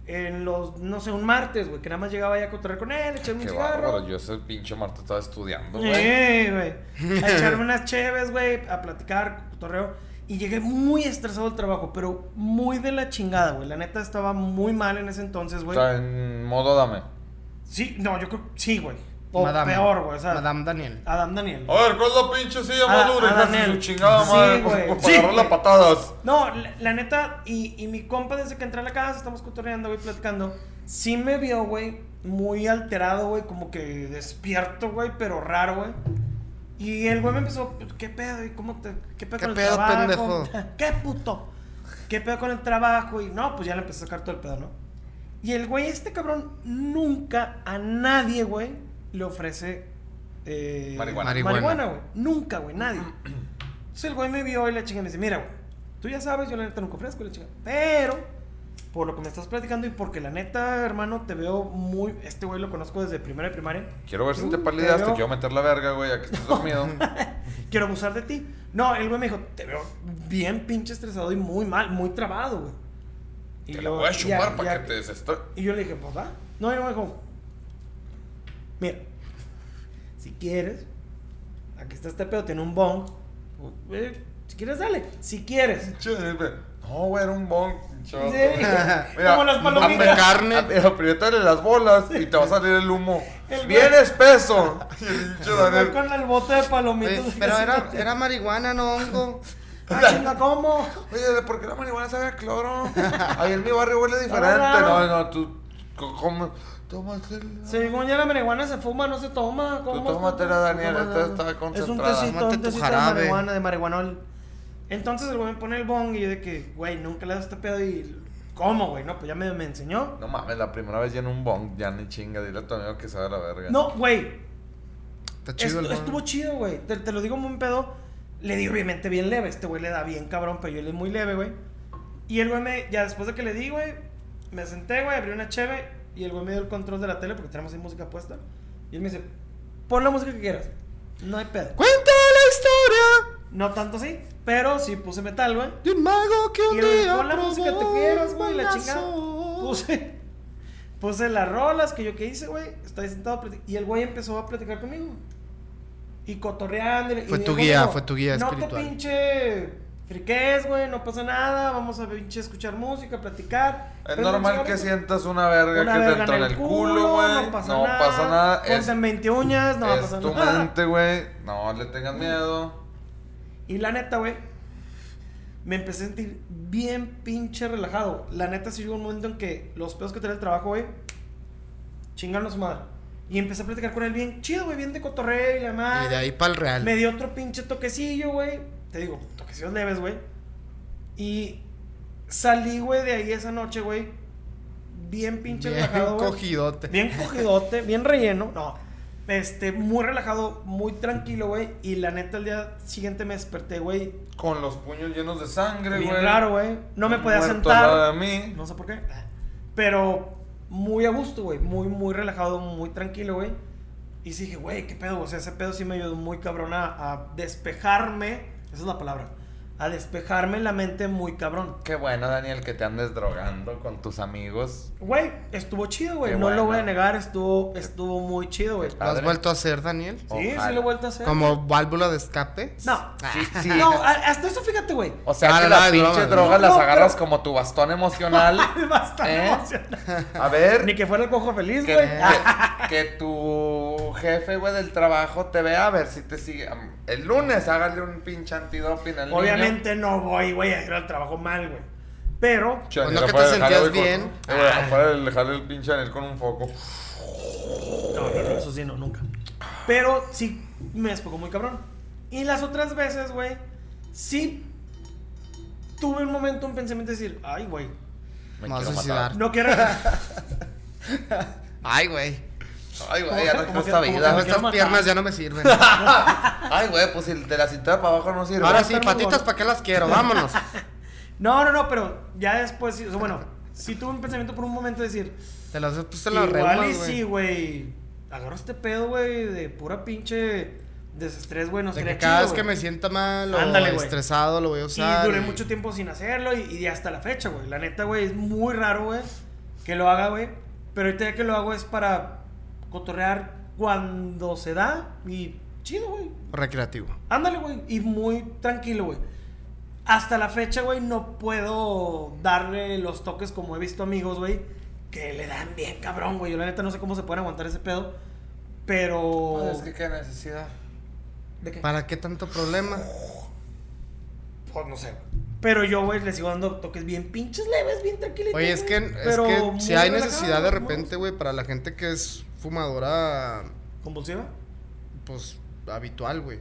Speaker 3: En los, no sé, un martes, güey, que nada más llegaba ya a cotorrear con él, echarme un
Speaker 2: Qué
Speaker 3: cigarro.
Speaker 2: bárbaro, yo ese pinche Marta estaba estudiando, güey.
Speaker 3: "Ah, Eh, güey. A echarme unas cheves, güey, a platicar, cotorreo. Y llegué muy estresado al trabajo, pero muy de la chingada, güey. La neta estaba muy mal en ese entonces,
Speaker 2: O
Speaker 3: güey.
Speaker 2: sea, en modo dame.
Speaker 3: Sí, no, yo creo, sí, güey. O
Speaker 4: Madame-
Speaker 3: peor, güey. O sea, Ah,
Speaker 4: Madame Daniel.
Speaker 3: Adam Daniel.
Speaker 2: A ver, ¿cuál es la pinche silla más
Speaker 3: Ah,
Speaker 2: dura?
Speaker 3: ah,
Speaker 2: hija de su
Speaker 3: Daniel.
Speaker 2: chingada
Speaker 3: Sí,
Speaker 2: madre,
Speaker 3: güey.
Speaker 2: para
Speaker 3: Sí,
Speaker 2: agarrar las
Speaker 3: güey.
Speaker 2: patadas.
Speaker 3: No, la, la neta, y, y mi compa desde que entré a la casa, estamos cotorreando, güey, platicando. sí me vio, güey, muy alterado, güey, como que despierto, güey, pero raro, güey. Y el güey me empezó, ¿qué pedo? ¿Y cómo te, ¿Qué pedo
Speaker 4: ¿Qué
Speaker 3: con el
Speaker 4: pedo,
Speaker 3: trabajo?
Speaker 4: pendejo?
Speaker 3: ¿Qué puto? ¿Qué pedo con el trabajo? Y no, pues ya le empecé a sacar todo el pedo, ¿no? Y el güey, este cabrón, nunca a nadie, güey, le ofrece eh,
Speaker 2: Marihuana.
Speaker 4: Marihuana,
Speaker 3: güey. Nunca, güey, nadie. Entonces el güey me vio y la chinga me dice, mira, güey, tú ya sabes, yo la neta nunca ofrezco, y la chinga. Pero, por lo que me estás platicando y porque la neta, hermano, te veo muy... Este güey lo conozco desde primera de primaria.
Speaker 2: Quiero ver si te
Speaker 3: Uh,
Speaker 2: palideas, te
Speaker 3: creo-
Speaker 2: quiero meter la verga, güey, ya que estás dormido.
Speaker 3: quiero abusar de ti. No, el güey me dijo, te veo bien pinche estresado y muy mal, muy trabado, güey. Y
Speaker 2: te la
Speaker 3: yo-
Speaker 2: voy a
Speaker 3: ya-
Speaker 2: chupar para
Speaker 3: ya-
Speaker 2: que te desestres.
Speaker 3: Y yo le dije, pues va. No, y no me dijo, mira, si quieres, aquí está este pedo, tiene un bong. Eh, Si quieres, dale. Si quieres.
Speaker 2: No, güey, era un bong.
Speaker 3: Sí,
Speaker 2: chavo.
Speaker 3: como las palomitas.
Speaker 4: carne.
Speaker 2: ap- Apriétale las bolas y te va a salir el humo.
Speaker 3: El
Speaker 2: Bien
Speaker 3: güey-
Speaker 2: espeso. Y el pinche Daniel,
Speaker 3: Con el bote de palomitas.
Speaker 4: Oye, pero era, era marihuana, no hongo.
Speaker 3: Ah, chinga, ¿cómo?
Speaker 2: Oye, ¿por qué la marihuana sabe a cloro? Ahí en mi barrio huele diferente.
Speaker 3: Está
Speaker 2: No,
Speaker 3: raro.
Speaker 2: no, tú. co- come- Tómatela.
Speaker 3: Según ya la marihuana se fuma, no se toma. ¿Cómo
Speaker 2: Tú tómatela, Daniel,
Speaker 3: Tómala,
Speaker 2: esta
Speaker 3: no.
Speaker 2: está
Speaker 3: Es un
Speaker 2: concentrada.
Speaker 3: tecito,
Speaker 4: Tómate
Speaker 3: un
Speaker 4: tu
Speaker 3: tecito de
Speaker 4: jarabe.
Speaker 3: marihuana, de marihuanol. Entonces el güey me pone el bong y yo de que, güey, nunca le das este pedo y... ¿Cómo, güey? No, pues ya me, me enseñó.
Speaker 2: No mames, la primera vez ya en un bong, ya ni chinga, dile a tu amigo que sabe la verga.
Speaker 3: No, güey,
Speaker 4: Está chido
Speaker 3: estu-
Speaker 4: el
Speaker 3: estuvo
Speaker 4: hongo.
Speaker 3: chido, güey. Te, te lo digo muy un pedo. Le di obviamente bien leve. Este güey le da bien cabrón, pero yo le di muy leve, güey. Y el güey me, ya después de que le di, güey, me senté, güey, abrí una cheve y el güey me dio el control de la tele porque tenemos ahí música puesta. Y él me dice, pon la música que quieras. No hay pedo.
Speaker 4: Cuenta la historia
Speaker 3: No tanto así, pero sí puse metal, güey.
Speaker 4: de un mago que un
Speaker 3: Y el-
Speaker 4: día
Speaker 3: pon la música que
Speaker 4: probó
Speaker 3: quieras, güey,
Speaker 4: un
Speaker 3: la chingada.
Speaker 4: lazo.
Speaker 3: Puse, puse las rolas que yo que hice, güey. Estaba sentado a plati- y el güey empezó a platicar conmigo. Y cotorreando. y- y
Speaker 4: Fue
Speaker 3: me
Speaker 4: tu
Speaker 3: dijo,
Speaker 4: guía,
Speaker 3: "Bueno,
Speaker 4: fue tu guía
Speaker 3: no
Speaker 4: espiritual".
Speaker 3: te pinche friques, güey, no pasa nada. Vamos a pinche escuchar música, platicar.
Speaker 2: Es
Speaker 3: Prende un
Speaker 2: normal
Speaker 3: cigarro,
Speaker 2: que sientas una verga
Speaker 3: una
Speaker 2: que te
Speaker 3: verga
Speaker 2: entra en el culo, güey.
Speaker 3: No pasa nada. Ponte en
Speaker 2: Es,
Speaker 3: 20 uñas, no va a
Speaker 2: es
Speaker 3: pasar
Speaker 2: tu
Speaker 3: nada.
Speaker 2: mente, güey. No le tengas miedo.
Speaker 3: Y la neta, güey, me empecé a sentir bien pinche relajado. güey. La neta, sí llegó un momento en que los pedos que tenía el trabajo, güey, chingaron a su madre. Y empecé a platicar con él bien chido, güey, bien de cotorreo y la madre.
Speaker 4: Y de ahí para el real.
Speaker 3: Me dio otro pinche toquecillo, güey. Te digo, toquecillos leves, güey. Y salí, güey, de ahí esa noche, güey. Bien pinche
Speaker 4: Bien
Speaker 3: relajado, güey.
Speaker 4: cogidote.
Speaker 3: Bien cogidote, bien relleno. No. Este, muy relajado, muy tranquilo, güey. Y la neta, el día siguiente me desperté, güey.
Speaker 2: Con los puños llenos de sangre, güey.
Speaker 3: Bien raro, güey. No me podía
Speaker 2: Muerto
Speaker 3: sentar.
Speaker 2: al lado de mí.
Speaker 3: No sé por qué. Pero muy a gusto, güey. Muy, muy relajado, muy tranquilo, güey. Y sí dije, güey, qué pedo. O sea, ese pedo sí me ayudó muy cabrón a, a despejarme. Esa es la palabra. A despejarme la mente muy cabrón.
Speaker 2: Qué bueno, Daniel, que te andes drogando con tus amigos.
Speaker 3: Güey, estuvo chido, güey.
Speaker 2: Qué
Speaker 3: No lo voy a
Speaker 2: bueno.
Speaker 3: negar. Estuvo, estuvo muy chido, güey.
Speaker 2: Qué
Speaker 4: ¿Lo has
Speaker 2: padre.
Speaker 4: vuelto a hacer, Daniel?
Speaker 3: Sí,
Speaker 2: Ojalá.
Speaker 3: sí lo he vuelto a hacer.
Speaker 4: ¿Como válvula de escape?
Speaker 3: No.
Speaker 2: Sí, sí.
Speaker 3: No, a- hasta eso fíjate, güey.
Speaker 2: O sea,
Speaker 4: Ah,
Speaker 2: que
Speaker 4: no,
Speaker 2: las
Speaker 4: es broma,
Speaker 2: pinches
Speaker 4: no.
Speaker 2: drogas las
Speaker 3: No,
Speaker 2: agarras
Speaker 3: pero-
Speaker 2: como tu bastón emocional.
Speaker 3: Bastante
Speaker 2: ¿Eh?
Speaker 3: emocionante.
Speaker 2: A ver.
Speaker 3: Ni que fuera el cojo feliz,
Speaker 2: que,
Speaker 3: güey. Ah,
Speaker 2: que- que tu jefe, güey, del trabajo te vea a ver si te sigue. Am- El lunes hágale un pinche antidoping al niño.
Speaker 3: Obviamente no voy, güey, a ir al trabajo mal, güey. Pero
Speaker 2: Che,
Speaker 4: Pues no
Speaker 2: ni
Speaker 4: que te
Speaker 2: afuera del
Speaker 4: sentías
Speaker 2: jale, güey,
Speaker 4: bien. Ah.
Speaker 2: con- eh, güey, afuera del jale el pinche Daniel con un foco.
Speaker 3: No, no, no, eso sí, no, nunca. Pero sí me despojó muy cabrón. Y las otras veces, güey, sí tuve un momento, un pensamiento de decir, ay, güey,
Speaker 2: Me
Speaker 4: Me vas a
Speaker 2: quiero
Speaker 4: suicidar.
Speaker 2: matar.
Speaker 3: no quiero.
Speaker 4: Ay, güey.
Speaker 2: Ay, güey, ya no
Speaker 3: Como
Speaker 2: quiero
Speaker 3: que-
Speaker 2: esta
Speaker 3: como me
Speaker 2: vida.
Speaker 4: Luego
Speaker 2: güey.
Speaker 3: quiero
Speaker 4: Estas
Speaker 3: matar.
Speaker 4: piernas ya no me sirven.
Speaker 2: Ay, güey, pues si de la cintura para abajo no sirve.
Speaker 4: Ahora sí,
Speaker 3: Pero no,
Speaker 4: patitas,
Speaker 3: no.
Speaker 4: ¿para qué las quiero? Vámonos.
Speaker 3: No, no, no, pero ya después, sí, o sea, bueno, sí tuve un pensamiento por un momento de decir,
Speaker 4: Te las puse las
Speaker 3: igual y
Speaker 4: reumas,
Speaker 3: sí,
Speaker 4: güey.
Speaker 3: güey, agarro este pedo, güey, de pura pinche desestrés, güey, no
Speaker 4: De
Speaker 3: estaría
Speaker 4: que cada
Speaker 3: chido,
Speaker 4: vez que
Speaker 3: güey.
Speaker 4: me sienta mal o
Speaker 3: Ándale, güey.
Speaker 4: estresado lo voy a usar.
Speaker 3: Y duré
Speaker 4: y-
Speaker 3: mucho tiempo sin hacerlo y, y hasta la fecha, güey. La neta, güey, es muy raro, güey, que lo haga, güey. Pero ahorita ya que lo hago es para cotorrear cuando se da y chido, güey.
Speaker 4: Recreativo.
Speaker 3: Ándale, güey. Y muy tranquilo, güey. Hasta la fecha, güey, no puedo darle los toques como he visto amigos, güey, que le dan bien cabrón, güey. Yo la neta no sé cómo se pueden aguantar ese pedo. Pero...
Speaker 2: Pues es que qué necesidad.
Speaker 3: ¿De qué?
Speaker 4: ¿Para qué tanto problema?
Speaker 3: Pues no sé. güey. Pero yo, güey, le sigo dando toques bien pinches leves, bien tranquilitos.
Speaker 4: Oye, es que,
Speaker 3: güey,
Speaker 4: es
Speaker 3: pero
Speaker 4: que si
Speaker 3: muy
Speaker 4: hay
Speaker 3: relajados,
Speaker 4: necesidad de
Speaker 3: muy-
Speaker 4: repente, güey, para la gente que es fumadora,
Speaker 3: ¿Compulsiva?
Speaker 4: pues, habitual, güey.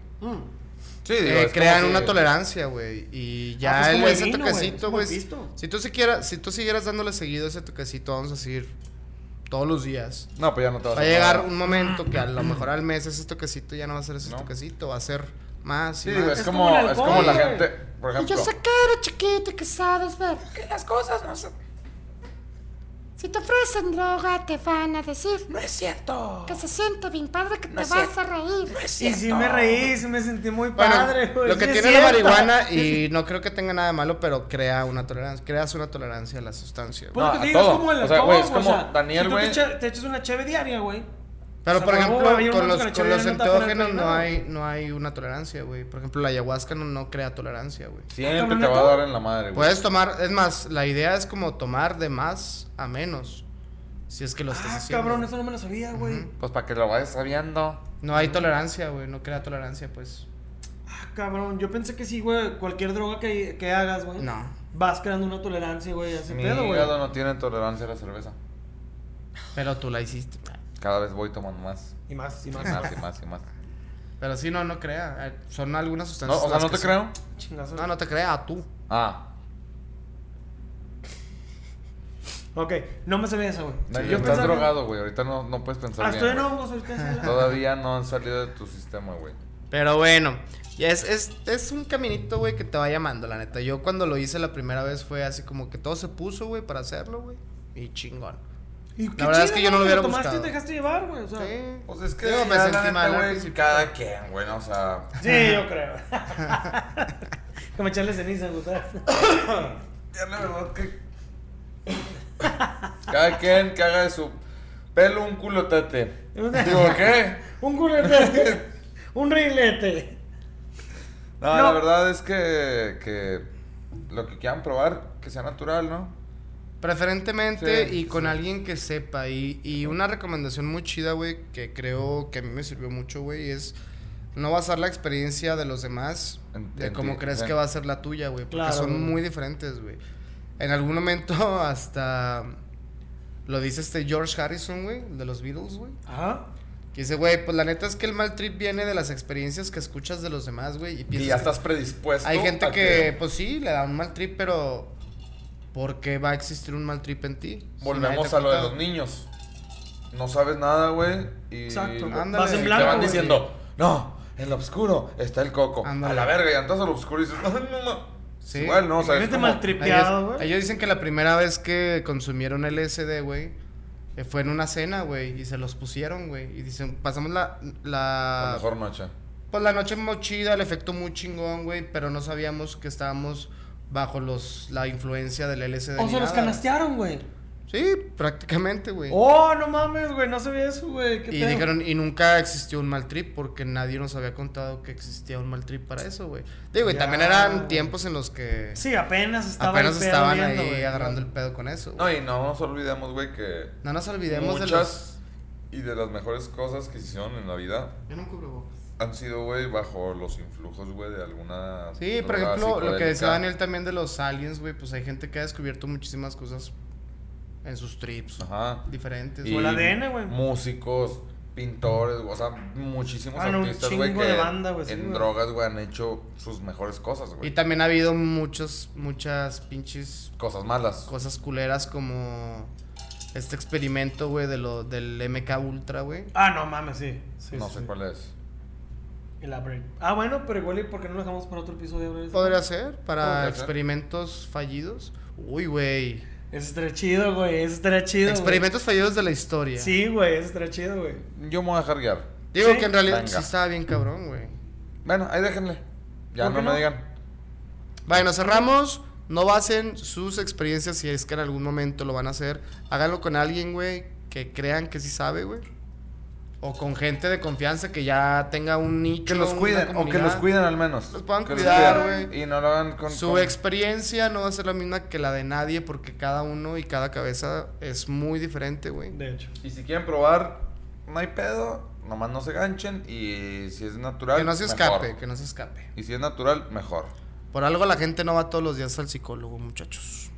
Speaker 2: Sí,
Speaker 4: Eh,
Speaker 2: digo, es como
Speaker 4: crean
Speaker 2: si-
Speaker 4: una tolerancia, güey. Y
Speaker 3: Ah, pues
Speaker 4: ya el-
Speaker 3: como el
Speaker 4: ese
Speaker 3: vino, güey,
Speaker 4: toquecito,
Speaker 3: es como
Speaker 4: güey.
Speaker 3: el
Speaker 4: Si,
Speaker 3: pisto.
Speaker 4: si tú siquiera, si tú siguieras dándole seguido ese toquecito, vamos a decir, todos los días.
Speaker 2: No, pues ya no te vas
Speaker 4: Va a llegar
Speaker 2: parar.
Speaker 4: un momento que a lo mejor al mes ese toquecito ya no va a ser ese
Speaker 2: No.
Speaker 4: toquecito, va a ser más
Speaker 2: Sí,
Speaker 4: y más.
Speaker 2: digo, Ah, es,
Speaker 3: Es
Speaker 2: como,
Speaker 3: como el
Speaker 2: es como la
Speaker 3: alcohol,
Speaker 2: gente, por ejemplo.
Speaker 5: que eres chiquito, que sabes ver. Que las cosas no son. Si te ofrecen droga, te van a decir. No es cierto. Que se siente bien padre que te vas a reír. No es
Speaker 3: Y sí me reí, sí me sentí muy
Speaker 4: Bueno,
Speaker 3: padre, güey.
Speaker 4: lo que
Speaker 3: sí es
Speaker 4: tiene la
Speaker 3: cierto.
Speaker 4: marihuana y no creo que tenga nada de malo, pero crea una tolerancia, creas una tolerancia a la sustancia. güey.
Speaker 3: Pues lo
Speaker 2: No,
Speaker 3: que te
Speaker 2: a
Speaker 3: digo, es
Speaker 2: todo.
Speaker 3: como el
Speaker 2: O sea,
Speaker 3: alcohol,
Speaker 2: güey, es
Speaker 3: güey, o
Speaker 2: como
Speaker 3: sea,
Speaker 2: Daniel,
Speaker 3: si tú
Speaker 2: güey.
Speaker 3: Te, echa- te echas una cheve diaria, güey.
Speaker 4: Pero
Speaker 3: o sea,
Speaker 4: por
Speaker 3: huevo,
Speaker 4: ejemplo,
Speaker 3: hay un momento
Speaker 4: con los,
Speaker 3: que la
Speaker 4: con
Speaker 3: cheve
Speaker 4: los
Speaker 3: ya no te va a poner
Speaker 4: enteógenos no
Speaker 3: peinado.
Speaker 4: hay, no hay una tolerancia, güey. Por ejemplo, la ayahuasca no, no crea tolerancia, güey.
Speaker 2: Siempre
Speaker 3: Cabrón,
Speaker 2: te va a
Speaker 3: ¿neta?
Speaker 2: dar en la madre, güey.
Speaker 4: Puedes tomar, es más, la idea es como tomar de más a menos. Si es que lo estás
Speaker 3: Ah,
Speaker 4: haciendo.
Speaker 3: cabrón, eso no me lo sabía, güey.
Speaker 2: Pues para que lo vayas sabiendo.
Speaker 4: No hay tolerancia, güey. No crea tolerancia, pues.
Speaker 3: Ah, cabrón, yo pensé que sí, güey, cualquier droga que, que hagas, güey.
Speaker 4: No.
Speaker 3: Vas creando una tolerancia, güey, a ese
Speaker 2: Mi
Speaker 3: pedo, güey.
Speaker 2: hígado no tiene tolerancia a la cerveza.
Speaker 4: Pero tú la hiciste.
Speaker 2: Cada vez voy tomando más.
Speaker 3: Y más, y
Speaker 2: Y
Speaker 3: más.
Speaker 4: Ah.
Speaker 2: más, y más, y más.
Speaker 4: Pero sí, no, no crea. Eh, Son algunas
Speaker 2: No,
Speaker 4: sustancias.
Speaker 2: o sea,
Speaker 4: las
Speaker 2: no
Speaker 4: que
Speaker 2: te
Speaker 4: sí-
Speaker 2: creo.
Speaker 3: Chingazo.
Speaker 4: No, no te crea, a tú.
Speaker 2: Ah,
Speaker 3: Ok, no me sabía eso, güey.
Speaker 2: no,
Speaker 3: Yo
Speaker 2: estás
Speaker 3: pensaba-
Speaker 2: drogado, güey. Ahorita no, no puedes pensar
Speaker 3: Ah,
Speaker 2: bien.
Speaker 3: estoy en
Speaker 2: güey.
Speaker 3: hongos ahorita. sí, la-
Speaker 2: Todavía no han salido de tu sistema, güey.
Speaker 4: Pero bueno, ya es, es, es un caminito, güey, que te va llamando, la neta. Yo cuando lo hice la primera vez fue así como que todo se puso, güey, para hacerlo, güey. Y chingón.
Speaker 3: Y qué
Speaker 4: verdad es que yo no lo
Speaker 3: güey,
Speaker 4: hubiera
Speaker 3: tomaste
Speaker 4: buscado.
Speaker 3: y te dejaste llevar, güey, o sea. Sí,
Speaker 4: Sí.
Speaker 2: Pues es que
Speaker 4: Digo, me
Speaker 2: ya, la
Speaker 4: sentí
Speaker 2: neta,
Speaker 4: mal al
Speaker 2: güey.
Speaker 4: principio.
Speaker 2: Cada quien, güey. no, O sea,
Speaker 3: yo creo. Como echarle ceniza, güey. ¿sabes?
Speaker 2: ya la verdad que. Cada quien que haga de su pelo un culotete. Digo, ¿qué?
Speaker 3: Un culete. un reilete.
Speaker 2: No,
Speaker 3: No.
Speaker 2: la verdad es que, que lo que quieran probar, que sea natural, ¿no?
Speaker 4: Preferentemente
Speaker 2: Sí,
Speaker 4: y con
Speaker 2: sí.
Speaker 4: alguien que sepa. Y, y una recomendación muy chida, güey, que creo que a mí me sirvió mucho, güey, es no basar la experiencia de los demás
Speaker 2: En-
Speaker 4: de
Speaker 2: en
Speaker 4: cómo
Speaker 2: ti,
Speaker 4: crees
Speaker 2: sí.
Speaker 4: que va a ser la tuya, güey. Porque
Speaker 3: Claro,
Speaker 4: son
Speaker 3: güey.
Speaker 4: muy diferentes, güey. En algún momento hasta lo dice este George Harrison, güey, el de los Beatles, güey.
Speaker 3: Ajá.
Speaker 4: Que dice, güey, pues la neta es que el mal trip viene de las experiencias que escuchas de los demás, güey. Y
Speaker 2: Y
Speaker 4: piensas
Speaker 2: ya
Speaker 4: que-
Speaker 2: estás predispuesto.
Speaker 4: hay gente
Speaker 2: a
Speaker 4: que, pues sí, le da un mal trip, pero ¿por qué va a existir un mal trip en ti? Si nadie
Speaker 2: Volvemos
Speaker 4: te
Speaker 2: a lo de
Speaker 4: contaba.
Speaker 2: los niños. No sabes nada, güey. Y
Speaker 3: Exacto.
Speaker 2: lo-
Speaker 4: Ándale. Vas en
Speaker 2: y
Speaker 3: blanco,
Speaker 2: te van
Speaker 3: güey.
Speaker 2: diciendo, no, en lo oscuro está el coco.
Speaker 4: Ándale.
Speaker 2: A la verga, y andas a lo oscuro y dices, no, no, no.
Speaker 4: Sí.
Speaker 2: Igual, no, o sea, es
Speaker 3: Imagínate
Speaker 2: como-
Speaker 3: maltripeado,
Speaker 4: Ellos,
Speaker 3: güey.
Speaker 4: ellos dicen que la primera vez que consumieron LSD, güey, eh, fue en una cena, güey, y se los pusieron, güey. Y dicen, pasamos la,
Speaker 2: la
Speaker 4: la,
Speaker 2: mejor noche.
Speaker 4: pues, la noche muy chida, el efecto muy chingón, güey, pero no sabíamos que estábamos bajo los, la influencia del LSD.
Speaker 3: O
Speaker 4: ni
Speaker 3: se los
Speaker 4: nada.
Speaker 3: canastearon, güey.
Speaker 4: Sí, prácticamente, güey.
Speaker 3: Oh, no mames, güey, no sabía eso, güey. ¿Qué
Speaker 4: Y
Speaker 3: pedo?
Speaker 4: dijeron, y nunca existió un mal trip porque nadie nos había contado que existía un mal trip para eso, güey. Digo, y
Speaker 3: Ya,
Speaker 4: también eran
Speaker 3: güey.
Speaker 4: tiempos en los que
Speaker 3: Sí, apenas estaba
Speaker 4: apenas
Speaker 3: el pedo
Speaker 4: estaban
Speaker 3: viendo,
Speaker 4: ahí
Speaker 3: güey.
Speaker 4: agarrando el pedo con eso.
Speaker 2: No,
Speaker 4: güey.
Speaker 2: y no nos olvidemos, güey, que
Speaker 4: No nos olvidemos de los.
Speaker 2: muchas y de las mejores cosas que se hicieron en la vida
Speaker 4: Yo no me cubrebocas.
Speaker 2: han sido, güey, bajo los influjos, güey, de alguna.
Speaker 4: Sí, por
Speaker 2: droga
Speaker 4: ejemplo, lo que decía
Speaker 2: psicodélica.
Speaker 4: Daniel también de los aliens, güey, pues hay gente que ha descubierto muchísimas cosas en sus trips
Speaker 2: Ajá.
Speaker 4: diferentes.
Speaker 2: Y
Speaker 4: güey.
Speaker 3: el ADN, güey.
Speaker 2: Músicos, pintores, o sea, muchísimos
Speaker 3: Ah, no, un
Speaker 2: artistas, güey,
Speaker 3: chingo
Speaker 2: que
Speaker 3: de banda, güey, sí,
Speaker 2: en
Speaker 3: güey.
Speaker 2: drogas, güey, han hecho sus mejores cosas,
Speaker 4: Y
Speaker 2: güey.
Speaker 4: también ha habido muchos, muchas pinches
Speaker 2: Cosas malas.
Speaker 4: cosas culeras como este experimento, güey, de lo, del MK Ultra, güey.
Speaker 3: Ah, no mames, sí. sí
Speaker 2: no
Speaker 3: sí,
Speaker 2: sé
Speaker 3: sí.
Speaker 2: cuál es.
Speaker 3: Elaborate. Ah, bueno, pero igual, ¿y por qué no lo dejamos para otro episodio? güey?
Speaker 4: Podría ser para
Speaker 2: Podría ser.
Speaker 4: experimentos fallidos. Uy, güey.
Speaker 3: Eso estaría chido, güey. Eso estaría chido. güey.
Speaker 4: Experimentos fallidos de la historia.
Speaker 3: Sí, güey, eso estaría chido, güey.
Speaker 2: Yo me voy a dejar guiar.
Speaker 4: Digo
Speaker 3: Sí.
Speaker 4: que en realidad
Speaker 2: Venga.
Speaker 4: sí estaba bien cabrón, güey.
Speaker 2: Bueno, ahí déjenle. Ya
Speaker 3: ¿Por
Speaker 2: no,
Speaker 3: qué
Speaker 2: me
Speaker 3: no?
Speaker 2: digan.
Speaker 4: Bueno, cerramos. No basen sus experiencias si es que en algún momento lo van a hacer. Háganlo con alguien, güey, que crean que sí sabe, güey. O con gente de confianza que ya tenga un nicho.
Speaker 2: Que los
Speaker 4: una
Speaker 2: cuiden, o que los
Speaker 4: comunidad.
Speaker 2: cuiden al menos.
Speaker 4: Los puedan
Speaker 2: Que los
Speaker 4: cuidar,
Speaker 2: cuiden.
Speaker 4: güey.
Speaker 2: Y no lo hagan con.
Speaker 4: Su
Speaker 2: con-
Speaker 4: experiencia no va a ser la misma que la de nadie porque cada uno y cada cabeza es muy diferente, güey.
Speaker 3: De hecho.
Speaker 2: Y si quieren probar, no hay pedo. Nomás no se ganchen. Y si es natural.
Speaker 4: Que no se
Speaker 2: mejor.
Speaker 4: escape, que no se escape.
Speaker 2: Y si es natural, mejor.
Speaker 4: Por algo la gente no va todos los días al psicólogo, muchachos.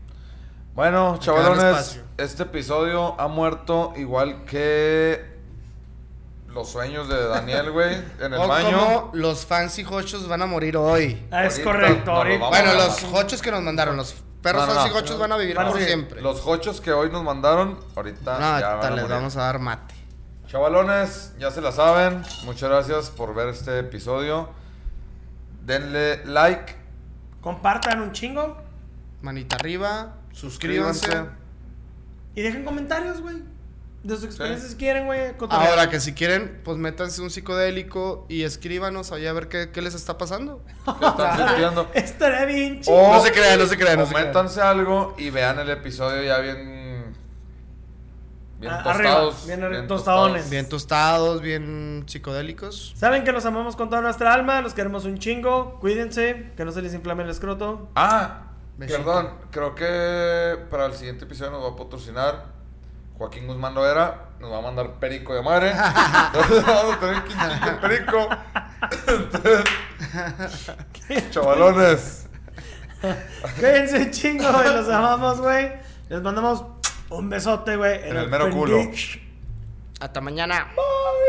Speaker 2: Bueno,
Speaker 4: que dar
Speaker 2: chavalones,
Speaker 4: espacio.
Speaker 2: este episodio ha muerto igual que los sueños de Daniel, güey, en el
Speaker 4: o
Speaker 2: baño.
Speaker 4: como los fancy hochos van a morir hoy.
Speaker 3: Ah, es
Speaker 2: Ahorita
Speaker 3: correcto,
Speaker 2: nos
Speaker 3: ahorita.
Speaker 2: lo vamos
Speaker 4: bueno,
Speaker 2: a la-
Speaker 4: los hochos que nos mandaron, los perros
Speaker 2: No, no,
Speaker 4: fancy
Speaker 2: no.
Speaker 4: hochos van a vivir
Speaker 3: Van a
Speaker 4: por
Speaker 3: vivir.
Speaker 4: siempre.
Speaker 2: Los hochos que hoy nos mandaron, ahorita
Speaker 4: no,
Speaker 2: ya
Speaker 4: ahorita
Speaker 2: van a
Speaker 4: les
Speaker 2: morir.
Speaker 4: vamos a dar mate.
Speaker 2: Chavalones, ya se la saben. Muchas gracias por ver este episodio. Denle like,
Speaker 3: Compartan un chingo
Speaker 4: Manita arriba, suscríbanse.
Speaker 2: suscríbanse.
Speaker 3: y dejen comentarios, güey. De sus experiencias si quieren, güey. cotorrear.
Speaker 4: Ahora que si quieren, pues métanse un psicodélico y escríbanos allá a ver qué, qué les está pasando.
Speaker 2: ¿Qué están sintiendo?
Speaker 3: Estaría bien chido.
Speaker 2: O
Speaker 4: No se crean, no se crean, no se crean.
Speaker 2: Coméntanse algo y vean el episodio ya bien. Bien
Speaker 3: Ah, arriba,
Speaker 2: tostados.
Speaker 3: bien arri- tostadones.
Speaker 4: Bien tostados, bien psicodélicos.
Speaker 3: Saben que los amamos con toda nuestra alma, los queremos un chingo. Cuídense, que no se les inflame el escroto.
Speaker 2: Ah,
Speaker 4: Besito.
Speaker 2: perdón. Creo que para el siguiente episodio nos va a patrocinar Joaquín Guzmán Loera. Nos va a mandar perico de madre. Entonces vamos a tener quinchito de perico. Entonces, chavalones.
Speaker 3: Cuídense un chingo, güey. Los amamos, güey. Les mandamos un besote, güey.
Speaker 2: En el mero culo.
Speaker 3: apendix.
Speaker 4: Hasta mañana.
Speaker 3: Bye.